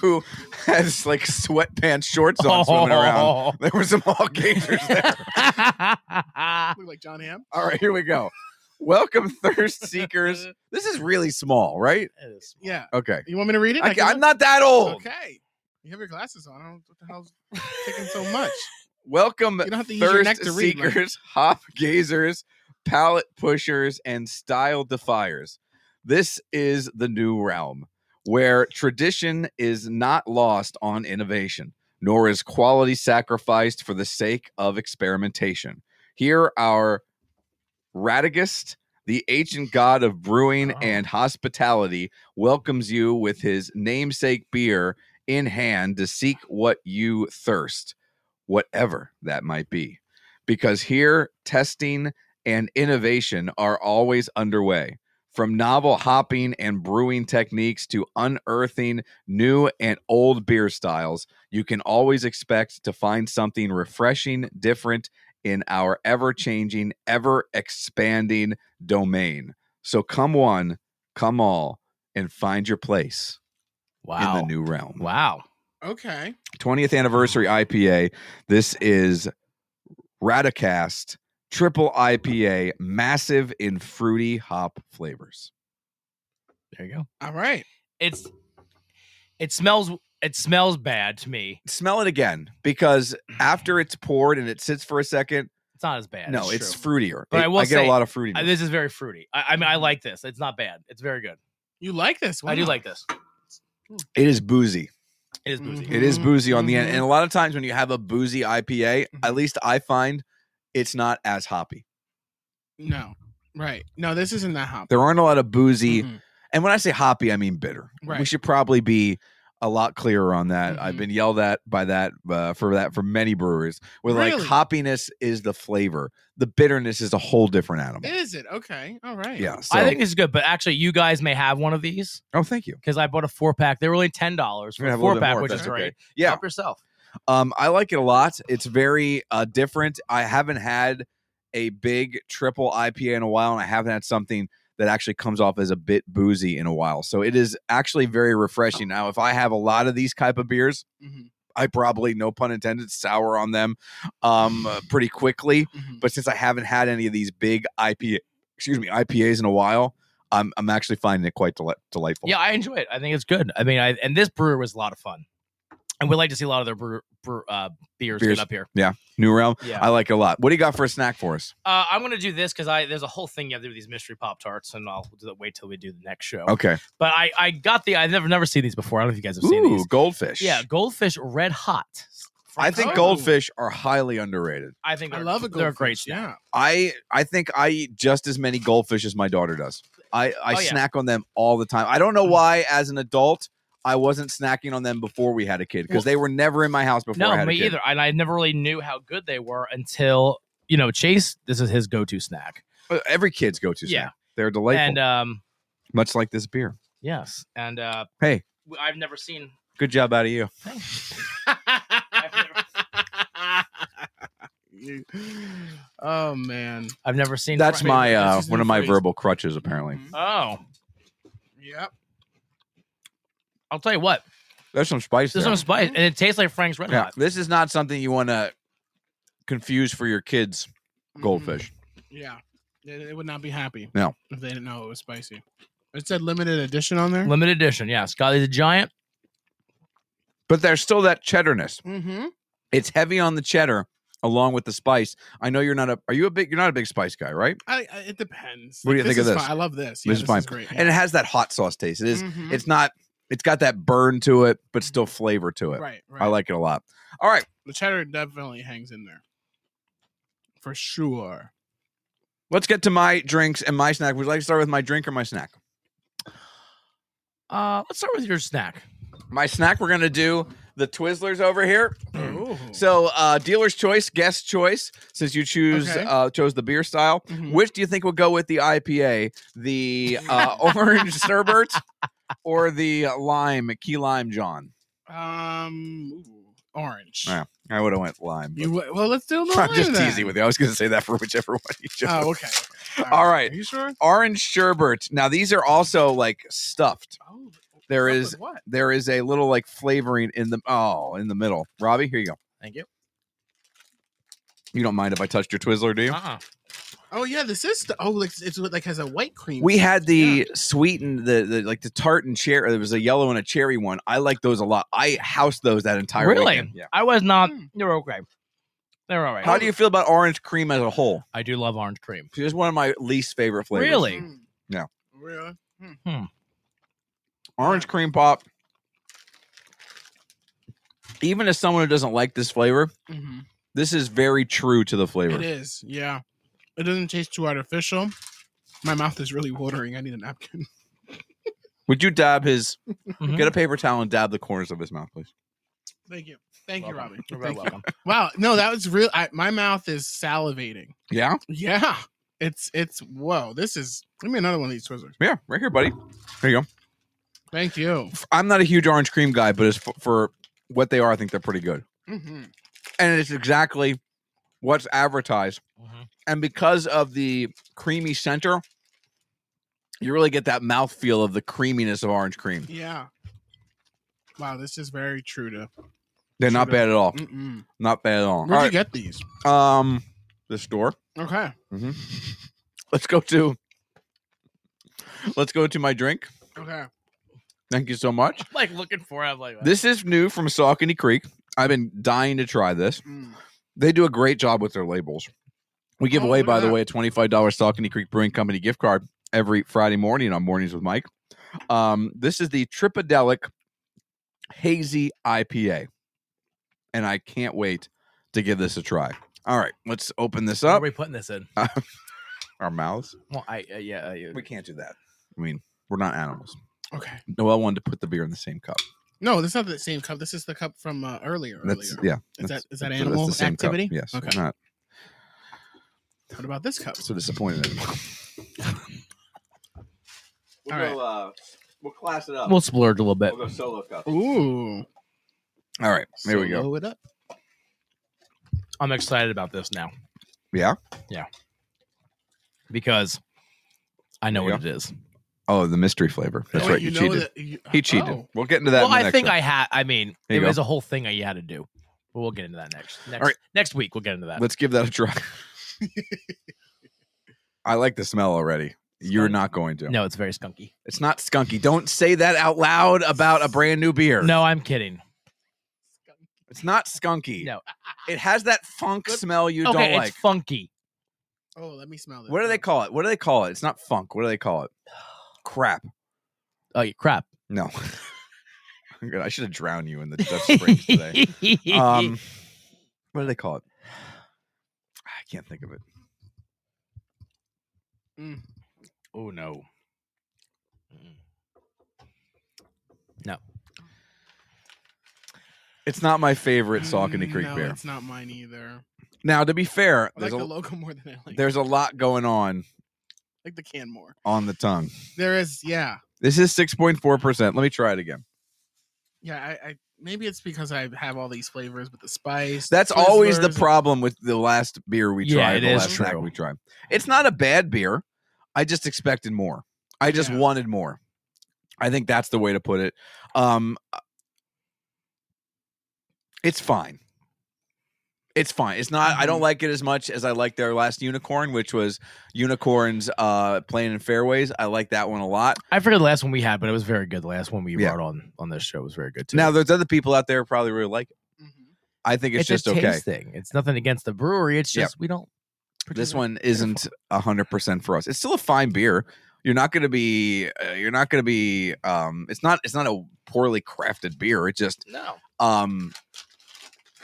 S1: who has like sweatpants shorts on swimming
S3: [LAUGHS]
S1: around.
S2: [LAUGHS]
S1: [LAUGHS] There were some hog gazers there.
S3: Look like John Hamm.
S1: All right, here we go. Welcome, thirst
S3: [LAUGHS]
S1: seekers. This is really small, right?
S2: It is.
S3: Yeah.
S1: Okay.
S3: You want me to read it?
S1: I,
S3: can-
S1: am not that old.
S3: Okay. You have your glasses on. I don't what the hell's taking so much.
S1: Welcome,
S3: You don't have to use your neck
S1: thirst
S3: to read. Mike.
S1: seekers, [LAUGHS] hop gazers, palate pushers, and style defiers. This is the new realm where tradition is not lost on innovation, nor is quality sacrificed for the sake of experimentation. Here are Radagast, the ancient god of
S3: Oh.
S1: brewing and hospitality, welcomes you with his namesake beer in hand to seek what you thirst whatever that might be. Because here, testing and innovation are always underway. From novel hopping and brewing techniques to unearthing new and old beer styles, you can always expect to find something refreshing, different, in our ever changing, ever expanding domain. So come one, come all, and find your place
S2: Wow.
S1: in the new realm.
S2: wow.
S3: Okay.
S1: 20th anniversary IPA. This is Radicast triple IPA, massive in fruity hop flavors.
S2: There you go.
S3: All right.
S2: It's it smells it smells bad to me.
S1: Smell it again because after it's poured and it sits for a second,
S2: It's not as bad.
S1: no,
S2: That's
S1: it's
S2: true.
S1: fruitier.
S2: But
S1: It-
S2: I will
S1: get
S2: say,
S1: a lot of fruitiness.
S2: Uh, this is very fruity. I, I mean, I like this. It's not bad. It's very good.
S3: You like this one?
S2: I do like this.
S1: it is boozy.
S2: It is boozy.
S1: It is
S3: Mhm,
S1: boozy on the end.
S3: mhm.
S2: Mm-hmm.
S1: And a lot of times when you have a boozy IPA, at least I find it's not as hoppy.
S3: No. Right. No, this isn't that hop.
S1: There aren't a lot of boozy.
S2: Mm-hmm.
S3: Mhm.
S1: And when I say hoppy, I mean bitter. We
S3: Right.
S1: should probably be a lot clearer on that. I've
S3: Mhm.
S1: been yelled at by that uh, for that for many brewers. Where like
S3: Really?
S1: hoppiness is the flavor, the bitterness is a whole different animal.
S3: Is it? Okay. All right.
S1: Yeah. So,
S2: I think this is good, but actually, you guys may have one of these
S1: oh, thank you.
S2: because I bought a four pack. They were only ten dollars
S1: We're
S2: for
S1: gonna
S2: a
S1: have a little
S2: four
S1: bit
S2: pack,
S1: more,
S2: which
S1: that's
S2: is
S1: okay.
S2: great.
S1: Yeah.
S2: Help yourself.
S1: Um, I like it a lot. It's very uh, different. I haven't had a big triple IPA in a while, and I haven't had something that actually comes off as a bit boozy in a while. So it is actually very refreshing. Now, if I have a lot of these type of beers,
S3: Mhm,
S1: I probably, no pun intended, sour on them um, uh, pretty quickly.
S2: Mm-hmm.
S3: mhm.
S1: But since I haven't had any of these big IPA, excuse me, IPAs in a while, I'm I'm actually finding it quite deli- delightful.
S2: Yeah, I enjoy it. I think it's good. I mean, I and this brewer was a lot of fun, and we like to see a lot of their brewer, brew, uh, beers,
S1: Beers.
S2: get up here.
S1: New realm.
S2: Yeah,
S1: I like it a lot. What do you got for a snack for us?
S2: uh, I'm gonna do this because I there's a whole thing you have to do with these mystery pop tarts, and I'll do that- wait till we do the next show.
S1: Okay.
S2: But I I got the I've never never seen these before. I don't know if you guys have seen
S1: Ooh,
S2: these.
S1: goldfish.
S2: Yeah, goldfish red hot.
S1: I think
S3: Oh.
S1: goldfish are highly underrated.
S2: I think
S3: I
S2: they're-
S3: love a
S2: They're a great
S3: goldfish,
S2: snack.
S3: Yeah.
S1: I I think I eat just as many goldfish as my daughter does. I I
S2: Oh, yeah. Mm-hmm.
S1: snack on them all the time. I don't know why as an adult I wasn't snacking on them before we had a kid because they were never in my house before I
S2: No,
S1: had a
S2: me
S1: kid.
S2: either. And I never really knew how good they were until you know Chase. This is his go-to snack.
S1: Uh, Every kid's go to
S2: Yeah.
S1: snack. They're delightful.
S2: And um,
S1: much like this beer.
S2: yes, and uh,
S1: Hey.
S2: w- I've never seen.
S1: Good job out of you.
S3: You- [SIGHS] oh man.
S2: I've never seen.
S1: That's
S3: Right.
S1: my
S3: This
S1: uh,
S3: is
S1: one
S3: new
S1: of my
S3: phrase.
S1: verbal crutches apparently.
S3: Mhm.
S2: Oh,
S3: Yep.
S2: I'll tell you what.
S1: There's some spice
S2: There's
S1: there.
S2: some spice, and it tastes like Frank's Red
S1: yeah.
S2: Hot.
S1: This is not something you want to confuse for your kids
S3: Mhm.
S1: goldfish.
S3: Yeah. They, they would not be happy.
S1: No.
S3: If they didn't know it was spicy. It said limited edition on there.
S2: Limited edition. Yes, Golly's a giant.
S1: But there's still that cheddarness.
S3: Mm-hmm.
S1: It's heavy on the cheddar along with the spice. I know you're not a are you a big you're not a big spice guy, right?
S3: I, I it depends.
S1: What do you think of
S3: is
S1: this?
S3: Fine. I love this.
S1: This is fine.
S3: great.
S1: And it has that hot sauce taste. It is-
S3: Mhm.
S1: it's not it's got that burn to it, but still flavor to it.
S3: right, right.
S1: I like it a lot. All right.
S3: the cheddar definitely hangs in there. For sure.
S1: Let's get to my drinks and my snack. Would you like to start with my drink or my snack?
S2: Uh, let's start with your snack.
S1: My snack, we're gonna do the Twizzlers over here.
S3: Ooh.
S1: So uh dealer's choice, guest choice, since you choose
S3: Okay.
S1: uh chose the beer style.
S3: Mhm.
S1: Which do you think will go with the IPA? The
S3: [LAUGHS]
S1: uh, orange sherbet or the lime, key lime John?
S3: um ooh, orange.
S1: Yeah, I would have went lime. but-
S3: You w- well, let's do a
S1: [LAUGHS]
S3: little.
S1: I'm just teasing with you. I was going to say that for whichever [LAUGHS] one you chose.
S3: Oh, okay.
S1: All right.
S3: Are you sure?
S1: Orange sherbet. Now these are also like stuffed.
S3: Oh,
S1: There
S3: stuff
S1: is-
S3: with what?
S1: There is a little like flavoring in the oh in the middle. Robbie, here you go.
S2: Thank you.
S1: You don't mind if I touched your Twizzler, do you?
S2: Uh-uh.
S3: Oh yeah, this is the, oh like it's like has a white cream.
S1: We had the sweetened the, the like the tart and cherry. There was a yellow and a cherry one. I like those a lot. I housed those that entire
S2: Really?
S1: weekend. Yeah.
S2: I was not.
S3: Hmm.
S2: You're okay. They're all right.
S1: How do you feel about orange cream as a whole?
S2: I do love orange cream.
S1: It's just one of my least favorite flavors.
S2: Really?
S3: Mm.
S1: Yeah.
S3: Really?
S1: Orange cream pop. Even as someone who doesn't like this flavor,
S3: hmm
S1: this is very true to the
S3: It
S1: flavor.
S3: is. Yeah. It doesn't taste too artificial. My mouth is really watering. I need a napkin. [LAUGHS]
S1: Would you dab his
S3: Mm-hmm.
S2: Mhm.
S1: get a paper towel and dab the corners of his mouth, please?
S3: Thank you. Thank you, Robbie.
S2: Welcome. You're very
S3: Thank you.
S2: welcome.
S3: Wow. No, that was real. I, my mouth is salivating.
S1: Yeah,
S3: Yeah. It's it's whoa. This is give me another one of these Twizzlers.
S1: yeah, right here, buddy. There you go.
S3: Thank you.
S1: F- I'm not a huge orange cream
S3: Mm-hmm.
S1: guy, but as f- for what they are, I think they're pretty good.
S3: hmm
S1: And it's exactly what's advertised.
S2: Mhm.
S1: And because of the creamy center, you really get that mouthfeel of the creaminess of orange cream.
S3: Yeah. Wow, this is very true to.
S1: They're not
S3: Sure.
S1: bad at all.
S3: Mm-mm.
S1: Not bad at all.
S3: Mm. Where'd
S1: all
S3: you
S1: right.
S3: get these?
S1: Um, the store.
S3: Okay.
S1: Let's go to. Let's go to my drink.
S3: Okay.
S1: Thank you so much.
S2: [LAUGHS] like looking for. it, I'm like
S1: This is new from Saucony Creek. I've been dying to try this.
S3: Mm.
S1: They do a great job with their labels. We give
S3: Oh,
S1: away,
S3: look at
S1: by the
S3: that.
S1: way, a $25 Saucony Creek Brewing Company gift card every Friday morning on Mornings with Mike. Um, this is the Tripadelic Hazy IPA. And I can't wait to give this a try. All right, let's open this
S2: Where are
S1: up.
S2: we putting this in?
S1: Our mouths.
S2: Well, I uh, yeah. I, uh,
S1: We can't do that. I mean, we're not animals.
S3: Okay.
S1: Noel wanted to put the beer in the same cup.
S3: No, this is not the same cup. This is the cup from uh, earlier.
S1: That's,
S3: earlier.
S1: yeah. that's-
S3: Is that is that
S1: that's the- that's
S3: animal
S1: the same cup.
S3: activity?
S1: Yes. Mm-hmm. Okay.
S3: Okay.
S1: Not
S3: What about this cup?
S1: so disappointed in him.
S3: We'll All go, uh,
S1: uh, we'll class it up.
S2: we'll splurge a little bit.
S1: go solo cup.
S3: Ooh.
S1: All right, here we go.
S3: Blow it up.
S2: I'm excited about this now
S1: Yeah.
S2: because I know
S1: There you
S2: what it is.
S1: Oh, the mystery flavor. That's
S3: Wait,
S1: right. You,
S3: know
S1: cheated.
S3: that you-
S1: He cheated.
S3: oh.
S1: We'll get into that.
S2: well,
S1: in the
S2: I
S1: next
S2: think
S1: one.
S2: I had. I mean,
S1: There
S2: it
S1: you
S2: was
S1: go.
S2: a whole thing I had to do. But we'll get into that next. Next,
S1: right.
S2: next week we'll get into that.
S1: Let's give that a try. [LAUGHS] I like the smell already. You're
S2: Skunky.
S1: not going to.
S2: No, it's very skunky.
S1: It's not skunky. Don't say that out loud about a brand new beer.
S2: No, I'm kidding.
S1: It's not skunky.
S2: No.
S1: It has that funk
S3: Good.
S1: smell you
S2: okay,
S1: don't
S2: it's
S1: like.
S2: funky.
S3: Oh, let me smell this.
S1: What do they call it? What do they call it? It's not funk. What do they call
S2: [SIGHS]
S1: it? Crap.
S2: Oh, you crap.
S1: No. [LAUGHS] I'm gonna- I should have drowned you in the
S2: [LAUGHS]
S1: Dutch Springs today. um, what do they call it? I can't think of it.
S2: oh no.
S1: It's not my favorite Saucony
S3: Mm,
S1: Creek
S3: no,
S1: beer.
S3: It's not mine either.
S1: Now, to be fair,
S3: I like
S1: there's
S3: the
S1: a,
S3: logo [LAUGHS] more than I like.
S1: there's a lot going on
S3: I like the can more.
S1: on the tongue.
S3: There is, yeah,
S1: This is 6.4%. Let me try it again.
S3: yeah. I, I maybe it's because I have all these flavors with the spice. the
S1: That's always the
S3: Twizzlers,
S1: problem with the last beer we
S2: Yeah,
S1: tried,
S2: it
S1: the
S2: is
S1: last snack
S2: true.
S1: we tried. It's not a bad beer. I just expected more. I just
S3: Yeah.
S1: wanted more. I think that's the way to put it. Um It's fine. It's fine. It's not I
S2: Mm-hmm.
S1: don't like it as much as I like their last unicorn, which was unicorns uh playing in fairways. I like that one a lot.
S2: I forget the last one we had, but it was very good. The last one we
S1: Yeah.
S2: brought on on this show was very good too.
S1: Now there's other people out there who probably really like it.
S3: Mhm.
S1: I think it's, just
S2: a
S1: okay.
S2: taste thing. It's nothing against the brewery. It's
S1: Yep.
S2: just we don't.
S1: this
S2: particularly-
S1: one isn't a hundred percent for us. It's still a fine beer. You're not going to be. Uh, you're not going to be. Um, it's not. It's not a poorly crafted beer. It just
S2: no
S1: um,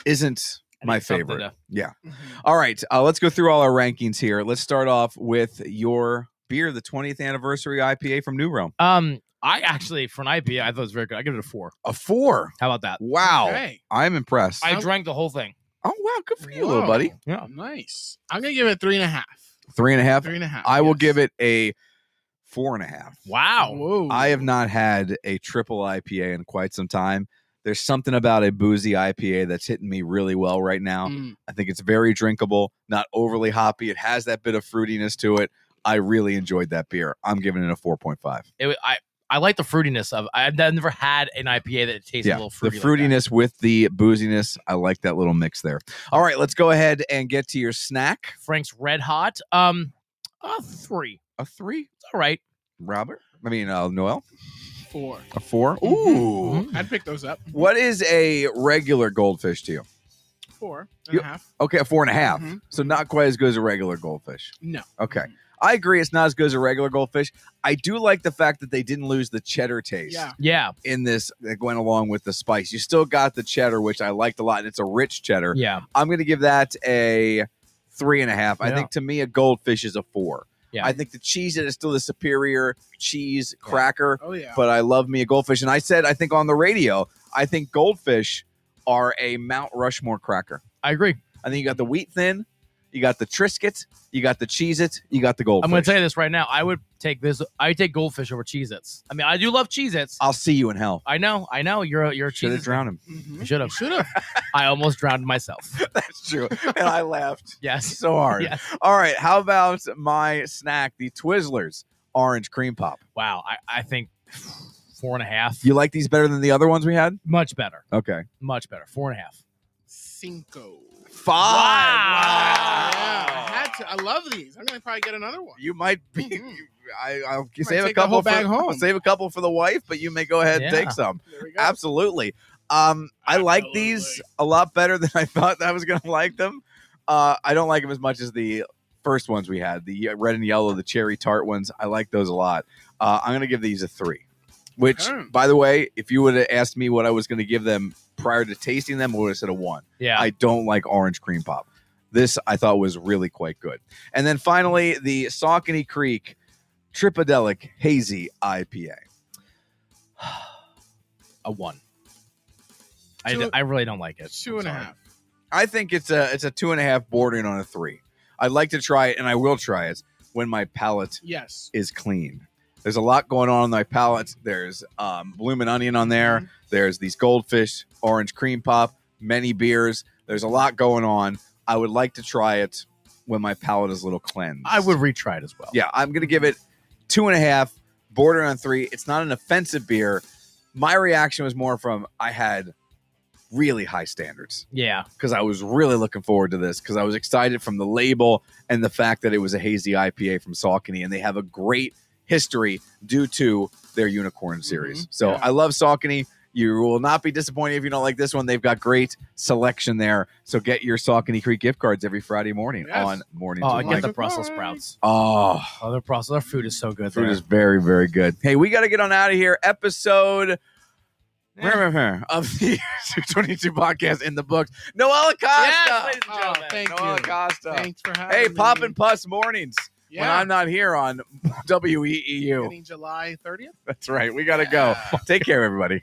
S1: isn't
S2: I
S1: my
S2: need something
S1: favorite.
S2: to-
S1: Yeah.
S3: Mhm.
S1: All right. Uh, let's go through all our rankings here. Let's start off with your beer, the 20th anniversary IPA from New Realm.
S2: Um, I actually for an IPA, I thought it was very good. I give it a four.
S1: A four.
S2: How about that?
S1: Wow.
S3: Okay.
S1: I'm impressed.
S2: Uh, I drank the whole thing.
S1: oh wow, good for you, little buddy.
S3: Whoa.
S2: Yeah.
S3: nice. I'm gonna give it three and a half.
S1: Three and a half.
S3: Three and a half.
S1: I will
S3: yes.
S1: give it a four and a half.
S2: Wow.
S3: Whoa.
S1: I have not had a triple IPA in quite some time. There's something about a boozy IPA that's hitting me really well right now.
S3: Mm.
S1: I think it's very drinkable, not overly hoppy. It has that bit of fruitiness to it. I really enjoyed that beer. I'm giving it a 4.5.
S2: It, wa- I I like the fruitiness of. I've never had an IPA that tastes a
S1: Yeah,
S2: little
S1: the
S2: fruity. like that.
S1: fruitiness with the booziness. I like that little mix there. All right, let's go ahead and get to your snack.
S2: Frank's Red Hot. Um, a three.
S1: A three,
S2: It's all right.
S1: Robert. I mean, uh, Noel.
S3: four.
S1: A four. Ooh.
S2: Mhm.
S3: I'd pick those up.
S1: What is a regular goldfish to you?
S3: Four and
S1: You-
S3: a half.
S1: Okay, a four and a half.
S3: Mhm.
S1: So not quite as good as a regular goldfish.
S3: No.
S1: Okay. I agree. It's not as good as a regular goldfish. I do like the fact that they didn't lose the cheddar taste
S3: Yeah.
S2: Yeah.
S1: in this that went along with the spice. You still got the cheddar, which I liked a lot, and it's a rich cheddar.
S2: Yeah.
S1: I'm going to give that a three and a half. I
S2: Yeah.
S1: think to me, a goldfish is a four.
S2: Yeah.
S1: I think the cheese is still the superior cheese cracker,
S3: Oh yeah.
S1: but I love me a goldfish. And I said, I think on the radio, I think goldfish are a Mount Rushmore cracker.
S2: I agree.
S1: I think you got the wheat thin, you you got the Triscuits, you got the Cheez Its, you got the Goldfish.
S2: I'm going to tell you this right now. I would take this. I would take goldfish over Cheez-Its. I mean, I do love Cheez-Its.
S1: I'll see you in hell.
S2: I know, I know. You're a, you're a
S1: Should have
S2: Cheez-Its.
S1: drowned [LAUGHS] him.
S3: Mm-hmm.
S2: Should have, should have. I almost drowned myself.
S1: That's true. And I
S2: [LAUGHS]
S1: laughed
S2: Yes.
S1: so hard.
S2: Yes.
S1: All right. How about my snack, the Twizzlers Orange Cream Pop?
S2: Wow. I, I think four and a half.
S1: You like these better than the other ones we had?
S2: Much better.
S1: Okay.
S2: Much better. Four and a half.
S3: Cinco.
S1: Five. Ah.
S2: Wow.
S3: Yeah, I had to. I love these. I'm gonna probably get
S1: [LAUGHS]
S3: another one. Mm-hmm.
S1: You might be. you- I, I'll save a
S3: take the
S1: couple
S3: whole
S1: for,
S3: bag home.
S1: I'll save a couple for the wife, but you may go ahead and
S2: Yeah.
S1: take some.
S3: There we go.
S1: Absolutely. Um, I like these a lot better [LAUGHS] than I thought I was going to like them. Uh, I don't like them as much as the first ones we had, the red and yellow, the cherry tart ones. I like those a lot. Uh, I'm going to give these a three. Which,
S3: Okay.
S1: by the way, if you would have asked me what I was going to give them prior to tasting them, I would have said a one.
S2: Yeah.
S1: I don't like orange cream pop. This I thought was really quite good. And then finally, the Saucony Creek Tripadelic Hazy IPA.
S2: a one. I,
S3: Two-
S2: d- I really don't like it.
S3: Two and a half.
S1: I think it's a it's a two and a half bordering on a three. I'd like to try it, and I will try it when my palate
S3: Yes.
S1: is clean. There's a lot going on in my palate. There's um, bloomin' onion on there. There's these goldfish, orange cream pop, many beers. There's a lot going on. I would like to try it when my palate is a little cleansed.
S2: I would retry it as well.
S1: Yeah, I'm gonna give it two and a half, border on three. It's not an offensive beer. My reaction was more from I had really high standards
S2: Yeah.
S1: because I was really looking forward to this because I was excited from the label and the fact that it was a hazy IPA from Saucony, and they have a great history due to their
S2: Mm-hmm.
S1: unicorn series. So
S3: Yeah.
S1: I love Saucony. You will not be disappointed if you don't like this one. They've got great selection there. So get your Saucony Creek gift cards every Friday morning
S3: Yes.
S1: on Morning
S2: Oh,
S1: to
S2: I
S1: Life.
S2: get the Brussels sprouts.
S1: oh,
S2: Oh, the Brussels. Our food is so good.
S1: food
S2: there.
S1: is very, very good. Hey, we got to get on out of here. Episode [LAUGHS] of the 22 podcast in the books. Noel Acosta.
S2: Yes, ladies and
S3: Oh,
S2: gentlemen.
S3: thank
S1: Noel
S3: you.
S1: Acosta.
S3: Thanks for having
S1: Hey,
S3: me.
S1: Pop and Puss mornings
S3: Yeah.
S1: when I'm not here on [LAUGHS] E WEEU.
S3: Beginning July 30th.
S1: That's right. We got to go. Take care, everybody.